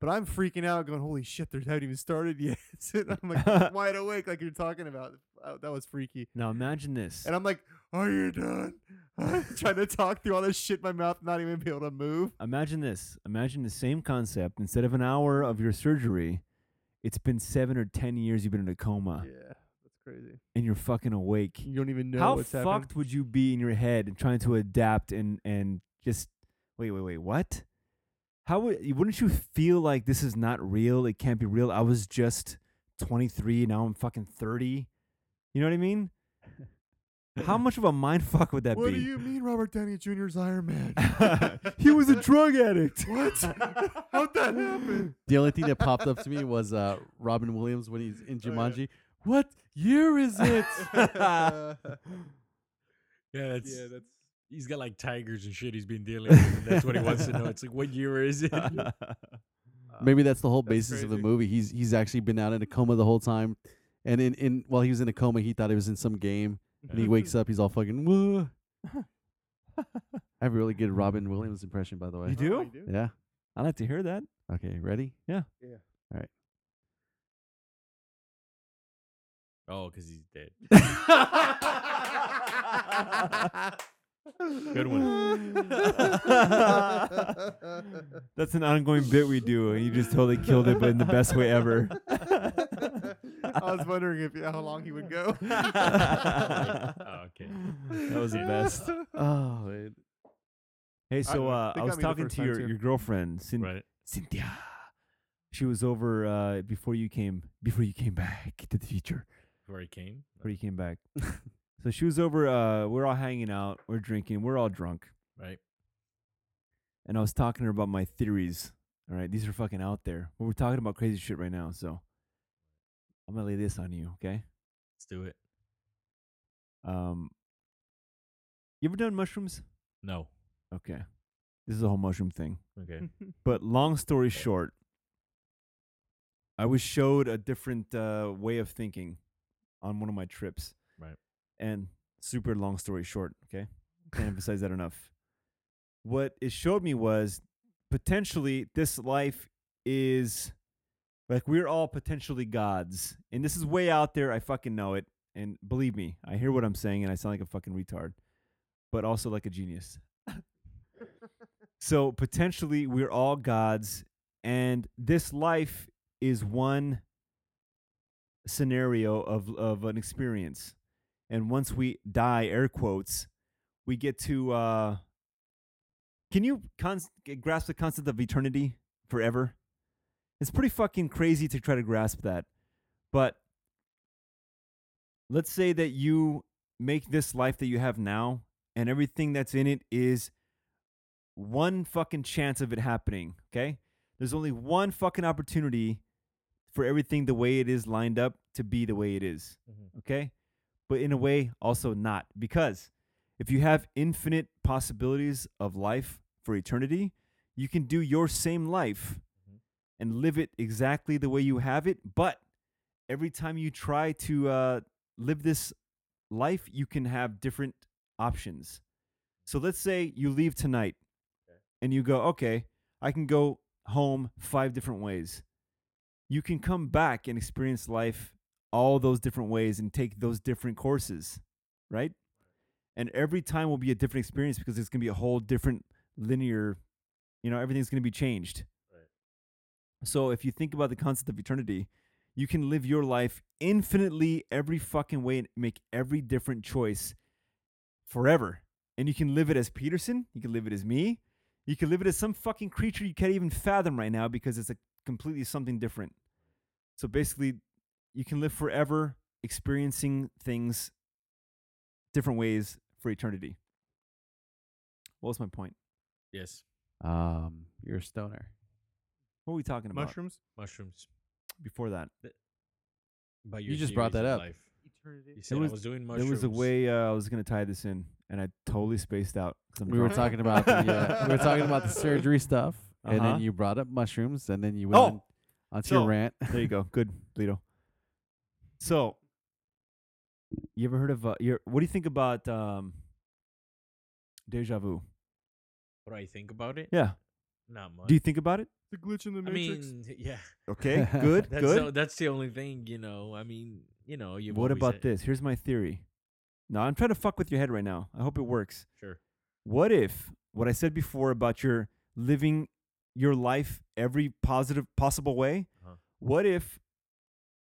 D: But I'm freaking out, going, "Holy shit! They haven't even started yet." And I'm like I'm wide awake, like you're talking about. Uh, that was freaky.
E: Now imagine this.
D: And I'm like, "Are you done?" trying to talk through all this shit in my mouth, not even be able to move.
E: Imagine this. Imagine the same concept. Instead of an hour of your surgery, it's been seven or ten years you've been in a coma,
D: Yeah, that's crazy.
E: and you're fucking awake.
D: You don't even know
E: How
D: what's
E: fucked
D: happening.
E: would you be in your head and trying to adapt and and just wait, wait, wait, what? How would you- wouldn't you feel like this is not real? It can't be real. I was just 23, now I'm fucking 30. You know what I mean? How much of a mind fuck would that
D: What
E: be?
D: do you mean, Robert Downey Jr.'s Iron Man?
E: he was a drug addict.
D: what? How'd that happen?
F: The only thing that popped up to me was uh, Robin Williams when
E: Oh,
F: he's in Jumanji. What year is it?
G: yeah, that's
D: yeah, that's uh,
G: He's got like tigers and shit he's been dealing with. And that's what he wants to know. It's like, what year is it?
F: Maybe that's the whole
D: That's
F: basis of the
D: crazy.
F: movie. He's he's actually been out in a coma the whole time, and in, in while he was in a coma, he thought he was in some game, and he wakes up, he's all fucking. Whoa. I have a really good Robin Williams impression, by the way.
E: You do?
F: Yeah.
E: I'd like to hear that.
F: Okay. Ready?
G: oh, because he's dead.
D: Good
E: one. That's an ongoing bit we do, and you just totally killed it, but in the best way ever.
D: I was wondering if how long he would go.
G: Oh, okay.
E: That was the best.
F: Oh, man.
E: Hey, so
D: I-
E: uh,
D: they
E: I
D: got
E: was
D: me the
E: talking
D: first
E: to
D: time,
E: your,
D: too.
E: your girlfriend, Cyn-
G: Right.
E: Cynthia. She was over uh, before you came before you came back to the future.
G: Where he came.
E: Before you came back, so she was over. Uh, we're all hanging out. We're drinking. We're all drunk.
G: Right.
E: and I was talking to her about my theories. All right, these are fucking out there. But we're talking about crazy shit right now, so I'm gonna lay this on you, okay?
G: Let's do it.
E: Um, you ever done mushrooms?
G: No.
E: Okay, this is a whole mushroom thing.
G: Okay.
E: But long story short, I was showed a different uh, way of thinking on one of my trips.
G: Right.
E: And super long story short, okay? Can't emphasize that enough. What it showed me was potentially this life is like we're all potentially gods. And this is way out there. I fucking know it. And believe me, I hear what I'm saying and I sound like a fucking retard, but also like a genius. So potentially we're all gods and this life is one scenario of of an experience. And once we die, air quotes, we get to uh can you cons- grasp the concept of eternity forever? It's pretty fucking crazy to try to grasp that. But let's say that you make this life that you have now and everything that's in it is one fucking chance of it happening, okay? There's only one fucking opportunity for everything the way it is lined up to be the way it is, okay? But in a way, also not. Because if you have infinite possibilities of life for eternity, you can do your same life and live it exactly the way you have it. But every time you try to uh, live this life, you can have different options. So let's say you leave tonight and you go, okay, I can go home five different ways. You can come back and experience life all those different ways and take those different courses, right? And every time will be a different experience because it's going to be a whole different linear, you know, everything's going to be changed. So if you think about the concept of eternity, you can live your life infinitely every fucking way and make every different choice forever. And you can live it as Peterson, you can live it as me, you can live it as some fucking creature you can't even fathom right now because it's a completely something different. So basically, you can live forever experiencing things different ways for eternity. What was my point?
G: Yes.
F: Um, you're a stoner.
E: What were we talking about
D: Mushrooms.
G: Mushrooms.
E: before that?
G: But
F: You just brought that up.
G: Life. You
D: Eternity.
G: said
E: was-
G: I was doing
E: There
G: mushrooms.
E: was a way uh, I was gonna tie this in, and I totally spaced out. 'cause I'm
F: We were
E: drunk.
F: talking about the uh, we were talking about the surgery stuff, and
E: Uh-huh.
F: then you brought up mushrooms, and then you went
E: Oh!
F: on, onto
E: So-
F: your rant.
E: There you go. Good, Lito. So, you ever heard of uh, your? What do you think about um, deja vu?
G: What do I think about it?
E: Yeah.
G: Not much.
E: Do you think about it?
D: The glitch in the
G: I
D: matrix.
G: mean, yeah.
E: Okay. Good.
G: That's
E: good.
G: The, that's the only thing, you know. I mean, you know, you.
E: what about this? Here's my theory. No, I'm trying to fuck with your head right now. I hope it works.
G: Sure.
E: What if what I said before about your living your life every positive possible way?
G: Uh-huh.
E: What if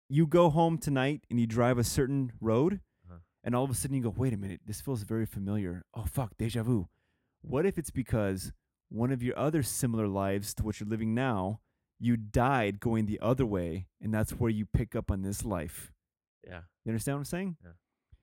E: you go home tonight and you drive a certain road
G: Uh-huh.
E: and all of a sudden you go, wait a minute, this feels very familiar. Oh, fuck, deja vu. What if it's because one of your other similar lives to what you're living now, you died going the other way, and that's where you pick up on this life?
G: Yeah.
E: You understand what I'm saying?
G: Yeah.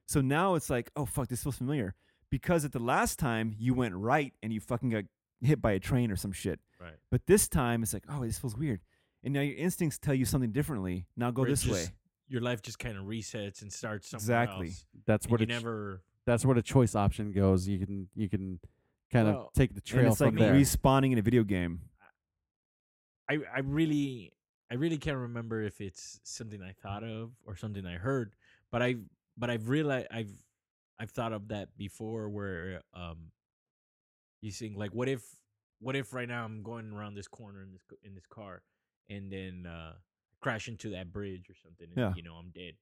E: So now it's like, oh fuck, this feels familiar. Because at the last time you went right and you fucking got hit by a train or some shit.
G: Right.
E: But this time it's like, oh, this feels weird. And now your instincts tell you something differently. Now go
G: Where it
E: this
G: just-
E: way.
G: Your life just kind of resets and starts somewhere
E: Exactly.
G: else,
F: That's
G: and
F: what
G: you
F: it sh-
G: never.
F: That's where the choice option goes. You can you can kind
G: Well,
F: of take the trail
E: and it's
F: from
E: like
F: there.
E: respawning in a video game.
G: I I really I really can't remember if it's something I thought of or something I heard, but I but I've realized I've I've thought of that before where um you think like what if what if right now I'm going around this corner in this c- in this car and then uh crash into that bridge or something and
E: Yeah.
G: you know I'm dead.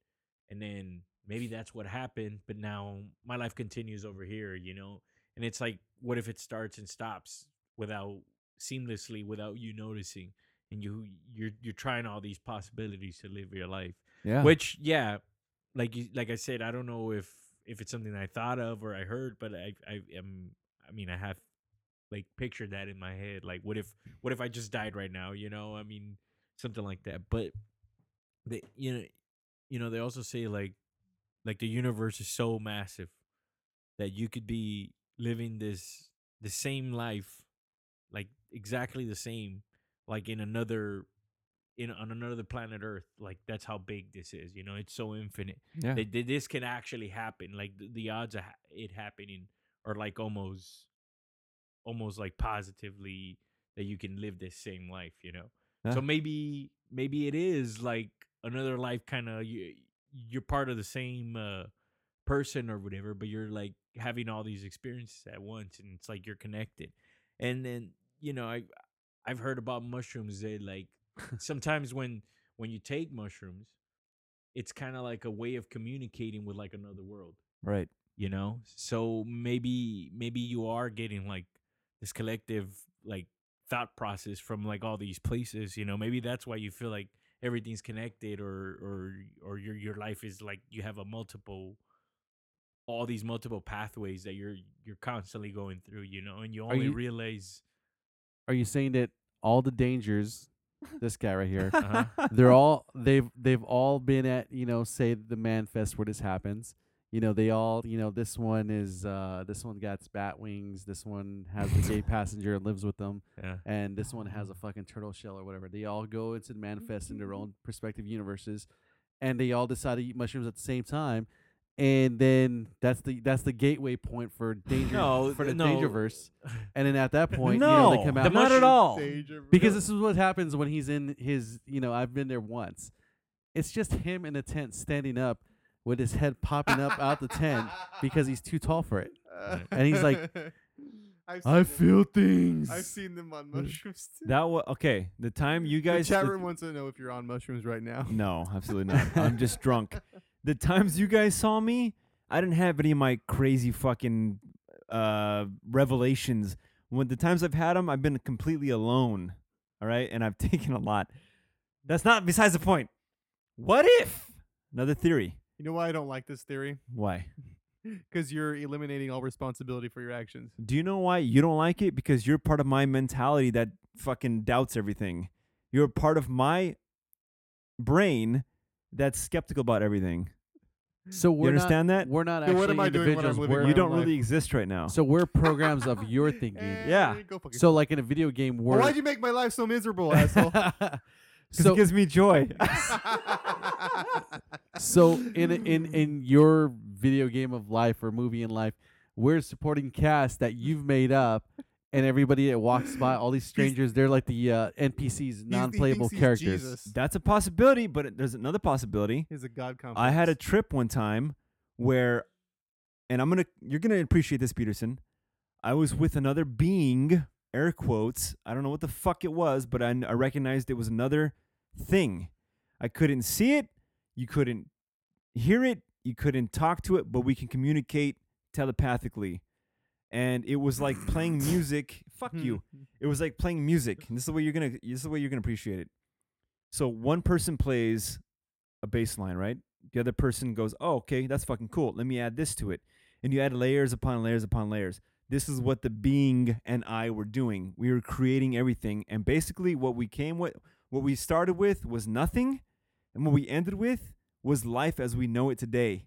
G: And then maybe that's what happened, but now my life continues over here, you know. And it's like what if it starts and stops without seamlessly without you noticing and you you're you're trying all these possibilities to live your life
E: Yeah.
G: which yeah like you like i said i don't know if if it's something i thought of or i heard but i i am i mean i have like pictured that in my head like what if what if i just died right now you know i mean something like that but they you know you know they also say like like the universe is so massive that you could be living this the same life like exactly the same like in another in on another planet earth like that's how big this is you know it's so infinite
E: Yeah.
G: that, that this can actually happen like the, the odds of ha- it happening are like almost almost like positively that you can live this same life you know
E: Yeah.
G: so maybe maybe it is like another life kind of you, you're part of the same uh person or whatever but you're like having all these experiences at once and it's like you're connected and then you know i i've heard about mushrooms they like sometimes when when you take mushrooms it's kind of like a way of communicating with like another world
E: right.
G: you know so maybe maybe you are getting like this collective like thought process from like all these places you know maybe that's why you feel like everything's connected or or or your your life is like you have a multiple all these multiple pathways that you're you're constantly going through you know and you only
F: you-
G: realize
F: Are you saying that all the dangers this guy right here
G: Uh-huh.
F: they're all they've they've all been at, you know, say the man fest where this happens. You know, they all, you know, this one is uh this one got bat wings, this one has a gay passenger and lives with them.
G: yeah
F: and this one has a fucking turtle shell or whatever. They all go into the manifest in their
G: Mm-hmm.
F: own perspective universes, and they all decide to eat mushrooms at the same time, and then that's the that's the gateway point for danger
G: No,
F: for the
G: no.
F: dangerverse. And then at that point, you know,
E: No,
F: they come out
G: the Not at all.
F: because this is what happens when he's in his. You know, I've been there once. It's just him in a tent standing up with his head popping up out the tent because he's too tall for it. and he's like,
D: Uh, I've seen
F: I
D: them-
F: feel things.
D: I've seen them on mushrooms. Too.
E: That was okay. The time you guys
D: the chat
E: the-
D: room wants to know if you're on mushrooms right now.
E: No, absolutely not. I'm just drunk. The times you guys saw me, I didn't have any of my crazy fucking uh, revelations. When the times I've had them, I've been completely alone. All right, and I've taken a lot. That's not besides the point. What if another theory?
D: You know why I don't like this theory?
E: Why?
D: Because you're eliminating all responsibility for your actions.
E: Do you know why you don't like it? Because you're part of my mentality that fucking doubts everything. You're part of my brain that's skeptical about everything.
F: So we're not-
E: understand that?
F: we're not
D: Then
F: actually
D: what am I doing when I'm
F: individuals.
D: living
F: we're-
D: my
E: You
D: own
E: don't
D: life.
E: really exist right now.
F: So we're programs of your thinking.
D: Eh,
E: Yeah.
D: Go fuck
F: So like in a video game,
D: Well,
F: we're
D: why'd you make my life so miserable, asshole?
E: Because
F: so
E: it gives me joy.
F: so in a- in in your video game of life or movie in life, we're supporting cast that you've made up. And everybody that walks by, all these strangers, they're like the uh, NPCs, non-playable characters.
E: That's a possibility, but it- there's another possibility.
D: He's a god complex.
E: I had a trip one time where, and I'm gonna, you're gonna appreciate this, Peterson. I was with another being, air quotes. I don't know what the fuck it was, but I, I recognized it was another thing. I couldn't see it, you couldn't hear it, you couldn't talk to it, but we can communicate telepathically. And it was like playing music. Fuck you.
D: Hmm.
E: It was like playing music. And this is the way you're gonna. This is the way you're gonna appreciate it. So one person plays a bass line, right? The other person goes, "Oh, okay, that's fucking cool. Let me add this to it." And you add layers upon layers upon layers. This is what the being and I were doing. We were creating everything, and basically, what we came with, what we started with, was nothing, and what we ended with was life as we know it today.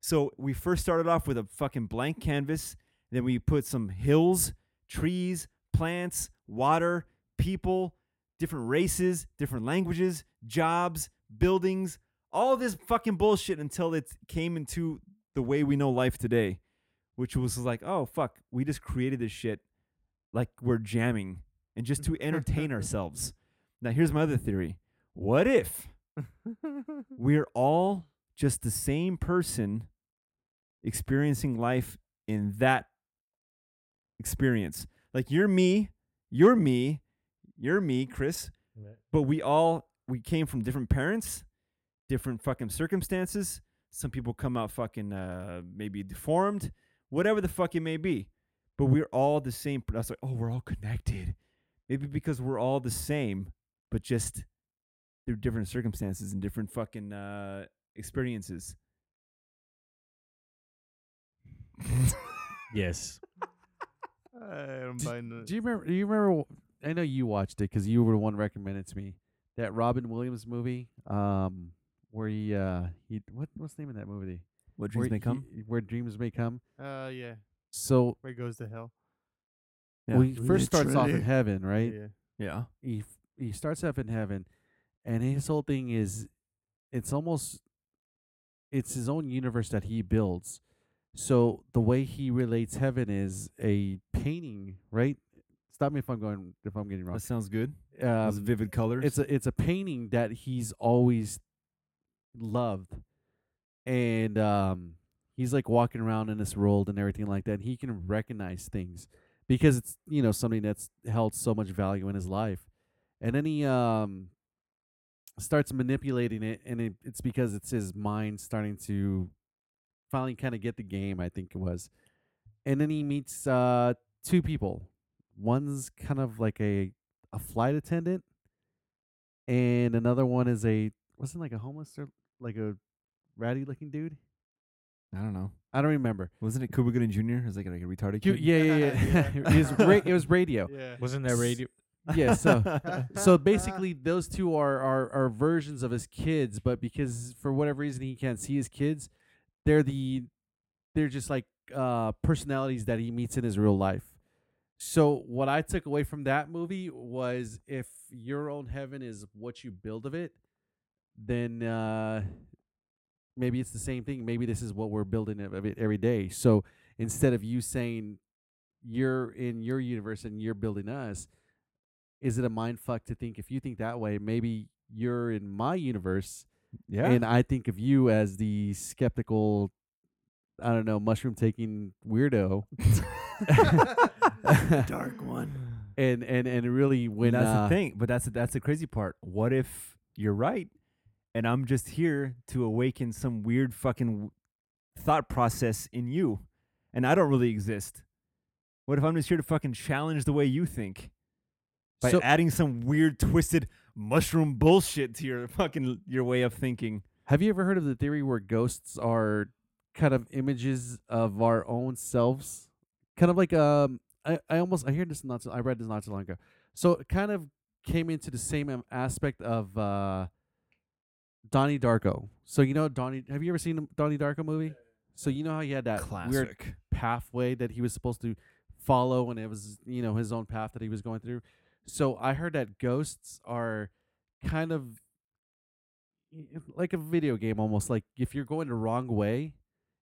E: So we first started off with a fucking blank canvas. Then we put some hills, trees, plants, water, people, different races, different languages, jobs, buildings, all this fucking bullshit until it came into the way we know life today. which was like, oh fuck, we just created this shit like we're jamming and just to entertain ourselves. Now here's my other theory. What if we're all just the same person experiencing life in that experience? Like you're me, you're me, you're me, Chris, but we all we came from different parents, different fucking circumstances. Some people come out fucking uh, maybe deformed, whatever the fuck it may be. But we're all the same. That's like, oh, we're all connected. Maybe because we're all the same, but just through different circumstances and different fucking uh, experiences.
G: Yes.
D: I'm buying it.
F: Do you remember? Do you remember? I know you watched it because you were the one recommended to me that Robin Williams movie. Um, where he uh he what what's the name of that movie?
E: What
F: where
E: dreams may
F: he-
E: come.
F: where dreams may come.
D: Uh, yeah.
F: So
D: Where it goes to hell.
E: Yeah.
F: well, he first starts off in
A: Literally.
F: heaven, right?
D: Yeah.
E: yeah.
F: he f- he starts up in heaven, and his whole thing is, it's almost, it's his own universe that he builds. So the way he relates heaven is a painting, right? Stop me if I'm going if I'm getting wrong.
E: That sounds good. Those
F: Um,
E: vivid colors.
F: it's a it's a painting that he's always loved, and um, he's like walking around in this world and everything like that. And he can recognize things because it's you know something that's held so much value in his life, and then he um starts manipulating it, and it, it's because it's his mind starting to finally kind of get the game. I think it was, and then he meets uh two people. One's kind of like a a flight attendant and another one is a wasn't like a homeless or like a ratty looking dude.
E: I don't know.
F: I don't remember.
E: Wasn't it Cuba Gooding Jr.? Is like, like a retarded
F: Q-
E: kid?
F: yeah, yeah, yeah. it was ra- it was radio.
D: Yeah.
G: Wasn't that radio?
F: Yeah. So
E: Uh-huh.
F: so basically, those two are are are versions of his kids, but because for whatever reason he can't see his kids, they're the they're just like uh personalities that he meets in his real life. So what I took away from that movie was if your own heaven is what you build of it, then uh maybe it's the same thing. Maybe this is what we're building of of it every day. So instead of you saying you're in your universe and you're building us, is it a mind fuck to think if you think that way, maybe you're in my universe
E: yeah.
F: and I think of you as the skeptical I don't know, mushroom taking weirdo.
E: Dark one.
F: and and and really when
E: that's
F: uh,
E: the thing, but that's that's the crazy part. What if you're right, and I'm just here to awaken some weird fucking w- thought process in you, and I don't really exist. What if I'm just here to fucking challenge the way you think by
F: So-
E: adding some weird twisted mushroom bullshit to your fucking your way of thinking?
F: Have you ever heard of the theory where ghosts are kind of images of our own selves? Kind of like um, I, I almost I heard this not so, I read this not so long ago. So it kind of came into the same am- aspect of uh, Donnie Darko. So you know Donnie, have you ever seen the Donnie Darko movie? So you know how he had
G: uh,
F: that weird pathway that he was supposed to follow and it was you know his own path that he was going through so i heard that ghosts are kind of y- like a video game almost like if you're going the wrong way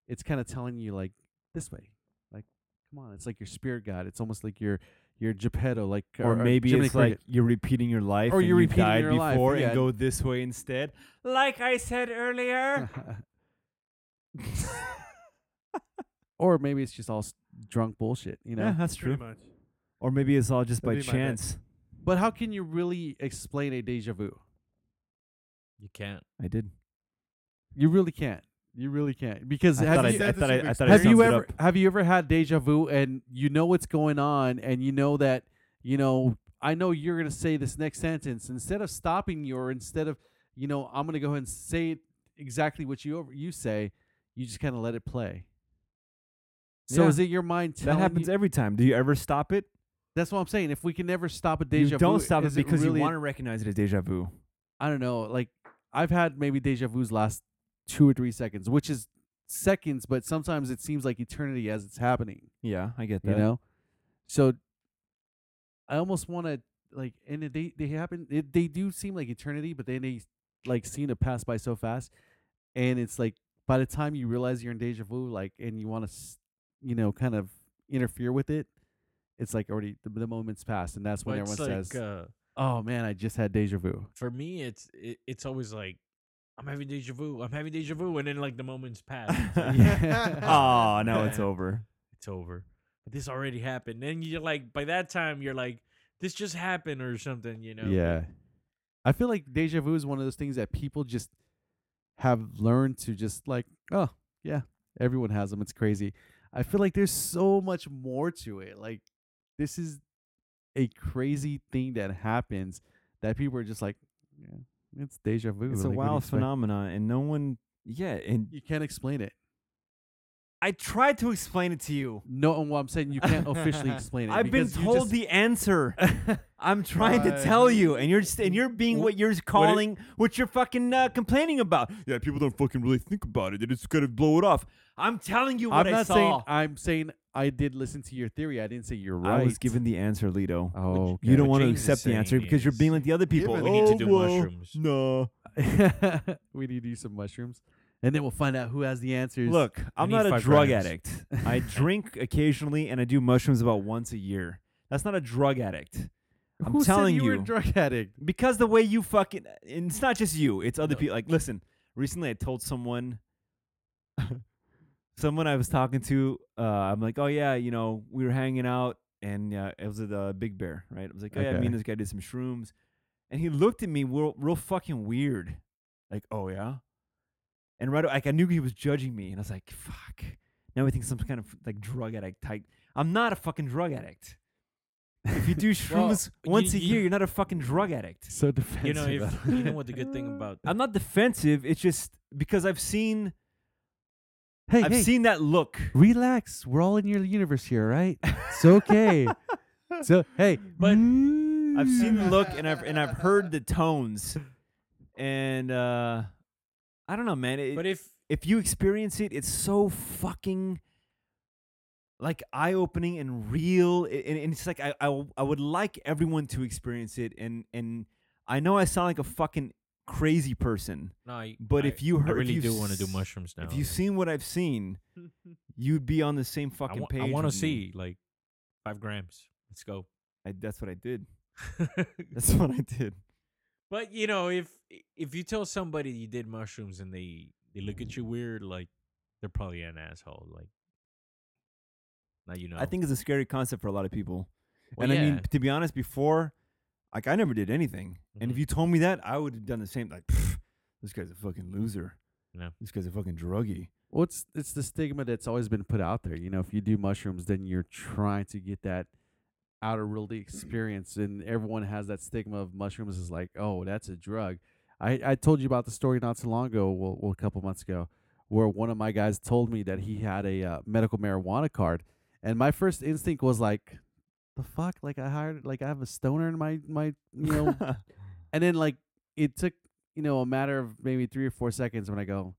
F: it's kind of telling you like this way like come on it's like your spirit guide it's almost like your your geppetto like
E: Or maybe
F: Jiminy
E: it's like
F: Cricket.
E: you're repeating your life,
F: Or
E: and
F: you're
E: you
F: repeating
E: died
F: your life,
E: before
F: yeah.
E: and go this way instead. Like I said earlier.
F: or maybe it's just all s- drunk bullshit you know
E: Yeah, that's
D: Pretty
E: true.
D: much.
E: Or maybe it's all just by
D: That'd be my bet.
E: chance.
F: but how can you really explain a deja vu
G: You can't.
E: I did.
F: you really can't you really can't because
E: I
F: have
E: thought,
F: you,
E: I, I,
D: That's
E: thought
D: a
E: I,
D: super
E: I thought I
F: have you
E: summed it
F: ever
E: up.
F: have you ever had deja vu and you know what's going on and you know that you know I know you're gonna say this next sentence instead of stopping you or instead of you know I'm gonna go ahead and say it exactly what you over, you say you just kind of let it play. So
E: Yeah.
F: is it your mind telling
E: That happens
F: You,
E: every time. Do you ever stop it?
F: that's what I'm saying. If we can never stop a deja
E: you don't
F: vu,
E: stop it
F: is
E: because
F: really
E: you
F: a-
E: want to recognize it as deja vu.
F: I don't know. Like I've had maybe deja vu's last two or three seconds, which is seconds, but sometimes it seems like eternity as it's happening.
E: Yeah, I get that.
F: you know so i almost want to like and it- they they happen it, they do seem like eternity but then they like seem to pass by so fast and it's like by the time you realize you're in deja vu like and you want to s- you know, kind of interfere with it, it's like already the, the moment's passed, and that's when
G: But it's
F: everyone
G: like,
F: says,
G: uh,
F: "Oh man, I just had deja vu."
G: for me, it's it, it's always like, I'm having deja vu. I'm having deja vu, and then like the moments pass. It's, like,
E: oh, now it's over.
G: it's over. But this already happened. Then you're like, by that time, you're like, this just happened or something. You know?
F: Yeah. I feel like deja vu is one of those things that people just have learned to just like, oh, yeah, everyone has them. It's crazy. I feel like there's so much more to it. Like, this is a crazy thing that happens that people are just like, yeah, it's deja vu.
E: It's a
F: Like, what do you
E: wild
F: expect?
E: phenomenon, and no one. Yeah, and
F: You can't explain it.
E: I tried to explain it to you.
F: No, well, I'm saying you can't officially explain it.
E: I've been
F: because you
E: told
F: just-
E: the answer. I'm trying to
D: Right.
E: tell you, and you're just, and you're being what you're calling, what you're fucking uh, complaining about. Yeah, people don't fucking really think about it. They just gotta blow it off. I'm telling you
F: I'm
E: what I
F: not
E: saw.
F: saying. I'm saying I did listen to your theory. I didn't say you're right.
E: I was given the answer, Lido.
F: Oh,
E: You don't
G: What
E: want to
G: James is
E: accept the
G: saying
E: answer because you're
G: is
E: being like the other people.
G: We need to
E: Oh,
G: do
E: well,
G: mushrooms.
E: No.
F: we need to do some mushrooms, and then we'll find out who has the answers.
E: Look, I'm
G: need
E: not a
G: five
E: drug
G: grams.
E: addict. I drink occasionally and I do mushrooms about once a year. That's not a drug addict. I'm
F: Who said
E: telling
F: you, were a drug addict.
E: because the way you fucking and it's not just you it's other people like listen recently i told someone someone i was talking to uh, i'm like oh yeah you know we were hanging out and uh, it was at the big bear right i was like oh yeah me and this guy did some shrooms and he looked at me real, real fucking weird like oh yeah and right like i knew he was judging me and i was like fuck now he thinks some kind of like drug addict type i'm not a fucking drug addict if you do shrooms
G: you-
E: once a
G: you-
E: year, you're not a fucking drug addict.
F: So defensive.
G: You know, if, you know what the good thing about
E: I'm not defensive. It's just because I've seen
F: hey,
E: I've
F: hey,
E: seen that look.
F: relax. We're all in your universe here, right? It's okay. so hey, Mm.
G: But-
E: I've seen the look and I've and I've heard the tones. And uh I don't know, man. It,
G: But if
E: if you experience it, it's so fucking like eye opening and real. a- And, and it's like I, I w- I would like everyone to experience it. And and I know I sound like a fucking crazy person.
G: no, I,
E: But
G: I-
E: if you
G: I
E: heard,
G: really
E: if you
G: do want to do
E: s-
G: mushrooms now.
E: If you've seen what I've seen, you'd be on the same
G: I,
E: fucking
G: wa-
E: page.
G: I want to
E: with me.
G: see like five grams. Let's go.
E: I, that's what I did. That's what I did.
G: but you know, if if you tell somebody you did mushrooms and they they look at you weird, like they're probably an asshole. Like now you know.
E: I think it's a scary concept for a lot of people.
G: Well,
E: and I mean,
G: yeah.
E: to be honest, before, like, I never did anything. And if
G: Mhm.
E: you told me that, I would have done the same. Like, "Pfft, this guy's a fucking loser.
G: Yeah.
E: This guy's a fucking druggie.
F: what's it's the stigma that's always been put out there. You know, if you do mushrooms, then you're trying to get that outer worldly experience, and everyone has that stigma of mushrooms is like, oh, that's a drug. I, I told you about the story not so long ago, well, well, a couple months ago, where one of my guys told me that he had a uh, medical marijuana card, and my first instinct was like, the fuck, like I hired, like I have a stoner in my my you know and then like it took you know a matter of maybe three or four seconds when I go,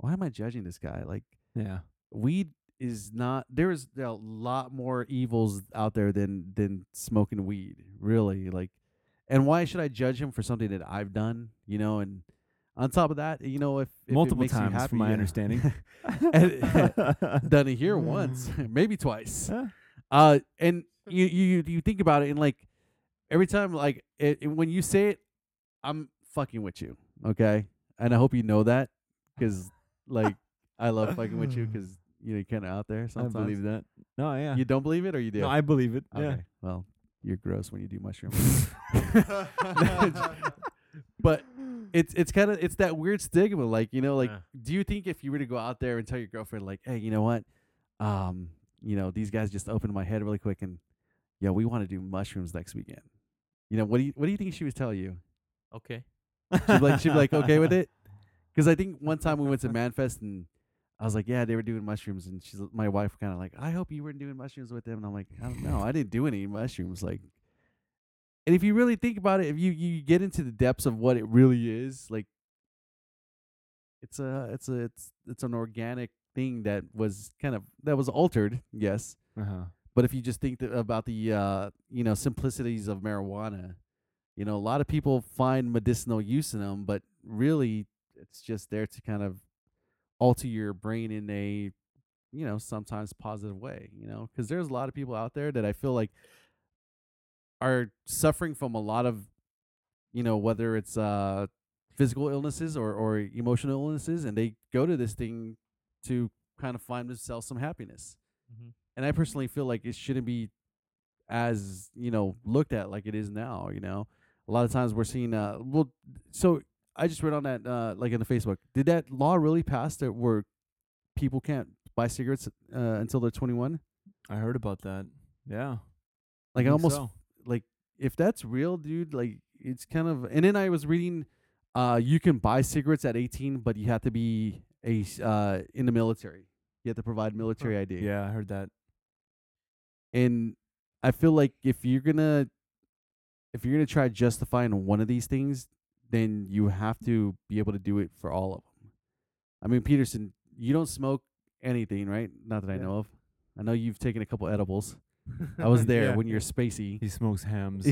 F: why am I judging this guy? Like
E: yeah.
F: weed is not there is a lot more evils out there than than smoking weed really like and why should i judge him for something that i've done you know and on top of that you know if, if it
E: Multiple
F: makes you
E: times, from
F: happy,
E: my
F: yeah.
E: understanding.
F: And- done it here once
E: Mm.
F: maybe twice uh and you you you think about it and like every time like it, it- when you say it i'm fucking with you okay and i hope you know that because like i love fucking with you because you know you're kind of out there sometimes
E: I believe that. No, yeah.
F: you don't believe it or you do
E: No, I believe it. Yeah.
F: Okay, well you're gross when you do mushrooms but it's it's kind of it's that weird stigma like you know like
G: Yeah.
F: do you think if you were to go out there and tell your girlfriend like hey you know what um you know these guys just opened my head really quick and yeah we want to do mushrooms next weekend you know what do you what do you think she would tell you
G: okay.
F: she'd be like she'd be like okay with it because i think one time we went to manfest and i was like yeah they were doing mushrooms and she's my wife kind of like i hope you weren't doing mushrooms with them and i'm like i don't know i didn't do any mushrooms like and if you really think about it if you you get into the depths of what it really is like it's a it's a it's it's an organic thing that was kind of that was altered yes
E: Uh-huh.
F: but if you just think th- about the uh, you know simplicities of marijuana, you know a lot of people find medicinal use in them, but really it's just there to kind of alter your brain in a you know, sometimes positive way, you know, because there's a lot of people out there that I feel like are suffering from a lot of, you know, whether it's uh, physical illnesses or, or emotional illnesses, and they go to this thing to kind of find themselves some happiness. And I personally feel like it shouldn't be as, you know, looked at like it is now, you know. A lot of times we're seeing, uh, well, so I just read on that, uh, like in the Facebook, did that law really pass that where people can't buy cigarettes uh, until they're 21?
E: I heard about that. Yeah.
F: Like, I
E: think
F: almost
E: so.
F: like if that's real, dude, like it's kind of. And then I was reading, uh, you can buy cigarettes at 18, but you have to be a s- uh in the military. You have to provide military ID.
E: Yeah, I heard that.
F: And I feel like if you're gonna, if you're gonna try justifying one of these things, then you have to be able to do it for all of them. I mean, Peterson, you don't smoke anything, right? Not that I
D: Yeah.
F: know of. I know you've taken a couple edibles. I was there
D: Yeah.
F: when you're spacey.
E: He smokes hams.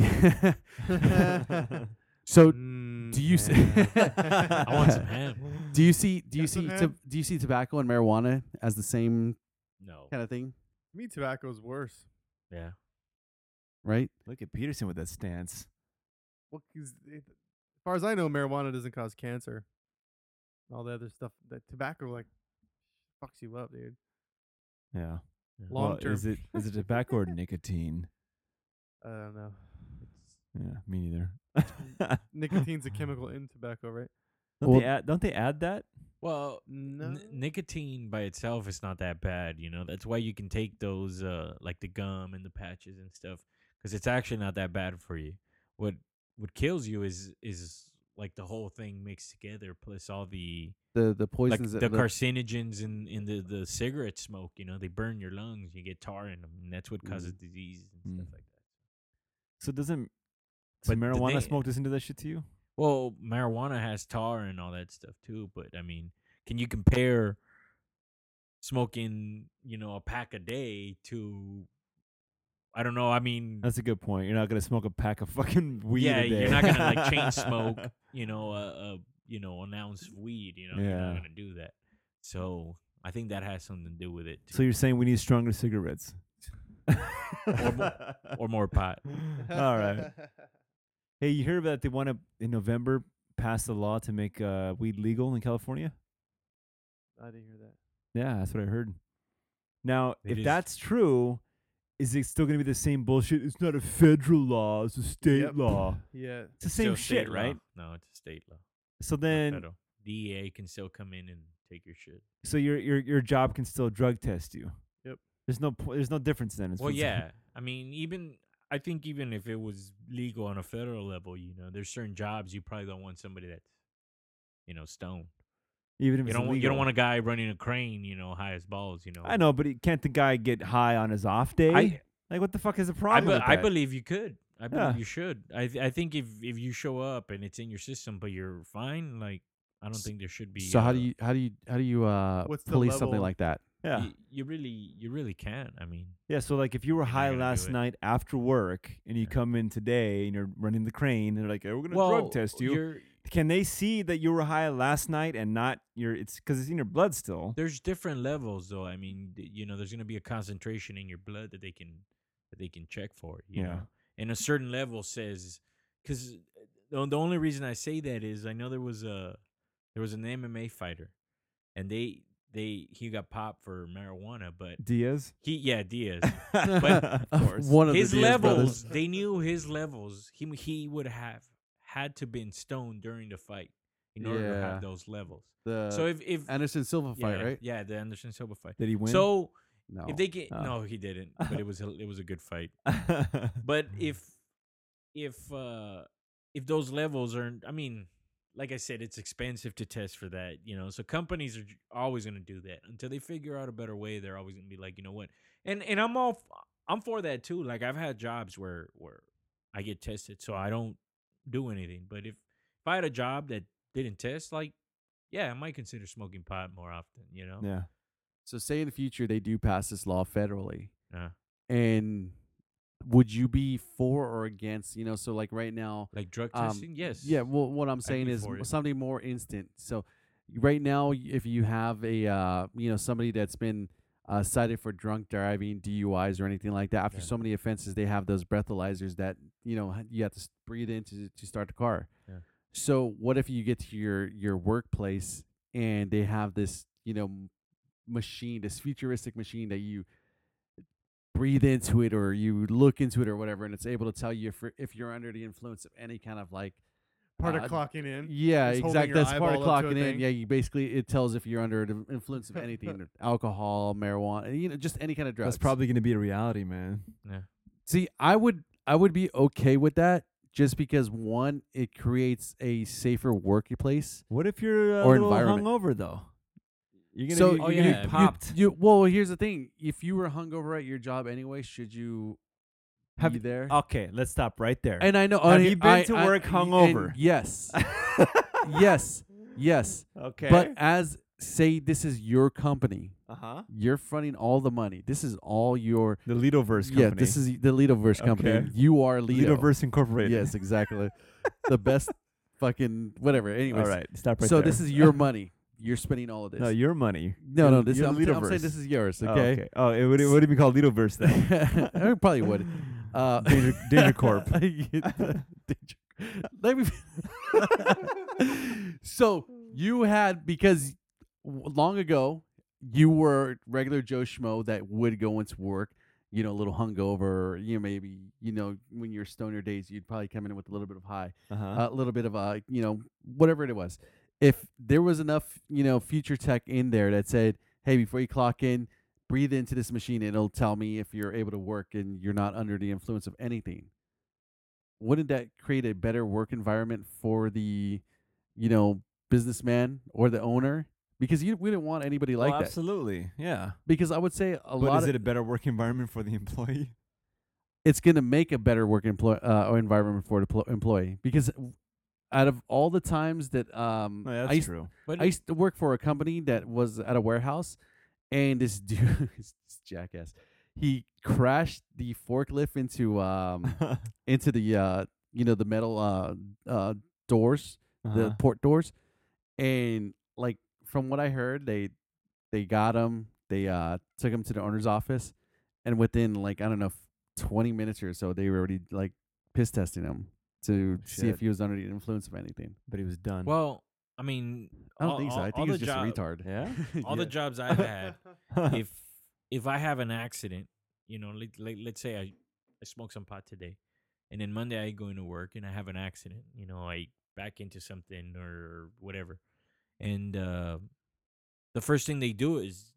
F: so
D: Do
F: do you see?
G: I want some ham.
F: do you see? Do you
D: Got some
F: see?
D: ham?
F: tob- do you see tobacco and marijuana as the same
G: No.
F: kind of thing?
D: Me, tobacco's worse.
G: Yeah.
F: Right?
E: Look at Peterson with that stance.
D: Well, 'cause it, as far as I know, marijuana doesn't cause cancer. All the other stuff that tobacco like fucks you up, dude.
E: Yeah.
D: Long
E: Well,
D: term.
E: Is it is it tobacco or nicotine?
D: I don't know.
E: Yeah, me neither.
D: Nicotine's a chemical in tobacco, right?
E: Don't
F: Well-
E: they add don't they add that?
G: Well,
D: No.
G: N- nicotine by itself is not that bad, you know. That's why you can take those, uh, like the gum and the patches and stuff, because it's actually not that bad for you. What what kills you is is like the whole thing mixed together, plus all the
F: The the
G: like
F: poisons
G: the
F: that live-
G: carcinogens in in the the cigarette smoke. You know, they burn your lungs, you get tar in them, and that's what causes disease and stuff
E: Mm.
G: like that.
E: So doesn't so
G: But Hmm. the
E: marijuana
G: thing-
E: smoke doesn't do that shit to you?
G: Well, marijuana has tar and all that stuff too, but I mean, can you compare smoking, you know, a pack a day to I don't know, I mean,
E: That's a good point. You're not gonna smoke a pack of fucking weed.
G: yeah,
E: a day.
G: you're not going to like chain smoke, you know, a, a you know, an ounce of weed, you know, you're not
E: Yeah.
G: going to do that. So, I think that has something to do with it
E: so
G: too,
E: you're saying we need stronger cigarettes?
G: or more pot.
E: All right. Hey, you hear that they want to in November pass the law to make uh, weed legal in California?
D: I didn't hear that.
E: Yeah, that's what I heard. Now,
G: It
E: if
G: is-
E: that's true, is it still going to be the same bullshit? It's not a federal law; it's a state
D: Yep.
E: law.
D: Yeah.
E: It's the same
G: Still state
E: shit,
G: law.
E: right?
G: No, it's a state law.
E: So
G: not
E: then,
G: federal. DEA can still come in and take your shit.
E: so your your your job can still drug test you.
D: Yep.
E: There's no po- there's no difference then. is
G: Well,
E: what's-
G: yeah. I mean, even I think even if it was legal on a federal level, you know, there's certain jobs you probably don't want somebody that's, you know, stoned.
E: Even if
G: You
E: it's
G: don't want, you don't
E: illegal.
G: want a guy running a crane, you know, high as balls, you know.
E: I know, but it- can't the guy get high on his off day?
G: I
E: like, what the fuck is the
G: I,
E: problem?
G: be-
E: with
G: I
E: that?
G: believe you could. I believe
E: Yeah.
G: you should. I th- I think if if you show up and it's in your system, but you're fine, like I don't
F: S-
G: think there should be.
F: So how do
G: uh,
F: you how do you how do you uh
D: What's the
F: police something
D: level-
F: like that?
E: Yeah.
G: You, you really you really can't. I mean,
E: Yeah, so like if you were
G: You're not
E: high
G: gonna do
E: last
G: it.
E: night after work and you
G: Yeah.
E: come in today and you're running the crane and they're like, "Hey, "We're gonna drug test you."
G: You're,
E: Can they see that you were high last night and not your? It's because it's in your blood still.
G: there's different levels though i mean th- you know there's going to be a concentration in your blood that they can that they can check for you
E: Yeah.
G: know and a certain level says because the, the only reason i say that is i know there was a there was an mma fighter and they they he got popped for marijuana but
E: Diaz.
G: he yeah diaz
E: But
F: One of
G: his
F: the Diaz brothers.
G: levels they knew his levels he he would have had to been stoned during the fight in order to
F: Yeah.
G: have those levels
F: The
G: so if if
F: Anderson Silva fight,
G: yeah,
F: right?
G: yeah the anderson silva fight
E: Did he win?
G: so
F: No.
G: if they get
E: Oh.
G: no, he didn't. But it was a, it was a good fight. But
F: Mm-hmm.
G: if if uh if those levels aren't, I mean, like I said, it's expensive to test for that, you know. So companies are j- always going to do that until they figure out a better way. They're always going to be like, you know what? And and I'm all f- I'm for that too. Like I've had jobs where where I get tested, so I don't do anything. But if if I had a job that didn't test, like yeah, I might consider smoking pot more often, you know.
E: yeah,
F: So say in the future they do pass this law federally.
G: Yeah.
F: And would you be for or against, you know, so like right now
G: Like drug
F: Um,
G: testing, yes.
F: Yeah, well what I'm
G: I'd
F: saying
G: be
F: is
G: for
F: m-
G: it.
F: something more instant. So right now y- if you have a uh, you know somebody that's been uh, cited for drunk driving, DUIs, or anything like that. After
G: Yeah.
F: so many offenses, they have those breathalyzers that you know h- you have to s- breathe in to, to start the car.
G: Yeah.
F: So what if you get to your your workplace and they have this you know m- machine, this futuristic machine that you breathe into it or you look into it or whatever, and it's able to tell you if you're- if you're under the influence of any kind of like
D: Part
F: Uh,
D: of clocking in.
F: yeah,
D: Just holding
F: exactly.
D: your
F: That's part of
D: eyeball up to a
F: clocking in.
D: thing.
F: Yeah, you basically it tells if you're under the influence of anything, alcohol, marijuana, you know, just any kind of drugs.
E: That's probably going to be a reality, man.
F: See, I would I would be okay with that just because one, it creates a safer workplace.
E: What if you're uh,
F: Or
E: a little
F: environment.
E: hungover though? You're gonna
F: So-
E: be,
F: Oh,
E: you're gonna
G: yeah,
E: be
G: you-
E: popped.
F: You well, here's the thing: if you were hungover at your job anyway, should you
E: Have
F: be
E: you-
F: there?
E: okay, let's stop right there.
F: and I know.
E: Have
F: I-
E: you
F: I-
E: been to
F: I-
E: work
F: y- and
E: hungover?
F: Yes, yes, yes.
E: okay.
F: But as say, this is your company.
E: uh huh.
F: You're fronting all the money. This is all your
E: The Lidoverse company.
F: yeah. This is the Lidoverse company.
E: Okay.
F: You are Lido.
E: Lidoverse Incorporated.
F: Yes, exactly. the best fucking whatever. Anyways,
E: All right. Stop right
F: so
E: there.
F: this is your money. You're spending all of this.
E: no your money.
F: no, no. This
E: your
F: I'm, I'm saying
E: Lidoverse.
F: this is yours.
E: Oh,
F: Okay.
E: Oh, it would it would be called Lidoverse then.
F: I probably would. Uh,
E: Danger, Danger Corp.
F: Danger- Let me. fin- so you had because w- long ago you were regular Joe Schmo that would go into work, you know, a little hungover. Or, you know, maybe you know when you're stoner days, you'd probably come in with a little bit of high,
E: Uh-huh.
F: a little bit of a you know whatever it was. If there was enough you know future tech in there that said, hey, before you clock in, breathe into this machine, and it'll tell me if you're able to work and you're not under the influence of anything. Wouldn't that create a better work environment for the, you know, businessman or the owner? Because you, we didn't want anybody like
E: Well,
F: that.
E: absolutely. Yeah.
F: Because I would say a
E: Oh, But
F: lot
E: is
F: of
E: it a better work environment for the employee?
F: it's going to make a better work employ, uh, or environment for the pl- employee. Because out of all the times that um,
E: No,
F: I
E: Oh, that's
F: used,
E: true.
G: But
F: I used to work for a company that was at a warehouse, and this dude, this jackass, he crashed the forklift into um into the uh you know the metal uh uh doors, the
E: Uh-huh.
G: Uh-huh.
F: port doors, and like from what I heard, they they got him, they uh took him to the owner's office, and within like I don't know twenty minutes or so, they were already like piss testing him
G: Oh,
F: to see
E: Shit.
F: if he was under the influence of anything.
E: but he was done.
G: well, I mean,
F: I don't
G: all-
F: think so.
G: all-
F: I
G: all
F: think he's
G: the
F: just
G: job-
F: a retard.
E: yeah.
G: All the
F: Yeah.
G: jobs I've had,
E: Oh,
G: if if I have an accident, you know, let, let, let's say I, I smoke some pot today, and then Monday I go into work and I have an accident, you know, I back into something or whatever, and uh, the first thing they do is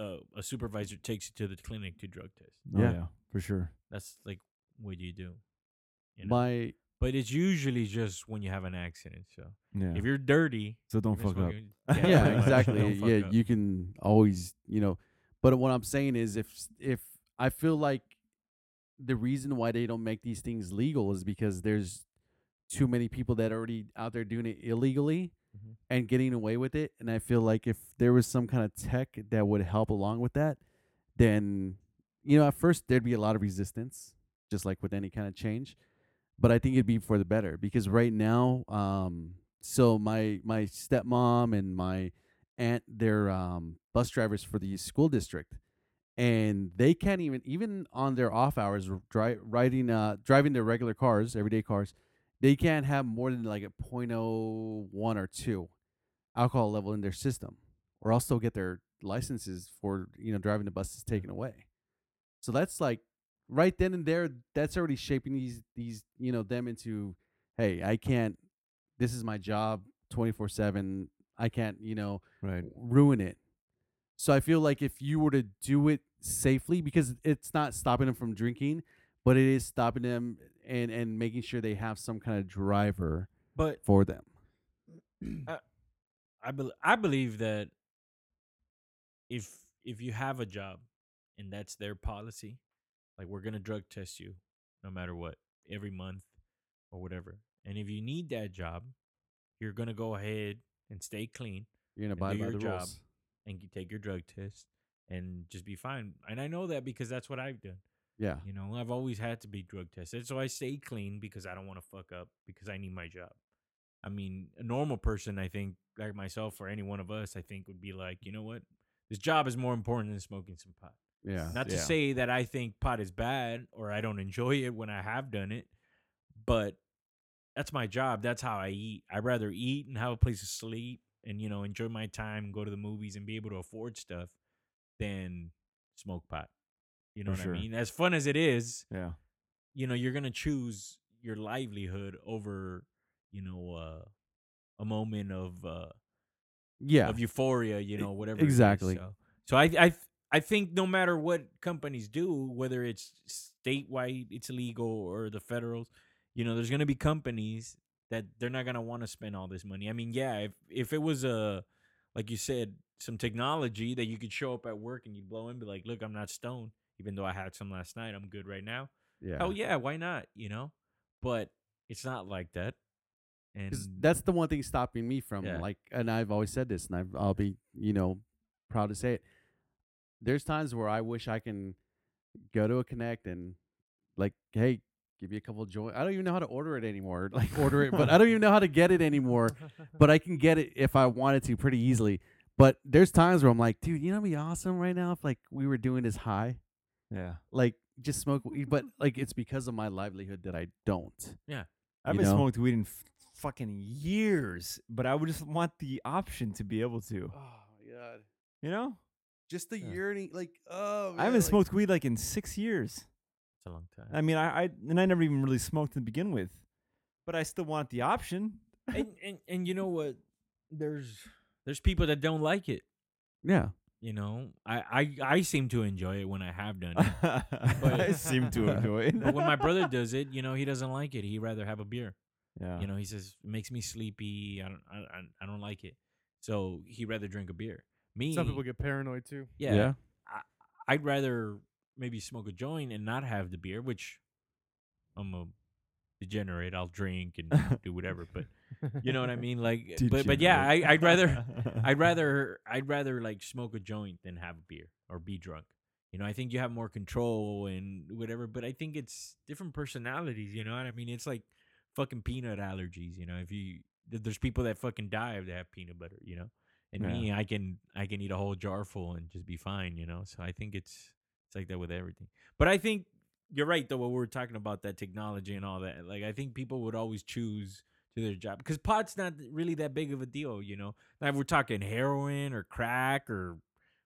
G: uh, a supervisor takes you to the clinic to drug test.
E: Oh,
F: Yeah.
E: yeah, for sure.
G: That's like what you do. You know?
F: My
G: but it's usually just when you have an accident. So
E: Yeah.
G: if you're dirty,
E: so don't
G: if you're
E: fuck up.
G: smoking-
E: Yeah,
F: yeah,
G: pretty much,
F: exactly.
G: don't fuck
F: Yeah,
G: up.
F: you can always, you know. But what I'm saying is, if if I feel like the reason why they don't make these things legal is because there's too many people that are already out there doing it illegally
G: Mhm.
F: and getting away with it. And I feel like if there was some kind of tech that would help along with that, then you know, at first there'd be a lot of resistance, just like with any kind of change. But I think it'd be for the better because right now, um, so my my stepmom and my aunt, they're um, bus drivers for the school district, and they can't even even on their off hours r- dri- riding uh, driving their regular cars, everyday cars, they can't have more than like a .01 or two alcohol level in their system, or else they'll get their licenses for you know driving the buses taken away. So that's like right then and there, that's already shaping these these you know them into, hey, I can't. This is my job, twenty four seven. I can't you know
E: Right.
F: ruin it. So I feel like if you were to do it safely, because it's not stopping them from drinking, but it is stopping them and and making sure they have some kind of driver
G: but
F: for them.
G: I bel I believe that if if you have a job and that's their policy, like we're gonna drug test you no matter what every month or whatever, and if you need that job, you're gonna go ahead and stay clean
F: You're gonna
G: And
F: buy
G: do
F: by
G: your
F: the
G: job.
F: rules.
G: and you take your drug test and just be fine. And I know that because that's what I've done.
F: Yeah.
G: You know, I've always had to be drug tested, so I stay clean because I don't want to fuck up because I need my job. I mean, a normal person, I think, like myself or any one of us, I think would be like, you know what, This job is more important than smoking some pot.
F: Yeah.
G: Not to
F: yeah.
G: say that I think pot is bad or I don't enjoy it when I have done it, but that's my job. That's how I eat. I'd rather eat and have a place to sleep and, you know, enjoy my time, go to the movies and be able to afford stuff than smoke pot. You know
E: For
G: what
E: sure.
G: I mean? As fun as it is,
E: Yeah.
G: you know, you're going to choose your livelihood over, you know, uh, a moment of, uh,
F: Yeah.
G: of euphoria, you
F: E-
G: know, whatever. it is,
F: exactly.
G: so so I, I I think no matter what companies do, whether it's statewide, it's illegal, or the federals, you know, there's gonna be companies that they're not gonna want to spend all this money. I mean, yeah, if if it was a like you said, some technology that you could show up at work and you blow in, be like, look, I'm not stoned, even though I had some last night, I'm good right now.
F: yeah.
G: Oh yeah, why not? You know, but it's not like that. And
F: 'Cause that's the one thing stopping me from
G: Yeah.
F: like, and I've always said this, and I've, I'll be, you know, proud to say it. There's times where I wish I can go to a connect and like, hey, give me a couple joint. I don't even know how to order it anymore. Like order it, but I don't even know how to get it anymore. But I can get it if I wanted to pretty easily. But there's times where I'm like, dude, you know, what'd be awesome right now if like we were doing this high,
E: Yeah.
F: like just smoke weed. But like it's because of my livelihood that I don't.
E: I've
F: you
E: been
F: know?
E: smoked weed in f- fucking years, but I would just want the option to be able to.
F: Oh my god.
E: You know?
F: Just the
E: Yeah.
F: yearning, like oh.
E: I haven't smoked weed like in six years.
G: it's a long time.
E: I mean, I, I and I never even really smoked to begin with, but I still want the option.
G: and, and and you know what? There's there's people that don't like it.
F: Yeah,
G: You know, I I, I seem to enjoy it when I have done it.
E: I seem to enjoy it.
G: but when my brother does it, you know, he doesn't like it. He'd rather have a beer.
E: yeah.
G: You know, he says it makes me sleepy. I don't I, I, I don't like it. So he'd rather drink a beer. Me,
D: Some people get paranoid too.
G: yeah, I'd rather maybe smoke a joint and not have the beer, which I'm a degenerate. I'll drink and do whatever, but you know what I mean. Like, but but yeah, I,
E: Degenerate.
G: I'd rather. I'd rather I'd rather like smoke a joint than have a beer or be drunk. You know, I think you have more control and whatever, but I think it's different personalities, you know what I mean? It's like fucking peanut allergies, you know. If you th- there's people that fucking die if they have peanut butter, you know. And me, I can I can eat a whole jar full and just be fine, you know. So I think it's it's like that with everything. But I think you're right though what we were talking about that technology and all that. Like I think people would always choose to their job because pot's not really that big of a deal, you know. Now, if we're talking heroin or crack or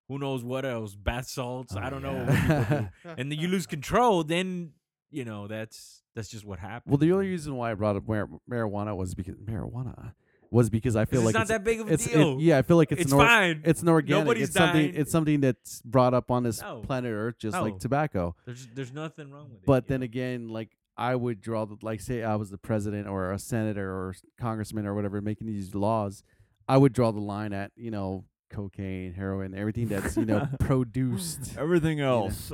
G: who knows what else, bath salts,
F: Oh,
G: I don't know. what people do. and then you lose control, then you know that's that's just what happens.
F: Well, the
G: you
F: only
G: know.
F: reason why I brought up mar- marijuana was because marijuana was because I feel
G: 'Cause
F: like
G: it's not that big of a
F: it's- it-
G: deal.
F: yeah, I feel like it's,
G: it's,
F: an or-
G: fine.
F: It's an organic.
G: Nobody's
F: it's something.
G: dying.
F: It's something that's brought up on this
G: No.
F: planet Earth, just
G: No.
F: like tobacco.
G: there's there's nothing wrong with it.
F: But
G: you
F: then
G: know?
F: again, like I would draw the like say I was the president or a senator or s- congressman or whatever making these laws, I would draw the line at you know cocaine, heroin, everything that's you know produced.
E: Everything else.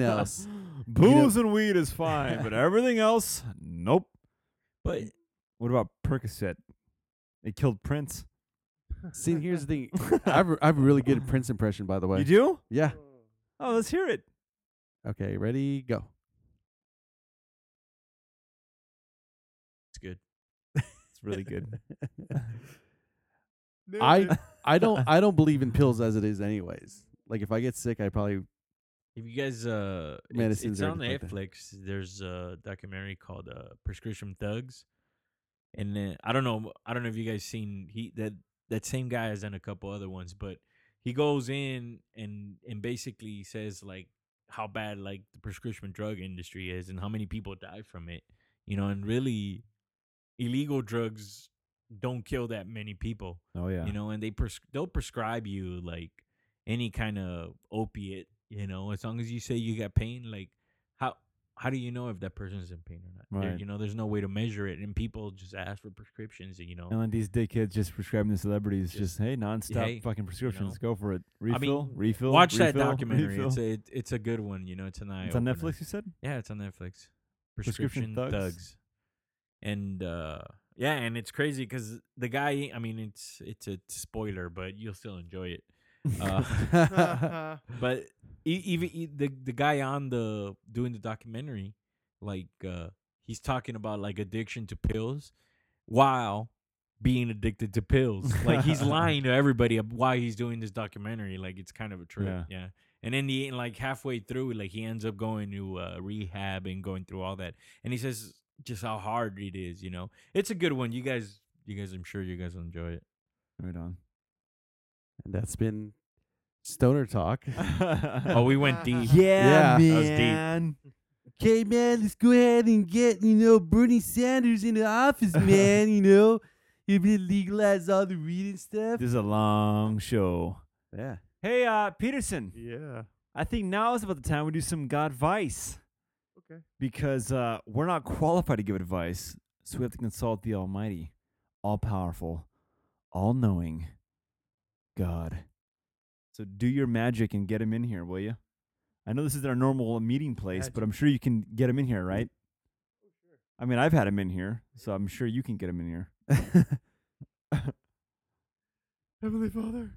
F: else.
E: Booze and weed is fine, but everything else, nope.
G: but
E: What about Percocet? It killed Prince.
F: See, here's the thing. I have, a- I have a really good Prince impression, by the way.
E: You do?
F: Yeah.
E: Oh, let's hear it.
F: Okay. Ready? Go.
G: it's good.
E: It's really good.
F: I I don't I don't believe in pills as it is, anyways. Like if I get sick, I probably
G: If you guys uh it's-
F: Medicines
G: it's,
F: or
G: on
F: anything like
G: Netflix, there's a documentary called uh Prescription Thugs. And then I don't know I don't know if you guys seen he that that same guy has done a couple other ones, but he goes in and and basically says like how bad like the prescription drug industry is and how many people die from it. You know, and really illegal drugs don't kill that many people
E: Oh yeah.
G: you know, and they pres- they'll prescribe you like any kind of opiate, you know, as long as you say you got pain. Like, how how do you know if that person's in pain or not? There-
E: Right.
G: You know, there's no way to measure it, and people just ask for prescriptions, and you know,
E: And then these dickheads just prescribing the celebrities just,
G: Just,
E: hey, nonstop
G: hey,
E: fucking prescriptions. Go for it.
G: I mean,
E: Refill, refill.
G: watch that
E: refill,
G: documentary.
E: refill.
G: It's a it, it's a good one. You know, it's an eye.
E: It's on Netflix, you said?
G: Yeah, it's on Netflix. Prescription,
E: Prescription Thugs.
G: thugs. And uh yeah, and it's crazy because the guy. I mean, it's it's a spoiler, but you'll still enjoy it. Uh, but e- even e- the the guy on the doing the documentary, like uh, he's talking about like addiction to pills, while being addicted to pills. Like he's lying to everybody of why he's doing this documentary. Like it's kind of a trip.
E: Yeah.
G: Yeah. And then the like halfway through, like he ends up going to uh, rehab and going through all that. And he says just how hard it is. You know, it's a good one. You guys, you guys, I'm sure you guys will enjoy it.
E: Right on.
F: And that's been Stoner Talk.
G: Oh, we went deep.
F: Yeah,
G: that was deep. man.
F: Okay, man, let's go ahead and get, you know, Bernie Sanders into office, man, you know. If you legalize all the weed and stuff.
E: This is a long show.
F: Yeah.
E: Hey, uh, Peterson,
D: Yeah.
E: I think now is about the time we do some God advice
D: Okay.
E: because uh, we're not qualified to give advice, so we have to consult the Almighty, all powerful, all knowing God. So do your magic and get him in here, will you? I know this is our normal meeting place, but I'm sure you can get him in here, right? I mean, I've had him in here, so I'm sure you can get him in here.
D: Heavenly Father.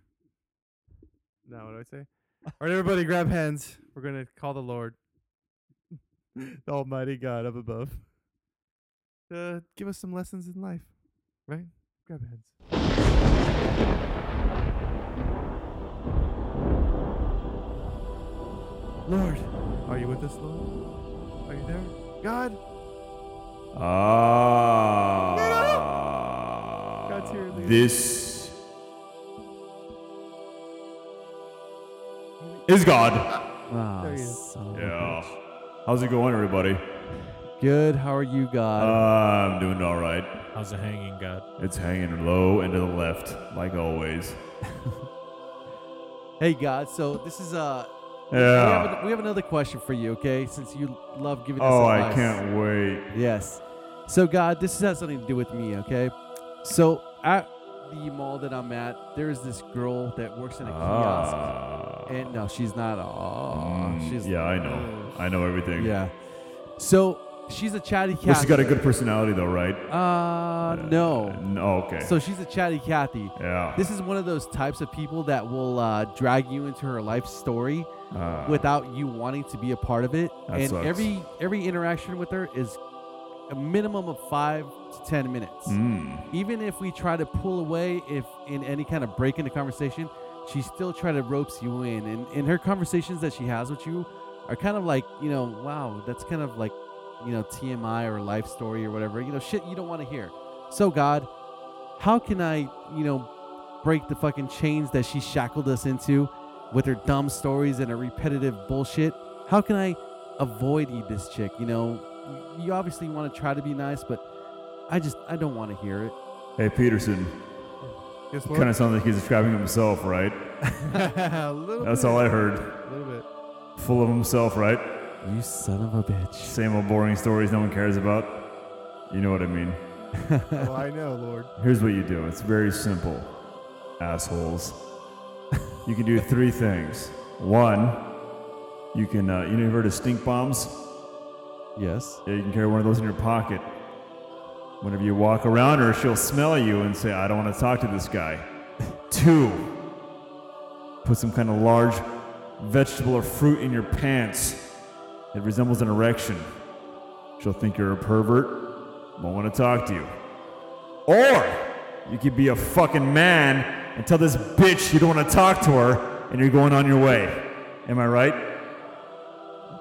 D: Now what do I say? All right, everybody, grab hands. We're gonna call the Lord, the Almighty God up above, to Uh, give us some lessons in life. Right? Grab hands. Lord, are you with us, Lord? Are you there? God, God's here. Lead us.
A: This is God.
D: There he is.
A: Yeah. How's it going, everybody?
F: Good. How are you,
A: Uh,
F: God?
A: I'm doing all right.
G: How's the hanging, God?
A: It's hanging low and to the left, like always.
F: hey, God. So this is uh, we, have
A: Yeah.
F: an- we have another question for you, okay? Since you love giving us
A: Oh,
F: advice.
A: I can't wait.
F: Yes. So God, this has something to do with me, okay? So at the mall that I'm at, there is this girl that works in a kiosk,
A: Ah.
F: and no, she's not. Oh,
A: Mm,
F: she's
A: yeah, I know. I know everything.
F: Yeah. So she's a chatty Cathy.
A: But she got a good personality, though, right?
F: Uh,
E: Oh.
F: no.
A: No. Okay.
F: So she's a chatty Cathy.
A: yeah.
F: This is one of those types of people that will uh, drag you into her life story
A: Ah.
F: without you wanting to be a part of it.
A: That
F: and
A: sucks.
F: every every interaction with her is a minimum of five to ten minutes.
A: Mm.
F: Even if we try to pull away, if in any kind of break in the conversation, she still try to ropes you in. And and her conversations that she has with you are kind of like you know, wow, that's kind of like you know TMI or life story or whatever. You know, shit you don't want to hear. So God, how can I you know break the fucking chains that she shackled us into with her dumb stories and her repetitive bullshit? How can I avoid eat this chick? You know, you obviously want to try to be nice, but I just I don't want to hear it.
A: Hey, Peterson.
D: Yes, Lord.
A: Kind of sounds like he's describing himself, right?
D: a little
A: That's
D: bit.
A: all I heard.
D: A little bit.
A: Full of himself, right?
F: You son of a bitch.
A: Same old boring stories no one cares about. You know what I mean.
D: Oh, I know, Lord.
A: Here's what you do it's very simple, assholes. you can do three things. One, you can, uh, you know, you've heard of stink bombs?
F: Yes.
A: Yeah, you can carry one of those in your pocket. Whenever you walk around her, she'll smell you and say, I don't want to talk to this guy. Two, put some kind of large vegetable or fruit in your pants that resembles an erection. She'll think you're a pervert, won't want to talk to you. Or you could be a fucking man and tell this bitch you don't want to talk to her and you're going on your way. Am I right?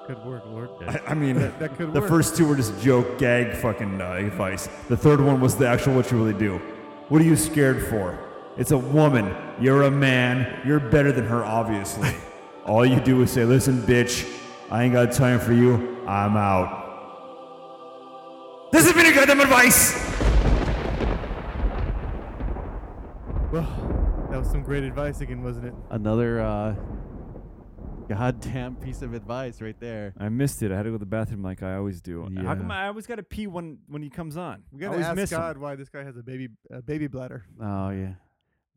D: Good work, Lord.
A: I, I mean,
D: that could
A: the
D: work.
A: first two were just joke, gag, fucking uh, advice. The third one was the actual what you really do. What are you scared for? It's a woman. You're a man. You're better than her, obviously. All you do is say, listen, bitch, I ain't got time for you. I'm out. This has been a goddamn advice!
D: Well, that was some great advice again, wasn't it?
F: Another uh goddamn piece of advice right there.
E: I missed it. I had to go to the bathroom like I always do. How come
F: Yeah.
E: I always got to pee when when he comes on?
D: We
E: I
D: gotta
E: always
D: ask
E: miss him.
D: God why this guy has a baby a baby bladder.
F: Oh yeah.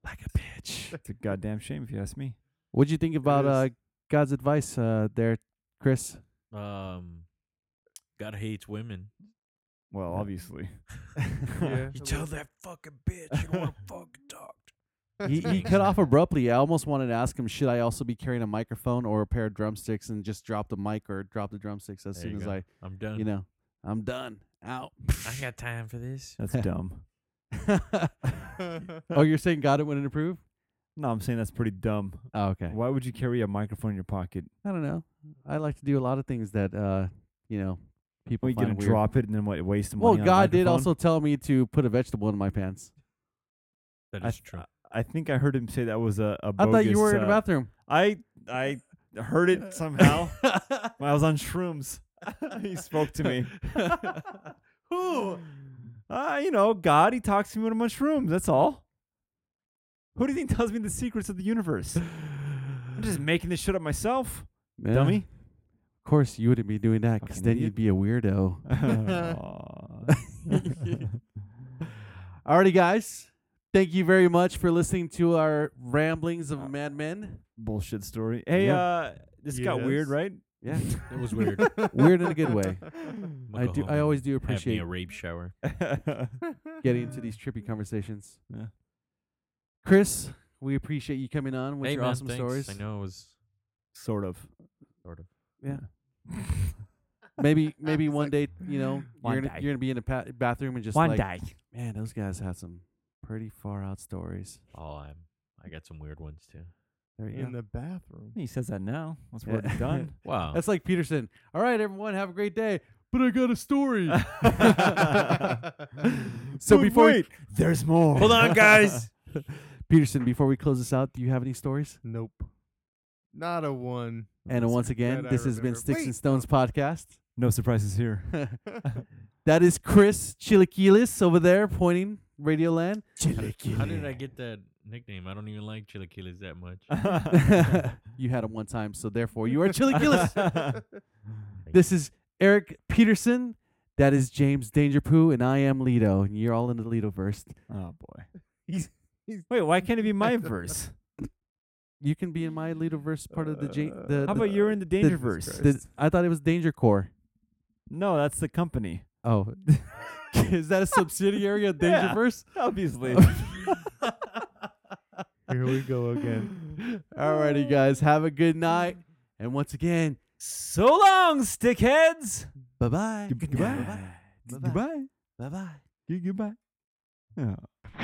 E: Like a bitch. it's a goddamn shame if you ask me.
F: What'd you think about
D: is.
F: uh God's advice uh there, Chris?
G: Um, God hates women.
E: Well, obviously.
D: Yeah.
G: You tell that fucking bitch you don't want to fucking talk.
F: He, he cut off abruptly. I almost wanted to ask him, should I also be carrying a microphone or a pair of drumsticks and just drop the mic or drop the drumsticks as
G: There
F: soon
G: you
F: as
G: go.
F: I,
G: I'm done.
F: you know, I'm done. Out.
G: I ain't got time for this.
E: That's dumb.
F: oh, you're saying God it wouldn't approve?
E: No, I'm saying that's pretty dumb.
F: Oh, okay.
E: Why would you carry a microphone in your pocket?
F: I don't know. I like to do a lot of things that uh, you know, people
E: Well, you
F: find
E: gonna
F: weird.
E: drop it and then what? Waste the money.
F: Well,
E: on a
F: God did
E: microphone?
F: also tell me to put a vegetable in my pants.
G: That
E: I
G: is
E: th-
F: uh,
G: true.
E: I think I heard him say that was a. a
F: I thought you
E: bogus,
F: were in
E: uh,
F: the bathroom.
E: I I heard it somehow. when I was on shrooms. he spoke to me. Who? Uh, you know, God. He talks to me when I'm on shrooms. That's all. Who do you think tells me the secrets of the universe? I'm just making this shit up myself,
F: Yeah.
E: dummy.
F: Of course, you wouldn't be doing that because
E: Fucking
F: then
E: idiot.
F: you'd be a weirdo.
E: Aw.
F: Alrighty, guys. Thank you very much for listening to our ramblings of madmen.
E: Uh, Bullshit story. Hey,
F: Yeah.
E: uh, this got
D: Yes.
E: weird, right?
F: Yeah,
G: That was weird.
E: uh,
F: weird in a good way.
G: I'ma
F: I
G: go
F: do.
G: home
F: I
G: and
F: always do
G: have me
F: appreciate
G: a rape shower.
F: getting into these trippy conversations.
E: Yeah.
F: Chris, we appreciate you coming on with
G: hey,
F: your
G: man,
F: awesome
G: thanks.
F: stories.
G: I know it was
E: sort of.
G: sort of.
F: Maybe maybe one day, you
G: "Mm,
F: know,
E: One
F: you're gonna,
E: day.
F: you're gonna be in a pa- bathroom and just
E: One
F: like,
E: day.
F: man, those guys had some pretty far out stories.
G: Oh, I'm. I got some weird ones too.
F: There you
D: in
F: go.
D: the bathroom.
E: He says that now. Once
F: Yeah.
E: we're done.
G: Wow.
F: That's like Peterson. All right, everyone, have a great day. But I got a story. so
E: But
F: before we-
E: wait, there's more.
G: Hold on, guys.
F: Peterson, before we close this out, do you have any stories?
D: Nope. Not a one.
F: And once again,
D: that I
F: this has been
D: remember.
F: Sticks
D: Wait.
F: and Stones podcast.
E: No surprises here.
F: That is Chris Chilaquiles over there pointing Radio Land.
G: How did I get that nickname? I don't even like chilaquiles that much.
F: you had him one time, so therefore you are Chilaquiles. this is Eric Peterson. That is James Dangerpoo, and I am Lido, and you're all in the Lido verse.
E: Oh boy.
D: He's- he's-
E: Wait, why can't it be my verse?
F: You can be in my Lido verse part of the, ja- the
E: How
F: the-
E: about you're in the danger verse?
F: the- I thought it was Danger Core.
E: No, that's the company.
F: Oh, is that a subsidiary of
E: Yeah.
F: Danger Verse?
E: Obviously.
D: Here we go again.
F: Alrighty, guys, have a good night, and once again,
E: so long, stickheads.
F: bye bye.
E: Goodbye.
F: Bye bye. Bye bye.
E: Goodbye. Oh.